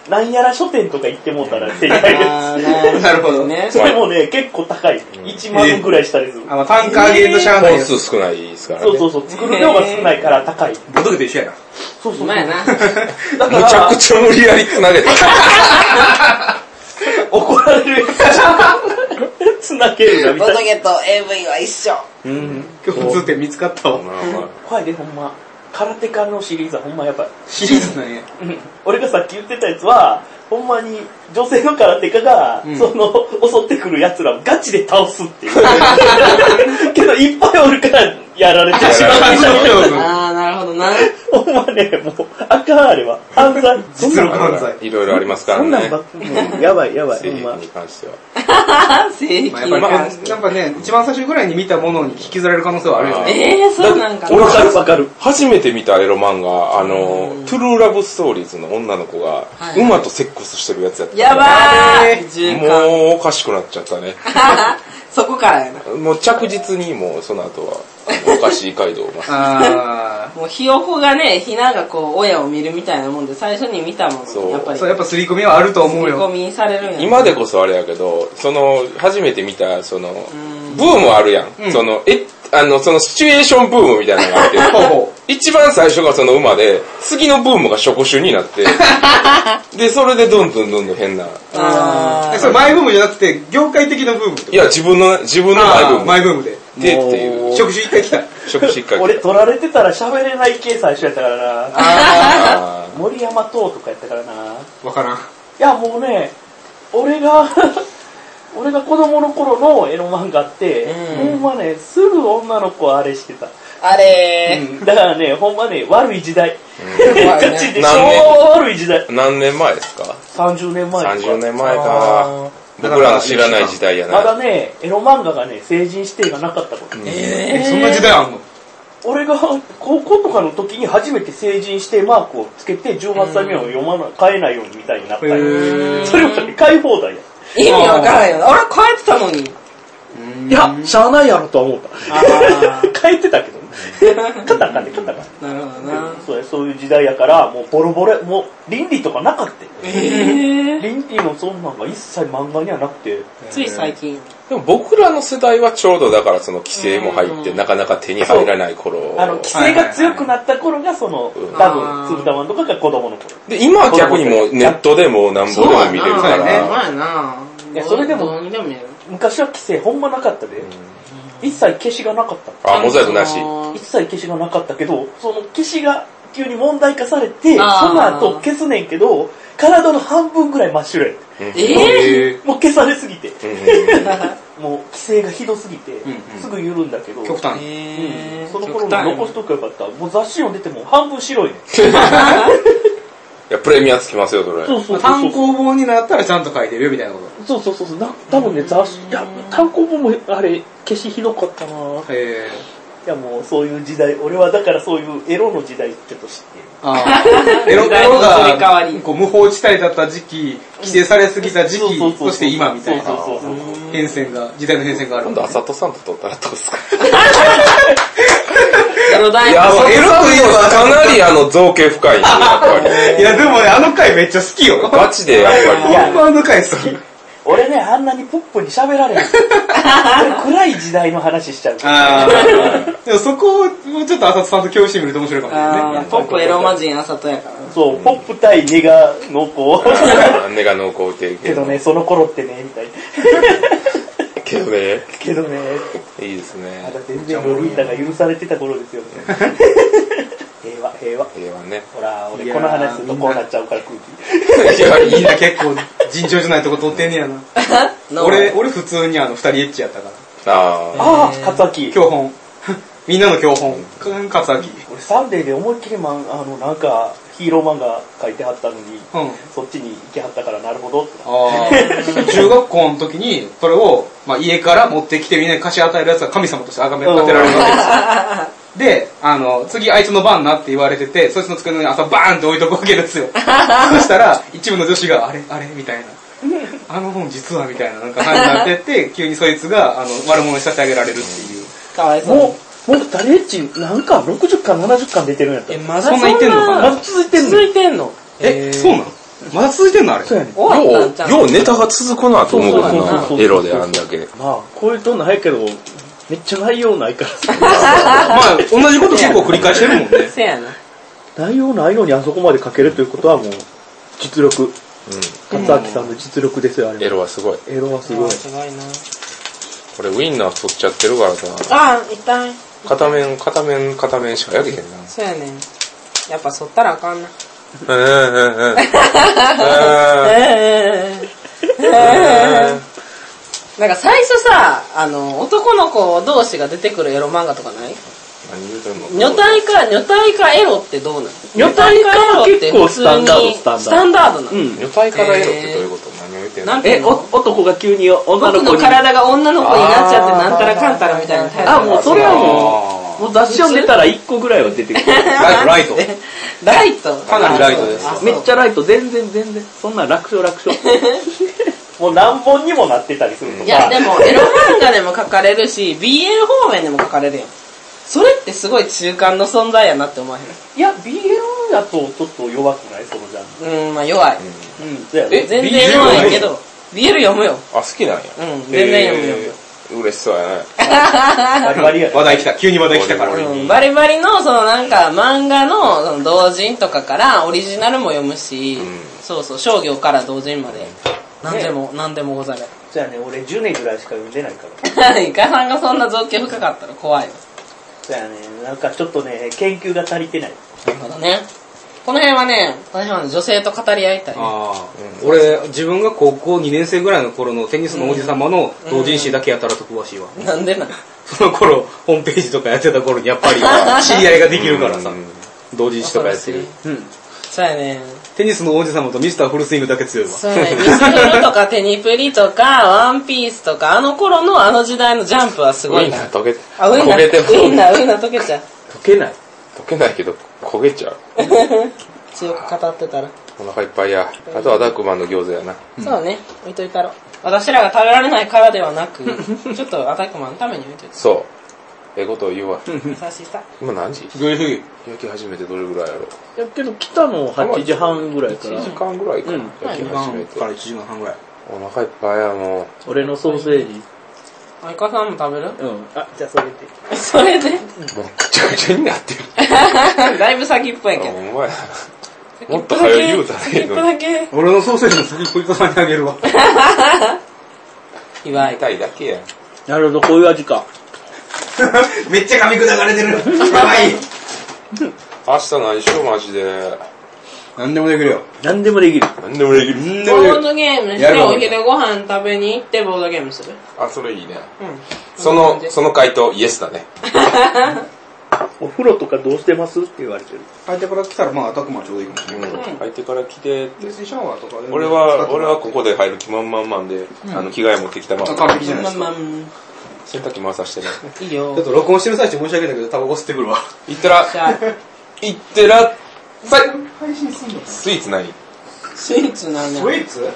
D: なんやら書店とか行ってもうたら手に入るや
C: あーなる
B: なる
C: ほど
B: ほど
C: ね
D: つ。。それもね、結構高い。1万円くらいしたりする。
B: あの、単価上げるとしゃあない
A: 本
B: やつ。
A: 数少ないですから
D: そう
A: ね。
D: そうそう、作る量が少ないから高い。
B: ボトルと一緒やな。
D: そうそう。
C: まや
D: だ
C: な。
D: か
A: むちゃ
D: ら
A: く、ちゃ無理やり繋げた。
D: 怒られるや つ。つなげるな、み
C: ボ
D: た
C: ト
D: いな。
C: ゲと AV は一緒。
B: うん。共通点見つかったわ。
D: 怖いで、ほんま。空手家のシリーズはほんまやばい。
B: シリーズなんや。
D: 俺がさっき言ってたやつは、ほんまに女性の空手家が、その、襲ってくる奴らをガチで倒すっていう。 けど、いっぱいおるからやられてしまうみたいな。
C: ああ、なるほどな。
D: ほんまね、もう、あかんあれは。犯罪。
B: 実力犯罪。
A: いろいろありますから
D: そんなん
A: ね
D: ば。っかり。やばいやばい、ほ
A: 性
D: ん
A: 癖
D: ま。
A: に関しては。
C: 正
B: まあ、やっぱ
C: 規
B: り、なんかね、一番最初ぐらいに見たものに引きずられる可能性はあるよね。
C: えー、そうなんかな。
A: 俺
D: わかるわかる。
A: 初めて見たエロ漫画、あの、トゥルーラブストーリーズの女の子が、
C: はい
A: 馬とセックスしてるやつやった。
C: やば
B: え
C: ーい。循環。
A: もうおかしくなっちゃったね。
C: そこからやな。
A: もう着実にもうその後は、あのおかしい街道をます。
B: あ
C: もうひよこがね、ひながこう、親を見るみたいなもんで、最初に見たも、
A: そうん
C: やっぱ
B: ー。
C: り。
B: そう、やっぱ刷り込みはあると思う
C: 込
B: よ。
C: みされるんや。
A: 今でこそあれやけど、その、初めて見た、その、ブームあるやん。その、え、あの、そのシチュエーションブームみたいなのがあって、
B: ほうほ
A: 一番最初がその馬で、次のブームが職種になって、で、それでどんどんどんどん変な。
C: あ
B: う。それマイブームじゃなくて、業界的なブームってこと
A: いや、自分の、自分のマイブ
B: あ
A: ー
B: ー
A: ム
B: マイブームで。
A: でっていう、
B: 職種一回来た。
A: 職種一回
D: 俺、取られてたら喋れない系最初やったからな。
A: あー
D: 森山党とかやったからな。
B: わからん。
D: いや、もうね、俺が、 俺が子供の頃のエロ漫画って、ほんまね、すぐ女の子はあれしてた。
C: ーあれ
D: だからね、ほんまね、悪い時代。
C: 怖いね
D: ガチで、昭
A: 何年
D: 和悪い時代。
A: 何年前ですか
D: 30年前とか。
A: 30年前
C: あ
A: か。僕らの知らない時代や
D: ま
A: な。
D: だね、エロ漫画がね、成人指定がなかったこと。
B: え、そんな時代あんの
D: 俺が高校とかの時に初めて成人指定マークをつけて、18歳目を読まない、変えないようにみたいになったんよ
B: へー
D: それまで買い放題や。
C: ー。意味わからんよな。俺、帰ってたのに。
D: いや、しゃあないやろとは思った。変えてたけどね。カタカでカタカ。
C: なるほどな。
D: そうや、そういう時代やから、もうボロボロ、もう倫理とかなかったよ。
C: えー、
D: 倫理のそんなんが一切漫画にはなくて、
C: つい最近。
A: でも僕らの世代はちょうどだからその規制も入ってなかなか手に入らない頃。
D: あの、規制が強くなった頃が、その、多分、つぶたまんとかが子供の頃。
A: で、今は逆にもうネットでもう何ぼでも見れるか
C: そうやなほんま
A: ら。
C: やな。
D: いやそれでも
C: どうにでも見える。
D: 昔は規制ほんまなかったで、一切消しがなかった。
A: あ、モザイクなし。
D: 一切消しがなかったけど、その消しが急に問題化されて、そ
C: あー
D: の後消すねんけど、体の半分ぐらい真っ白やねん
A: うん
C: え
D: もう消されすぎて、
A: うん
D: もう規制がひどすぎて、
B: んうん
D: すぐ緩んだけど、
B: 極端。
C: え
D: その頃に残しとけばよかった。もう雑誌読んでても半分白いねん。
A: いや、プレミアつきますよ、それ。
D: そうそうそうそう。
B: 単行本になったらちゃんと書いてるよみたいなこと。
D: そうそうそうそう。な多分ね、雑誌、いや、単行本もあれ、消しひどかったなぁ。
B: へえ。
D: いやもうそういう時代、俺はだからそういうエロの時代ってと知ってる。
B: ああ。エロ、エ
C: 時代
B: ロ
C: の移り変わ
B: が
C: り、
B: こう、無法地帯だった時期、規制されすぎた時期、そして今みたいな
D: そうそうそうそう。
B: 変遷が、時代の変遷がある。
A: 今度、あさとさんと撮ったらどう すか
C: エロ
A: い
C: 大
A: や、
C: 好
A: あの、エロというのはかなりあの、造形深いんで、やっぱ り。
B: いや、でもね、あの回めっちゃ好きよ。
A: ガチで、やっぱり。
D: いや
B: 本番の回好き。
D: 俺ね、あんなにポップに喋られへん。俺暗い時代の話しちゃう。
B: ああ。でもそこを、もうちょっと浅田さんと共有してみると面白いかもしれないね。
C: あー、ポップエロ魔人あさとやから。
D: そう、ポップ対ネガの 子。
A: ネガ濃厚系。
D: けどね、その頃ってね、みたいな。
A: けどね。
D: けどね、
A: いいです
D: ま
A: ね
D: だ。全然ロリータが許されてた頃 ですよね。平和、平和。
A: 平和ね。
D: ほら、
B: い
D: 俺
B: やー
D: この話するとこうなっちゃうから空気。
B: いや、いいな、結構、尋常じゃないとこ撮ってんねやな。
C: No
B: 俺、、俺普通にあの、二人エッチやったから。
A: あ
D: ああ、勝明。
B: 教本。 みんなの教本。勝明。
D: 俺サンデーで思いっきりマン、あの、なんか、ヒーロー漫画書いてはったのに、
B: うん。
D: そっちに行きはったからなるほどって。
B: ああ。中学校の時に、それを、まあ、家から持ってきてみんなに貸し与えるやつは神様として崇め立てられるわけ ですよ。で、あの、次あいつの番なって言われてて、そいつの机の上に朝バーンって置いとくわ けですよ。そしたら、一部の女子が、あれあれみたいな。あの本実はみたいな、なんか話になってっ て、急にそいつが、あの、悪者にさせてあげられるっていう。
C: かわいそうに。
D: もう、もうタレッチ、なんか60巻、70巻出てるんやった
C: え、。まだ
B: そんな言ってんのかな
D: まだ続いてんの
C: 続いてんの
B: え、そうなのまだ続いてんのあれ。
D: そうやねん。
A: あ。
C: 終わ
A: よ
C: ったんちゃ
A: う、
C: う
A: ようネタが続くなと思うけ
C: そうそう
A: ど
D: そうそう
A: な。エロであんだけ。
D: まあ、こういうとんないけど、めっちゃ内容ないから。
B: まあ、同じこと結構繰り返してるもんね。
C: せやな。
D: 内容ないのにあそこまで書けるということはもう、実力。勝明さんの実力ですよ、あれ
A: エ
D: は。
A: ロはすごい。
D: エロはすごい。
C: ごいな。
A: これウインナー取っちゃってるからさ、
C: あー、痛い。
A: 片面、片面、片面しかやけへんな。
C: そうやねん。やっぱ剃ったらあかんな。
A: うんうんうん。うん
C: えー、 えー。なんか最初さ、あの、男の子同士が出てくるエロ漫画とかない
A: 何言うてんの
C: 女体か、女体かエロってどうなの
D: 女体化は結構スタンダード
C: 女体化エロって普通に
D: スタンダード
C: スタンダードなの、
D: ん。
A: 女体からエロってどういうこと何を言ってんの
C: なんていうの
D: 男が急に女
C: 僕の体が女の子になっちゃってなんたらかんたらみたいなタイプ
D: あも うそれは
B: も
D: もう雑誌読んでたら1個ぐらいは出てく る。
B: ラライト。
C: ライト
B: かなりライトです
C: あそう
D: めっちゃライト、全然全然。そんな楽勝楽 勝。もう何本にもなってたりするとか。
C: いやでもエロ漫画でも書かれるし BL 方面でも書かれるやんそれってすごい中間の存在やなって思わへ
D: いや、BL だとちょっと弱くないそのジャン
C: んうんまあ弱い、
D: ル。うん、そうやろ
A: え
C: 全然弱いけど BL 読むよ
A: あ、好きなんや。
C: うん全然読む読 む
A: 嬉しそうやね。
D: バリバリや
B: 話題来た。急に話題来たから。
A: 俺
C: うんバリバリの、そのなんか漫画のその同人とかからオリジナルも読むし、
A: ん
C: そうそう、商業から同人まで、何でも、何でもござれ。
D: じゃあね、俺10年ぐらいしか読んでないから。
C: イカさんがそんな造形深かったら怖いよ。
D: そうやね、なんかちょっとね、研究が足りてない。
C: なるほどね。この辺はね、この辺はね女性と語り合いたい。
B: ああ、俺、自分が高校2年生ぐらいの頃のテニスの王子様の同人誌だけやたらと詳しいわ。
C: なんでなん
B: その頃、ホームページとかやってた頃にやっぱり知り合いができるからさ
A: う、ん
B: 同人誌とかやってる。うん
C: そうやね。
B: テニスの王子様とミスターフルスイングだけ強いわ。
C: そうやね。ミスフルと かテニプリとか、ワンピースとか、あの頃のあの時代のジャンプはすご
A: ウイ
C: い
A: ンナ
C: な
A: ー。溶けて、
C: あ、ウインナ
A: 焦
C: ー、
A: げて
C: ウイン
A: も、
C: ナー、ウインナー溶けちゃう。
D: 解けない。
A: 溶けないけど、焦げちゃう。
C: 強く語ってたら。
A: お腹いっぱいや。あとはダークマンの餃子やな。
C: そうね、置いと いたろ。私らが食べられないからではなく、ちょっとアタックマンのために置いといた。
A: そええことを言うわ。
C: 優しさ。
A: 今何時
B: グリ
A: 焼き始めてどれぐらいやろ
D: やけど来たの8時半ぐらいから
A: ?1 時間ぐらいかな、
D: うん
A: 焼き始めて。
B: から1時間半ぐらい。
A: お腹いっぱいや、も
D: 俺のソーセージ
C: あ、イカさんも食べる
D: うんあじゃあそれで
C: それで。
A: う。もうぐちゃぐちゃになってる。
C: だいぶ先っぽや
A: あ
C: け
A: ほ
C: ど。
A: んまや。もっと早い言うたらええ
C: 先っぽ
A: のに。
C: だけ。
B: 俺のソーセージの先っぽいかさんにあげるわ。
C: 祝い。
A: 痛いだけや。
D: なるほどこういう味か
B: めっちゃ噛み砕かれてる。やばい。
A: 明日何しよう、マジで。
B: 何でもできるよ。
D: 何でもできる
A: 何でもできる。
B: 何で
C: ボ
B: もでき
C: ー
B: る。
C: ドゲームして、お昼ご飯食べに行ってボードゲームする。
A: あ、それいいね。
C: うん。
A: その、その回答、イエスだね。
D: お風呂とかどうしてますって言われてる
B: 相手から来たらまあアタックマンちょうどいいかもし
A: う
B: れ
A: ん
B: ない。。
A: 相手から来てって。
B: 別にシャワーとかでも
A: 俺は、俺はここで入る気満々マンで、あの、着替え持ってきたま
B: あ
A: ま。
B: 完璧じゃないで
C: まあ
B: す
C: まあ
B: か。
A: 洗濯機回さしてね。
C: いい
B: ちょっ
C: よ。
B: と録音してる最中申し訳ないけどタバコ吸ってくるわ。
A: いってら、
C: じゃあ、
A: いってら、さい
B: 配信すんの
A: スイーツ何
C: スイーツなんだ
B: ウ。ェイツ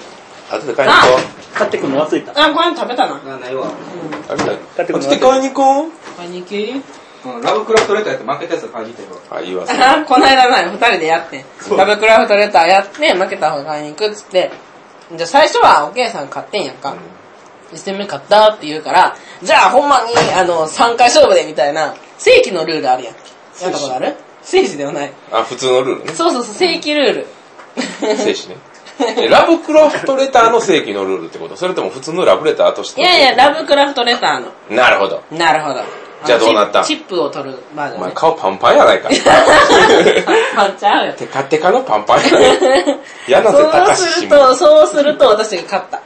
A: 後で買いに行こ
D: 買ってくの忘れた
C: あ、これ食べたな。
B: がないわ。
A: う。あれだ
D: 買って
A: 後
D: くの
A: で
D: 忘れ
A: 買いに行こう。
C: パニキリ
B: うんラブクラフトレターやって負けたやつが買いに行ったよ。
A: あ、いいわ。
C: あこの間な、二人でやってん。
B: そう
C: ラブクラフトレターやって、負けた方が買いに行くっつって。じゃあ最初はおけいさん買ってんやんか。一戦目買ったって言うから、じゃあほんまに、あの、三回勝負でみたいな、正規のルールあるやん。やったことある正規ではない。
A: あ、普通のルールね。
C: そうそうそう、正規ルール。
A: 正規ね。えラブクラフトレターの正規のルールってことそれとも普通のラブレターとして
C: い
A: の
C: やいや、ラブクラフトレターの。
A: なるほど。
C: なるほど。
A: じゃあどうなった
C: チップチップを取るバー
A: お
C: ジョン
A: 前
C: ね。
A: 顔パンパンやない か。
C: 買っちゃうよ。
A: テカテカのパンパンやないか。柳瀬
C: そう
A: 隆
C: す
A: 史
C: ると、そうすると私が勝った。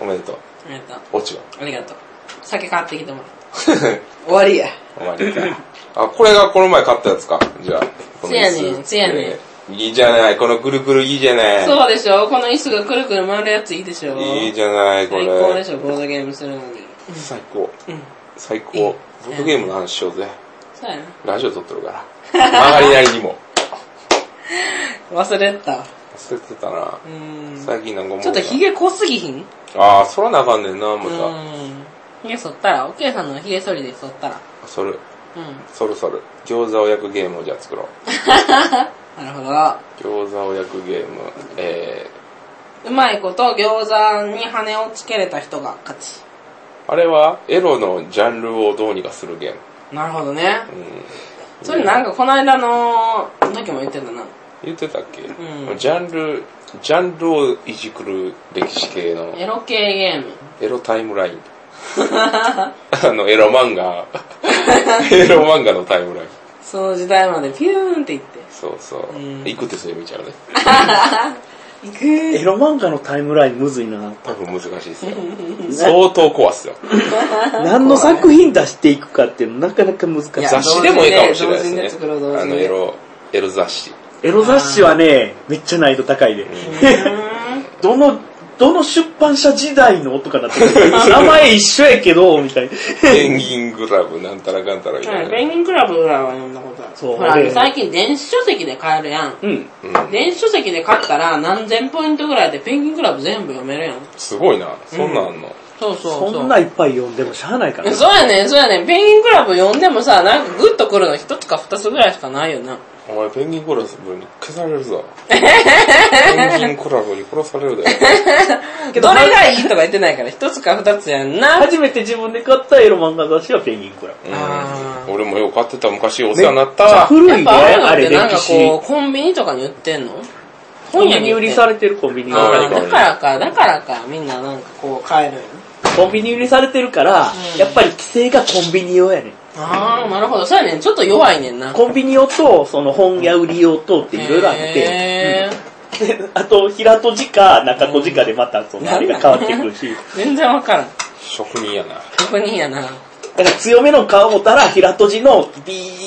A: おめでとう。
C: ありがとう。
A: 落ちは。
C: ありがとう。酒買ってきてもらった。 終わりや。
A: お前でかい。あ、これがこの前買ったやつか。じゃあ。この椅子
C: せやねんせやねん
A: えーいいじゃない。このぐるぐるいいじゃない。
C: そうでしょこの椅子がくるくる回るやついいでしょ
A: いいじゃない、こ
C: 最高で
A: れ。
C: しょボードゲームするのに。
A: 最高。
C: うん。
A: 最高。ボードゲームの話しようぜ。
C: そうやな。
A: ラジオ撮っとるから。曲がりなりにも。
C: 忘れてた。
A: 忘れてたな
C: う。ん。
A: 最近なんかもう。
C: ちょっとヒゲ濃すぎひん
A: ああ、そらなあかんねんな、ま
C: う
A: た。
C: ん。ヒゲ剃ったら、おけいさんのヒゲ剃りで剃ったら。
A: そる、
C: うん。
A: そろそろ。餃子を焼くゲームをじゃあ作ろう。
C: なるほど。
A: 餃子を焼くゲーム。え
C: うまいこと餃子に羽をつけれた人が勝ち。
A: ー、あれはエロのジャンルをどうにかするゲーム。
C: なるほどね。
A: うん。
C: それなんかこの間の時も言ってたな。
A: 言ってたっけ、
C: うん
A: ジャンル、ジャンルをいじくる歴史系の
C: エロ系ゲーム。
A: エロタイムライ ン。あの、エロ漫画。エロ漫画のタイムライン。
C: その時代までピューンっていって。
A: そうそう。
C: うん
A: 行くってそういう意味ちゃうね。
C: 行くー
D: エロ漫画のタイムラインむずい な
A: 多分難しいですよ。相当怖っすよ。
D: 何の作品出していくかっていうのなかなか難しい
C: いや
A: 雑誌でもいいかもしれない
C: 同人で
A: で
C: 作
A: す
C: ろう同
A: ね。あ
C: 人で
A: の、エロ、エロ雑誌。
D: エロ雑誌はねめっちゃ難易度高いでどのどの出版社時代のとかなってくる 名前一緒やけどみたいな
A: ペンギングラブ、なんたらかんたらみた
C: はいい、
A: な。
C: ペンギンクラブぐらいは読んだことある。
D: そう
C: ほら、
D: 俺
C: 最近電子書籍で買えるやん。
D: うん
A: うん。
C: 電子書籍で買ったら何千ポイントぐらいでペンギンクラブ全部読めるやん。
A: すごいな。そんなんあんの。
C: そうそうそう。
D: そんないっぱい読んでもしゃあないからな
C: そうやねん、そうやねん。ペンギンクラブ読んでもさ、なんかグッとくるの一つか二つぐらいしかないよな。
A: お前ペンギンコラブに消されるぞ。ペンギンコラボに殺されるだよ。
C: どれがいいとか言ってないから一つか二つやんな。
D: 初めて自分で買ったエロ漫画雑誌はペンギンクラブ
C: あ
A: うん。俺もよく買ってた昔お世話になっ
D: じゃあ
A: た。
D: 古い
C: やっ
D: ね
C: ぱあるの
D: あ
C: っ
D: れ
C: てなん
D: 歴
C: か
D: 史
C: こう、コンビニとかに売ってんの
D: コ
C: 本
D: ン
C: 屋
D: ビ
C: に
D: ニ
C: 売
D: 売
C: り
D: り
C: さ
D: さ
C: れ
D: れてるコンビニ売りさ
A: あ
D: れ
A: ー
D: てる
C: だからか、だからか、みんななんかこう買えるんや
D: コンビニ売りされてるから、やっぱり規制がコンビニ用やねん
C: あー、なるほど。そうやねん。ちょっと弱いねんな。
D: コンビニ用とその本屋売り用とっていろいろあって、
C: へー
D: であと平戸地か中戸地かでまたそのあれが変わってくるし、
C: 全然わからん。
A: 職人やな。
C: 確認やな。
D: だから強めの顔持たら平戸地の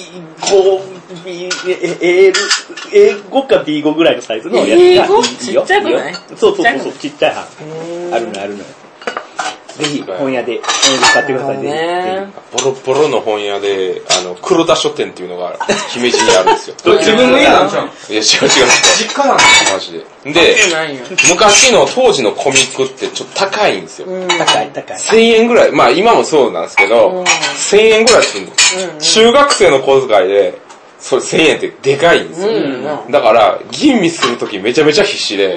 D: B5、B、A、A5 か B5 ぐらいのサイズのやつがいいよ。
C: A5？ちっちゃくない
D: いいよそうそう
C: ちっちゃく
D: そ
C: な
D: う、
C: い
D: ちっちゃいは。あるのあるの。ぜひ本屋で、本屋で買ってくださいね。ぜ
C: ね。
A: ボロボロの本屋で、あの、黒田書店っていうのが、姫路にあるんですよ。
B: 自分の家なんじゃん。
A: いや、違う違う。
B: 実家なん
A: マジで。で、
C: ないよ。
A: 昔の当時のコミックってちょっと高いんですよ。
C: うん。
D: ひ高い、高い。
A: 1000円ぐらい、まあ今もそうなんですけ
C: う
A: ど、
C: ん
A: 1000円ぐらいするんです。中学生の小遣いで、それ1000円ってでかいんですよ。
C: う
A: だから、吟味するときめちゃめちゃ必死で、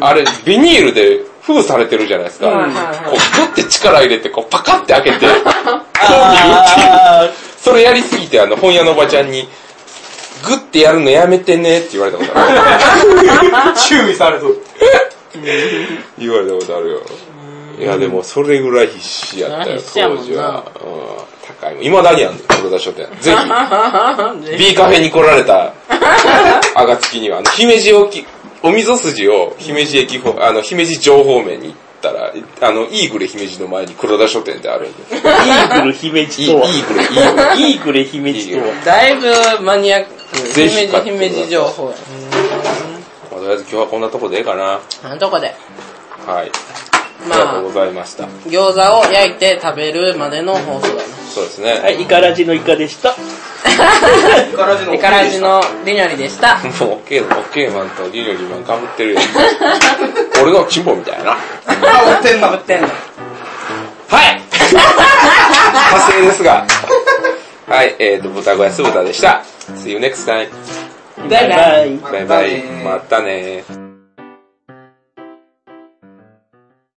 A: あれ、ビニールで封されてるじゃないですか。
C: う
A: こ
C: ん
A: う、グッて力入れて、こう、パカって開 けて、こう見るっていう。
D: あ
A: それやりすぎて、あの、本屋のおばちゃんに、グッてやるのやめてねって言われたことある。
B: 注意されとる。
A: 言われたことあるよ。いや、でも、それぐらい必死やったよ、
C: 必死やもん
A: 当
C: な
A: 時は。うん高い。今だにあんねん、黒田書 店。ぜひ。
C: ん。
A: B カフェに来られた、あがつきには、あの、姫路沖、お溝筋を姫路駅方、あの、姫路城方面に行ったら、あの、イーグレ姫路の前に黒田書店ってあるんで。
D: ーイーグル姫
A: イ
D: 路
A: イ
D: と
A: ー
D: は。
A: グレ、イーグレ。
D: イーグル姫路とは。
C: だいぶマニアック。
A: ぜひ
C: 姫路、姫路情報や。
A: まあとりあえず今日はこんなとこでええかな。
C: あのとこで。
A: はい。あ
C: ま
A: りがと
C: あ
A: うご、ざいました。
C: 餃子を焼いて食べるまでの放送だ
A: そうですね。
D: はい、イカラジのイカでした。
B: イカラジ
C: な。
B: の。
C: で、からじのりなりでした。
A: もう、OK の、OK マンとリリョリマンかぶってるよ。俺のチンポみたいやな。は
B: あ、売ってんな。
C: ぶってんの。
A: い派生ですが。はい、えーと、豚小屋酢豚でした。See you next time.
C: バイバイ。
D: イ。
A: バイバイ。
B: またねー
A: またねー